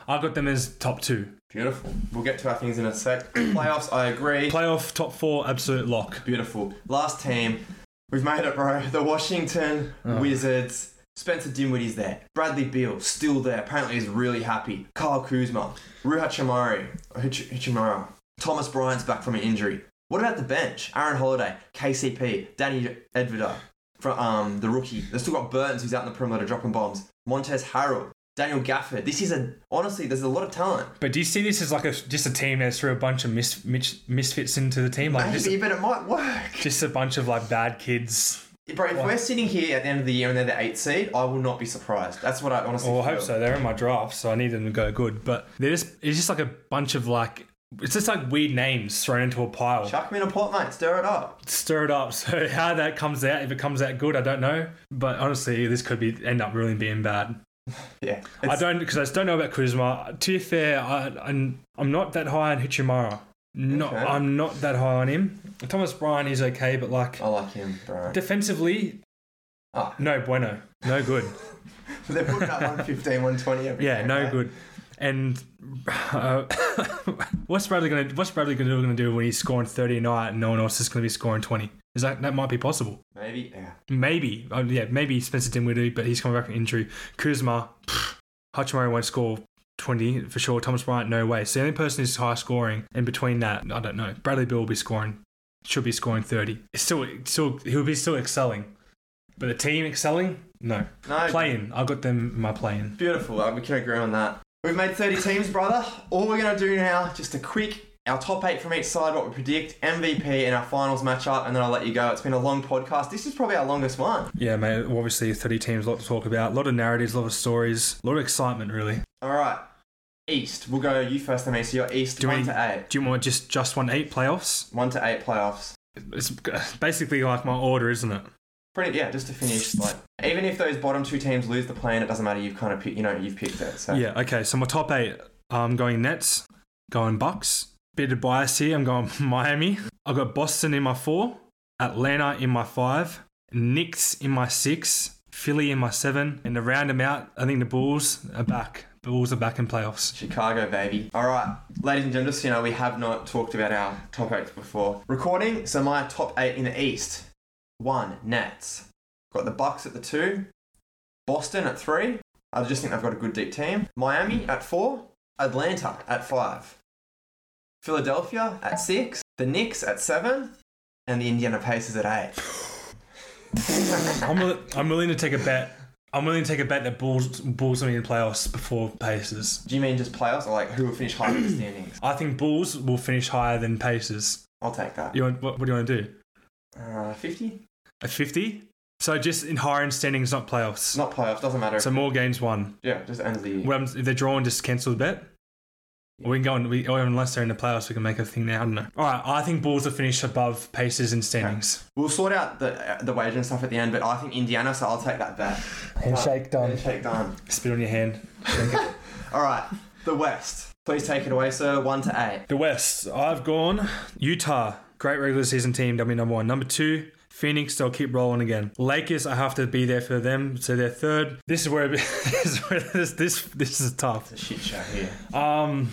B: I got them as top two.
A: Beautiful. We'll get to our things in a sec. Playoffs, I agree.
B: Playoff top four, absolute lock.
A: Beautiful. Last team. We've made it, bro. The Washington
B: Oh.
A: Wizards. Spencer Dinwiddie's there. Bradley Beal still there. Apparently, he's really happy. Kyle Kuzma, Rui Hachimari, Hich- Hachimura, Thomas Bryant's back from an injury. What about the bench? Aaron Holiday, KCP, Danny Edvido, from um, the rookie. They've still got Burns, who's out in the perimeter dropping bombs. Montez Harrell, Daniel Gafford. This is a honestly, there's a lot of talent.
B: But do you see this as like a just a team that threw a bunch of mis, mis, misfits into the team, like just
A: Maybe, but it might work.
B: just a bunch of like bad kids
A: Bro, if
B: Why?
A: we're sitting here at the end of the year and they're the eighth seed, I will not be surprised. That's what I honestly
B: Well, Oh, I
A: feel.
B: hope so. They're in my draft, so I need them to go good. But they're just it's just like a bunch of like it's just like weird names thrown into a pile.
A: Chuck them in a pot, mate. Stir it up.
B: Stir it up. So how that comes out, if it comes out good, I don't know. But honestly, this could be end up really being bad.
A: Yeah.
B: I don't because I just don't know about Kuzma. To be fair, I, I'm I'm not that high on Hichimara. Not
A: Okay.
B: I'm not that high on him. Thomas Bryan is okay, but like
A: I like him, bro.
B: defensively,
A: Ah.
B: no bueno, no good.
A: They're putting up 115, 120 every
B: Yeah,
A: game,
B: no
A: mate.
B: good. And uh, what's Bradley gonna what's Bradley gonna do, gonna do when he's scoring thirty a night and no one else is gonna be scoring twenty? Is that that might be possible?
A: Maybe. Yeah.
B: Maybe, oh, yeah, maybe Spencer Dinwiddie, but he's coming back from injury. Kuzma, pff, Hachimura won't score twenty for sure. Thomas Bryant, no way. So the only person who's high scoring, and between that, I don't know. Bradley Bill will be scoring, should be scoring thirty. It's still, it's still, he'll be still excelling, but the team excelling, no.
A: No.
B: Playing, I got them in my playing.
A: Beautiful. Uh, we can agree on that. We've made 30 teams, brother. All we're going to do now, just a quick, our top eight from each side, what we predict, MVP, and our finals matchup, and then I'll let you go. It's been a long podcast. This is probably our longest one.
B: Yeah, mate. Obviously, 30 teams, a lot to talk about. A lot of narratives, a lot of stories, a lot of excitement, really.
A: All right. East. We'll go you first, then, So you're East,
B: Do
A: 1
B: we-
A: to 8.
B: Do you want just just one eight playoffs?
A: 1 to 8 playoffs.
B: It's basically like my order, isn't it?
A: Pretty yeah, just to finish. Like even if those bottom two teams lose the plan, it doesn't matter. You've kind of picked, you know you've picked it. So
B: Yeah. Okay. So my top eight, I'm going Nets, going Bucks. Bit of bias here. I'm going Miami. I've got Boston in my four, Atlanta in my five, Knicks in my six, Philly in my seven, and to round them out, I think the Bulls are back. Bulls are back in playoffs.
A: Chicago baby. All right, ladies and gentlemen, just so you know we have not talked about our top eight before recording. So my top eight in the East: one Nets, got the Bucks at the two, Boston at three. I just think they've got a good deep team. Miami at four, Atlanta at five, Philadelphia at six, the Knicks at seven, and the Indiana Pacers at eight.
B: I'm, will- I'm willing to take a bet. I'm willing to take a bet that Bulls Bulls will be in the playoffs before Pacers.
A: Do you mean just playoffs or like who will finish higher in the standings?
B: I think Bulls will finish higher than Pacers.
A: I'll take that.
B: You want, what, what do you want to do?
A: Uh, 50?
B: A 50? So just in higher end standings, not playoffs.
A: Not playoffs, doesn't matter.
B: so more games won.
A: yeah, just ends the year.
B: What happens if they're drawn, just cancel the bet. Or we can go and we, or unless they're in the playoffs, we can make a thing now. I don't know. All right, I think Bulls will finish above Pacers in standings.
A: We'll sort out the the wage and stuff at the end, but I think Indiana, so I'll take that bet.
B: Handshake done.
A: Handshake done.
B: Spit on your hand.
A: All right, the West. Please take it away, sir. One to eight.
B: The West. I've gone Utah. Great regular season team. That'll be number one. Number two. Phoenix, they'll keep rolling again. Lakers, I have to be there for them, so they're third. This is where, this is where this, this this is tough.
A: It's a shit show here.
B: Um,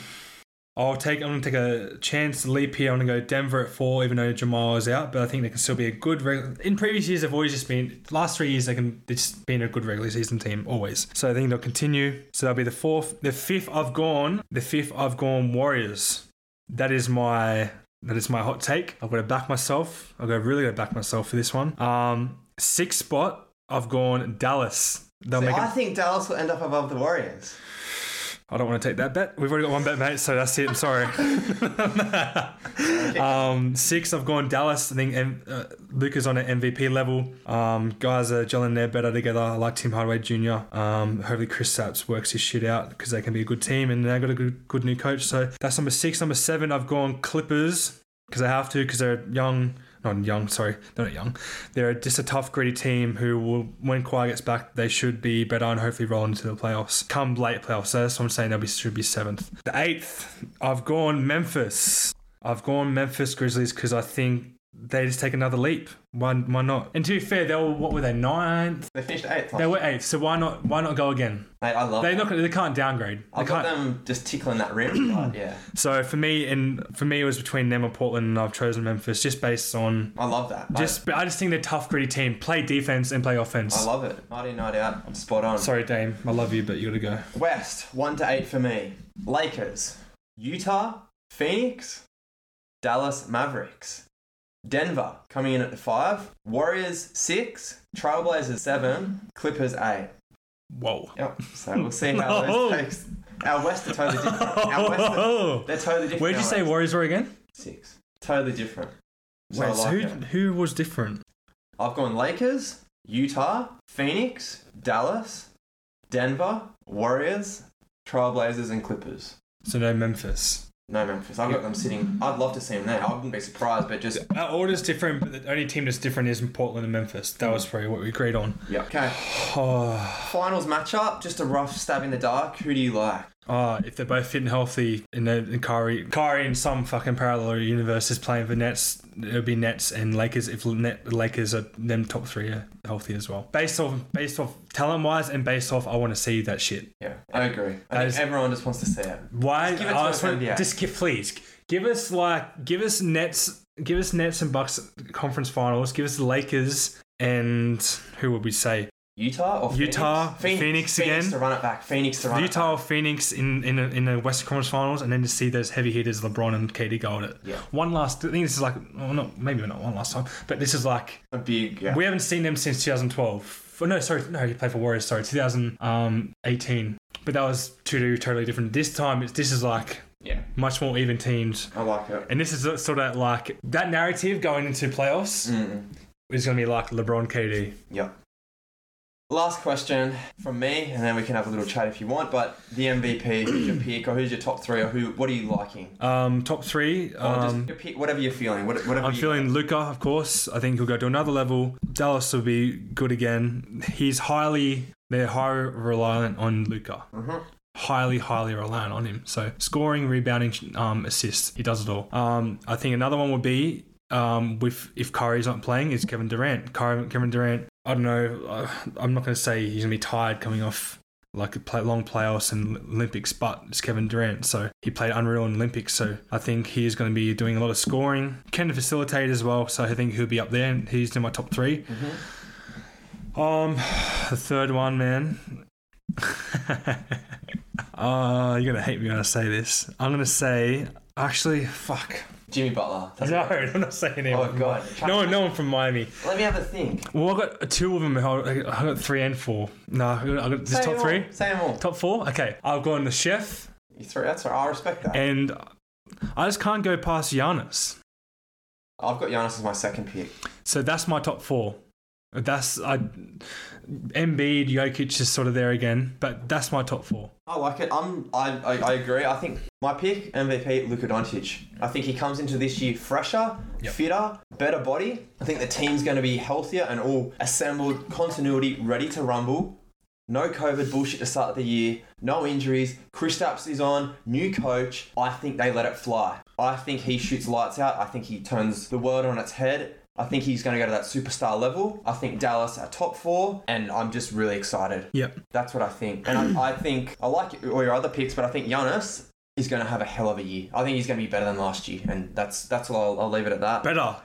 B: I'll take. I'm gonna take a chance leap here. I'm gonna go Denver at four, even though Jamal is out. But I think they can still be a good. Reg- in previous years, they've always just been last three years. They can they've just been a good regular season team always. So I think they'll continue. So that'll be the fourth. The fifth, I've gone. The fifth, I've gone Warriors. That is my that is my hot take. I've got to back myself. I've got to really go back myself for this one. Um, sixth spot, I've gone Dallas. They'll
A: See,
B: make
A: I
B: it.
A: think Dallas will end up above the Warriors.
B: I don't want to take that bet. We've already got one bet, mate, so that's it. I'm sorry. um, six, I've gone Dallas. I think M- uh, Luca's on an MVP level. Um, guys are gelling there better together. I like Tim Hardaway Jr. Um, hopefully, Chris Sapps works his shit out because they can be a good team and they've got a good, good new coach. So that's number six. Number seven, I've gone Clippers because I have to because they're young. Not young, sorry, they're not young. They're just a tough, gritty team who will, when Kawhi gets back, they should be better and hopefully roll into the playoffs. Come late playoffs, so that's what I'm saying. They'll be should be seventh. The eighth, I've gone Memphis. I've gone Memphis Grizzlies because I think they just take another leap. Why, why not? And to be fair, they were what were they ninth?
A: They finished eighth.
B: They
A: Mate,
B: were eighth, so why not? Why not go again?
A: I love.
B: They
A: that.
B: not gonna- they can't downgrade. They
A: I've got
B: can't.
A: them just tickling that rim. but yeah,
B: So for me, and for me, it was between them or Portland, and I've chosen Memphis just based on
A: I love that. Like,
B: Just, but I just think they're a tough, gritty team. Play defense and play
A: I
B: offense.
A: love it. Night in, night out. I'm spot on.
B: Sorry, Dame. I love you, but you gotta go.
A: West, one to eight for me. Lakers, Utah, Phoenix, Dallas Mavericks, Denver coming in at the five, Warriors six, Trailblazers seven, Clippers eight.
B: Whoa.
A: Yep. So we'll see how
B: No.
A: those takes. Our West are totally different. Our West are,
B: Whoa.
A: they're totally different.
B: Where'd you
A: our
B: say
A: West.
B: Warriors were again?
A: six? Totally different. So I
B: Wait, so
A: like
B: who,
A: it.
B: who was different?
A: I've gone Lakers, Utah, Phoenix, Dallas, Denver, Warriors, Trailblazers, and Clippers.
B: So no Memphis.
A: No Memphis. I've got them sitting. I'd love to see them there. I wouldn't be surprised, but just
B: Our order's different, but the only team that's different is Portland and Memphis. That was probably what we agreed on.
A: yeah. Okay.
B: Oh,
A: Finals matchup. Just a rough stab in the dark. Who do you like?
B: oh if they're both fit and healthy, and, they- and Kyrie, Kyrie in some fucking parallel universe is playing for Nets, it would be Nets and Lakers. If Net, Lakers are them top three are healthy as well, based off based off talent wise, and based off I want to see that shit.
A: Yeah, I agree. I
B: That
A: think
B: is-
A: everyone just wants to see it.
B: Why?
A: Just give it to
B: I
A: us,
B: just want-
A: NBA.
B: just give, please give us like give us Nets, give us Nets and Bucks conference finals. Give us Lakers and who would we say
A: Utah or Phoenix?
B: Utah, Phoenix again.
A: to run it back. Phoenix to run
B: Utah or Phoenix in in a, in a Western Conference Finals, and then to see those heavy hitters LeBron and KD go at it.
A: Yeah.
B: One last. I think this is like well, not maybe not one last time, but this is like
A: it back. A big. Yeah.
B: we haven't seen them since 2012. Oh, no, sorry, no, he played for Warriors. Sorry, 2018. But that was two totally different. This time, it's, this is like
A: yeah.
B: much more even teams.
A: I like it.
B: And this is sort of like that narrative going into playoffs
A: Mm.
B: is going to be like LeBron KD.
A: Yep. Last question from me, and then we can have a little chat if you want. But the MVP, who's your pick, or who's your top three, or who? What are you liking?
B: Um, top three.
A: Or just
B: Um,
A: your pick, whatever you're feeling. what- Whatever
B: I'm
A: you-
B: feeling Luca, of course. I think he'll go to another level. Dallas will be good again. He's highly, they're highly reliant on Luca.
A: Mhm.
B: highly, highly reliant on him. So scoring, rebounding, um, assists, he does it all. Um, I think another one would be um, with if Curry's not playing is Kevin Durant. Ky- Kevin Durant, I don't know. uh, I'm not going to say he's going to be tired coming off like a play, long playoffs and Olympics, but it's Kevin Durant, so he played unreal in Olympics. So I think he is going to be doing a lot of scoring, can facilitate as well. So I think he'll be up there. and He's in my top 3 Um, the third one, man. uh, you're gonna hate me when I say this. I'm gonna say, actually, fuck.
A: Jimmy Butler. That's-
B: No, I'm not saying anyone.
A: Oh God.
B: No one, no one from Miami.
A: Let me have a think.
B: Well, I got two of them. I got three and four. No, I got, I got this
A: Say
B: top
A: them
B: three,
A: all. Say them all.
B: top four. Okay, I've gone the chef,
A: You three. That's all right. I respect that.
B: and I just can't go past Giannis.
A: I've got Giannis as my second pick.
B: So that's my top four. That's I Embiid, Jokic is sort of there again, but that's my top four.
A: I like it. I'm, I, I, I agree. I think my pick, MVP, Luka Doncic. I think he comes into this year fresher,
B: Yep.
A: fitter, better body. I think the team's going to be healthier and all assembled, continuity, ready to rumble. No COVID bullshit to start the year. No injuries. Kristaps is on. New coach. I think they let it fly. I think he shoots lights out. I think he turns the world on its head. I think he's going to go to that superstar level. I think Dallas are top four, and I'm just really excited.
B: Yep.
A: That's what I think. And I, I think I like all your other picks, but I think Giannis is going to have a hell of a year. I think he's going to be better than last year, and that's that's all. I'll, I'll leave it at that.
B: Better.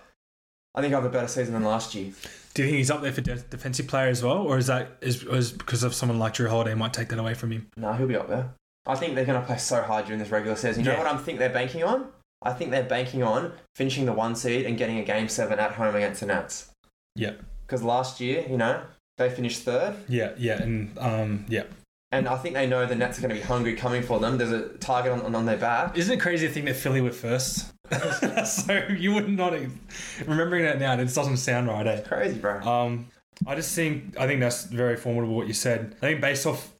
A: I think I have a better season than last year.
B: Do you think he's up there for de- defensive player as well, or is that is, is because of someone like Drew Holiday might take that away from him?
A: No, he'll be up there. I think they're going to play so hard during this regular season. You
B: Yeah.
A: know what I am think they're banking on? I think they're banking on finishing the one seed and getting a game seven at home against the Nets.
B: Yeah.
A: Because last year, you know, they finished third.
B: Yeah, yeah, and um, yeah.
A: And I think they know the Nets are going to be hungry coming for them. There's a target on, on their back.
B: Isn't it crazy to think that Philly were first? so you would not e-, remembering that now. It doesn't sound right, eh?
A: Crazy, bro.
B: Um, I just think I think that's very formidable what you said. I think based off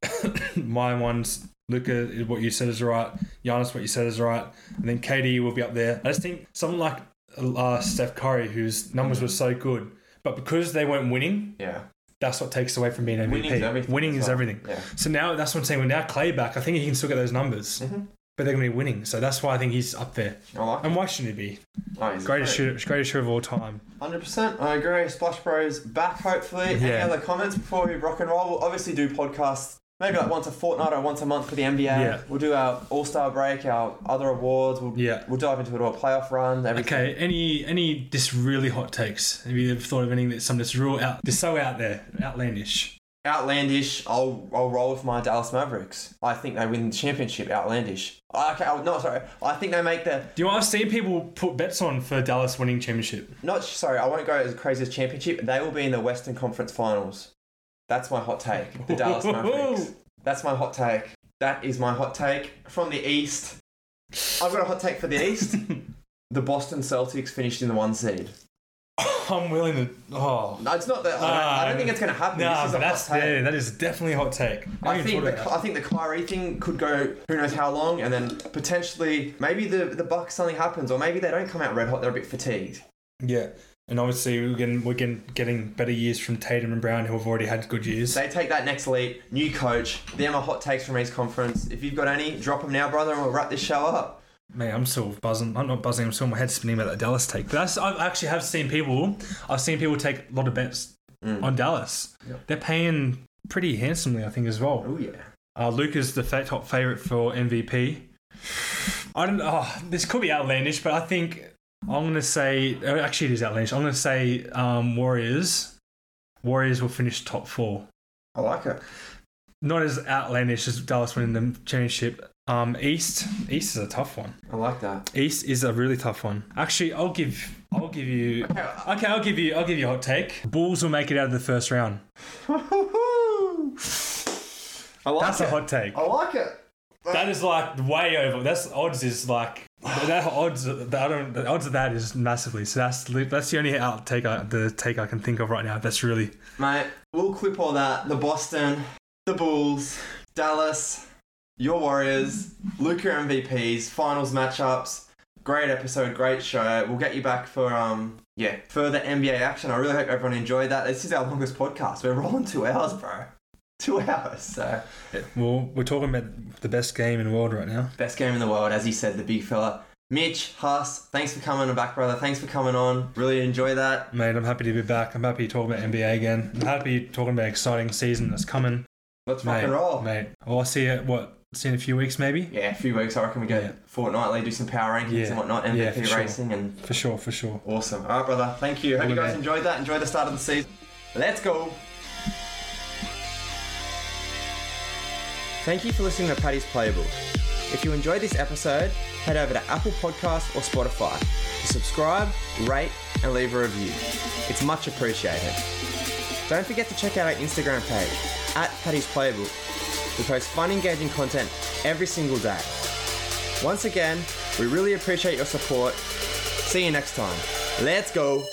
B: my ones, Luca, what you said is right. Giannis, what you said is right. And then KD will be up there. I just think someone like uh, Steph Curry, whose numbers were so good, but because they weren't winning,
A: yeah.
B: that's what takes away from being MVP.
A: Winning is everything.
B: Winning
A: as
B: is
A: well.
B: everything.
A: Yeah.
B: So now that's what I'm saying. With now Clay back, I think he can still get those numbers,
A: Mhm.
B: but they're going to be winning. So that's why I think he's up there.
A: I like it.
B: And why shouldn't he be?
A: Oh, he's
B: Greatest shooter, greatest shooter of all time.
A: Hundred percent, I agree. Splash Bros back. Hopefully, any
B: Yeah.
A: other comments before we rock and roll? We'll obviously do podcasts. Maybe like once a fortnight or once a month for the NBA.
B: Yeah.
A: We'll do our All Star break, our other awards. We'll
B: Yeah.
A: we'll dive into it all. Playoff runs, everything.
B: Okay, any any just really hot takes? Have you ever thought of anything that's some that's real out that's so out there, outlandish?
A: Outlandish. I'll I'll roll with my Dallas Mavericks. I think they win the championship. Outlandish. I- Okay, I, no, sorry. I think they make the
B: Do you know, I've seen people put bets on for Dallas winning championship.
A: not sorry. I won't go as crazy as championship. They will be in the Western Conference Finals. That's my hot take. The Dallas Mavericks. That's my hot take. That is my hot take from the East. I've got a hot take for the East. the Boston Celtics finished in the one seed.
B: I'm willing to. Oh,
A: No, it's not that. I, don't, I don't
B: No.
A: think it's going to happen.
B: no,
A: this is a
B: but that's
A: hot take.
B: there. That is definitely a hot take.
A: I think
B: even
A: the,
B: thought
A: I think the Kyrie thing could go who knows how long, and then potentially maybe the the Bucks something happens, or maybe they don't come out red hot. They're a bit fatigued.
B: of that. yeah. And obviously we're getting we're getting, getting better years from Tatum and Brown, who have already had good years.
A: They take that next leap. New coach. Them are hot takes from East Conference. If you've got any, drop them now, brother, and we'll wrap this show up.
B: Man, I'm still buzzing. I'm not buzzing. I'm still my head spinning about that Dallas take. But that's, I actually have seen people. I've seen people take a lot of bets on Dallas. They're paying pretty handsomely, I think, as well.
A: Oh yeah.
B: Uh, Luca's the fa- top favorite for MVP. I don't. Oh, this could be outlandish, but I think I'm gonna say. oh, Actually, it is outlandish. I'm gonna say um, Warriors. Warriors will finish top four.
A: I like it.
B: Not as outlandish as Dallas winning the championship. Um, East. East is a tough one.
A: I like that.
B: East is a really tough one. Actually, I'll give I'll give you Okay, I'll give you I'll give you a hot take. Bulls will make it out of the first round.
A: I like
B: That's
A: it.
B: a hot take.
A: I like it.
B: That is like way over. That's odds is like that odds the, I don't, the odds of that is massively. So that's li- that's the only out take I, the take I can think of right now. That's really
A: Mate, we'll clip all that. The Boston, the Bulls, Dallas, your Warriors, Luca MVPs, finals matchups. Great episode, great show. We'll get you back for um yeah, further NBA action. I really hope everyone enjoyed that. This is our longest podcast. We're rolling two hours, bro. Two hours, so
B: well. We're talking about the best game in the world right now.
A: best game in the world, as he said, the big fella. Mitch, Huss, thanks for coming back, brother. Thanks for coming on. Really enjoy that.
B: Mate, I'm happy to be back. I'm happy talking about NBA again. I'm happy talking about exciting season that's coming.
A: Let's
B: Mate,
A: rock and roll.
B: mate. Well, I'll see you what see you in a few weeks maybe.
A: Yeah, a few weeks, I reckon we go
B: Yeah.
A: fortnightly, do some power rankings
B: Yeah.
A: and whatnot,
B: Yeah,
A: MVP
B: for sure.
A: racing, and
B: For sure, for sure.
A: Awesome. All right, brother. Thank you. Hope you
B: Good,
A: guys
B: man.
A: enjoyed that. Enjoy the start of the season. Let's go. Thank you for listening to Paddy's Playable. If you enjoyed this episode, head over to Apple Podcasts or Spotify to subscribe, rate, and leave a review. It's much appreciated. Don't forget to check out our Instagram page at Paddy's Playable. We post fun, engaging content every single day. Once again, we really appreciate your support See you next time. Let's go.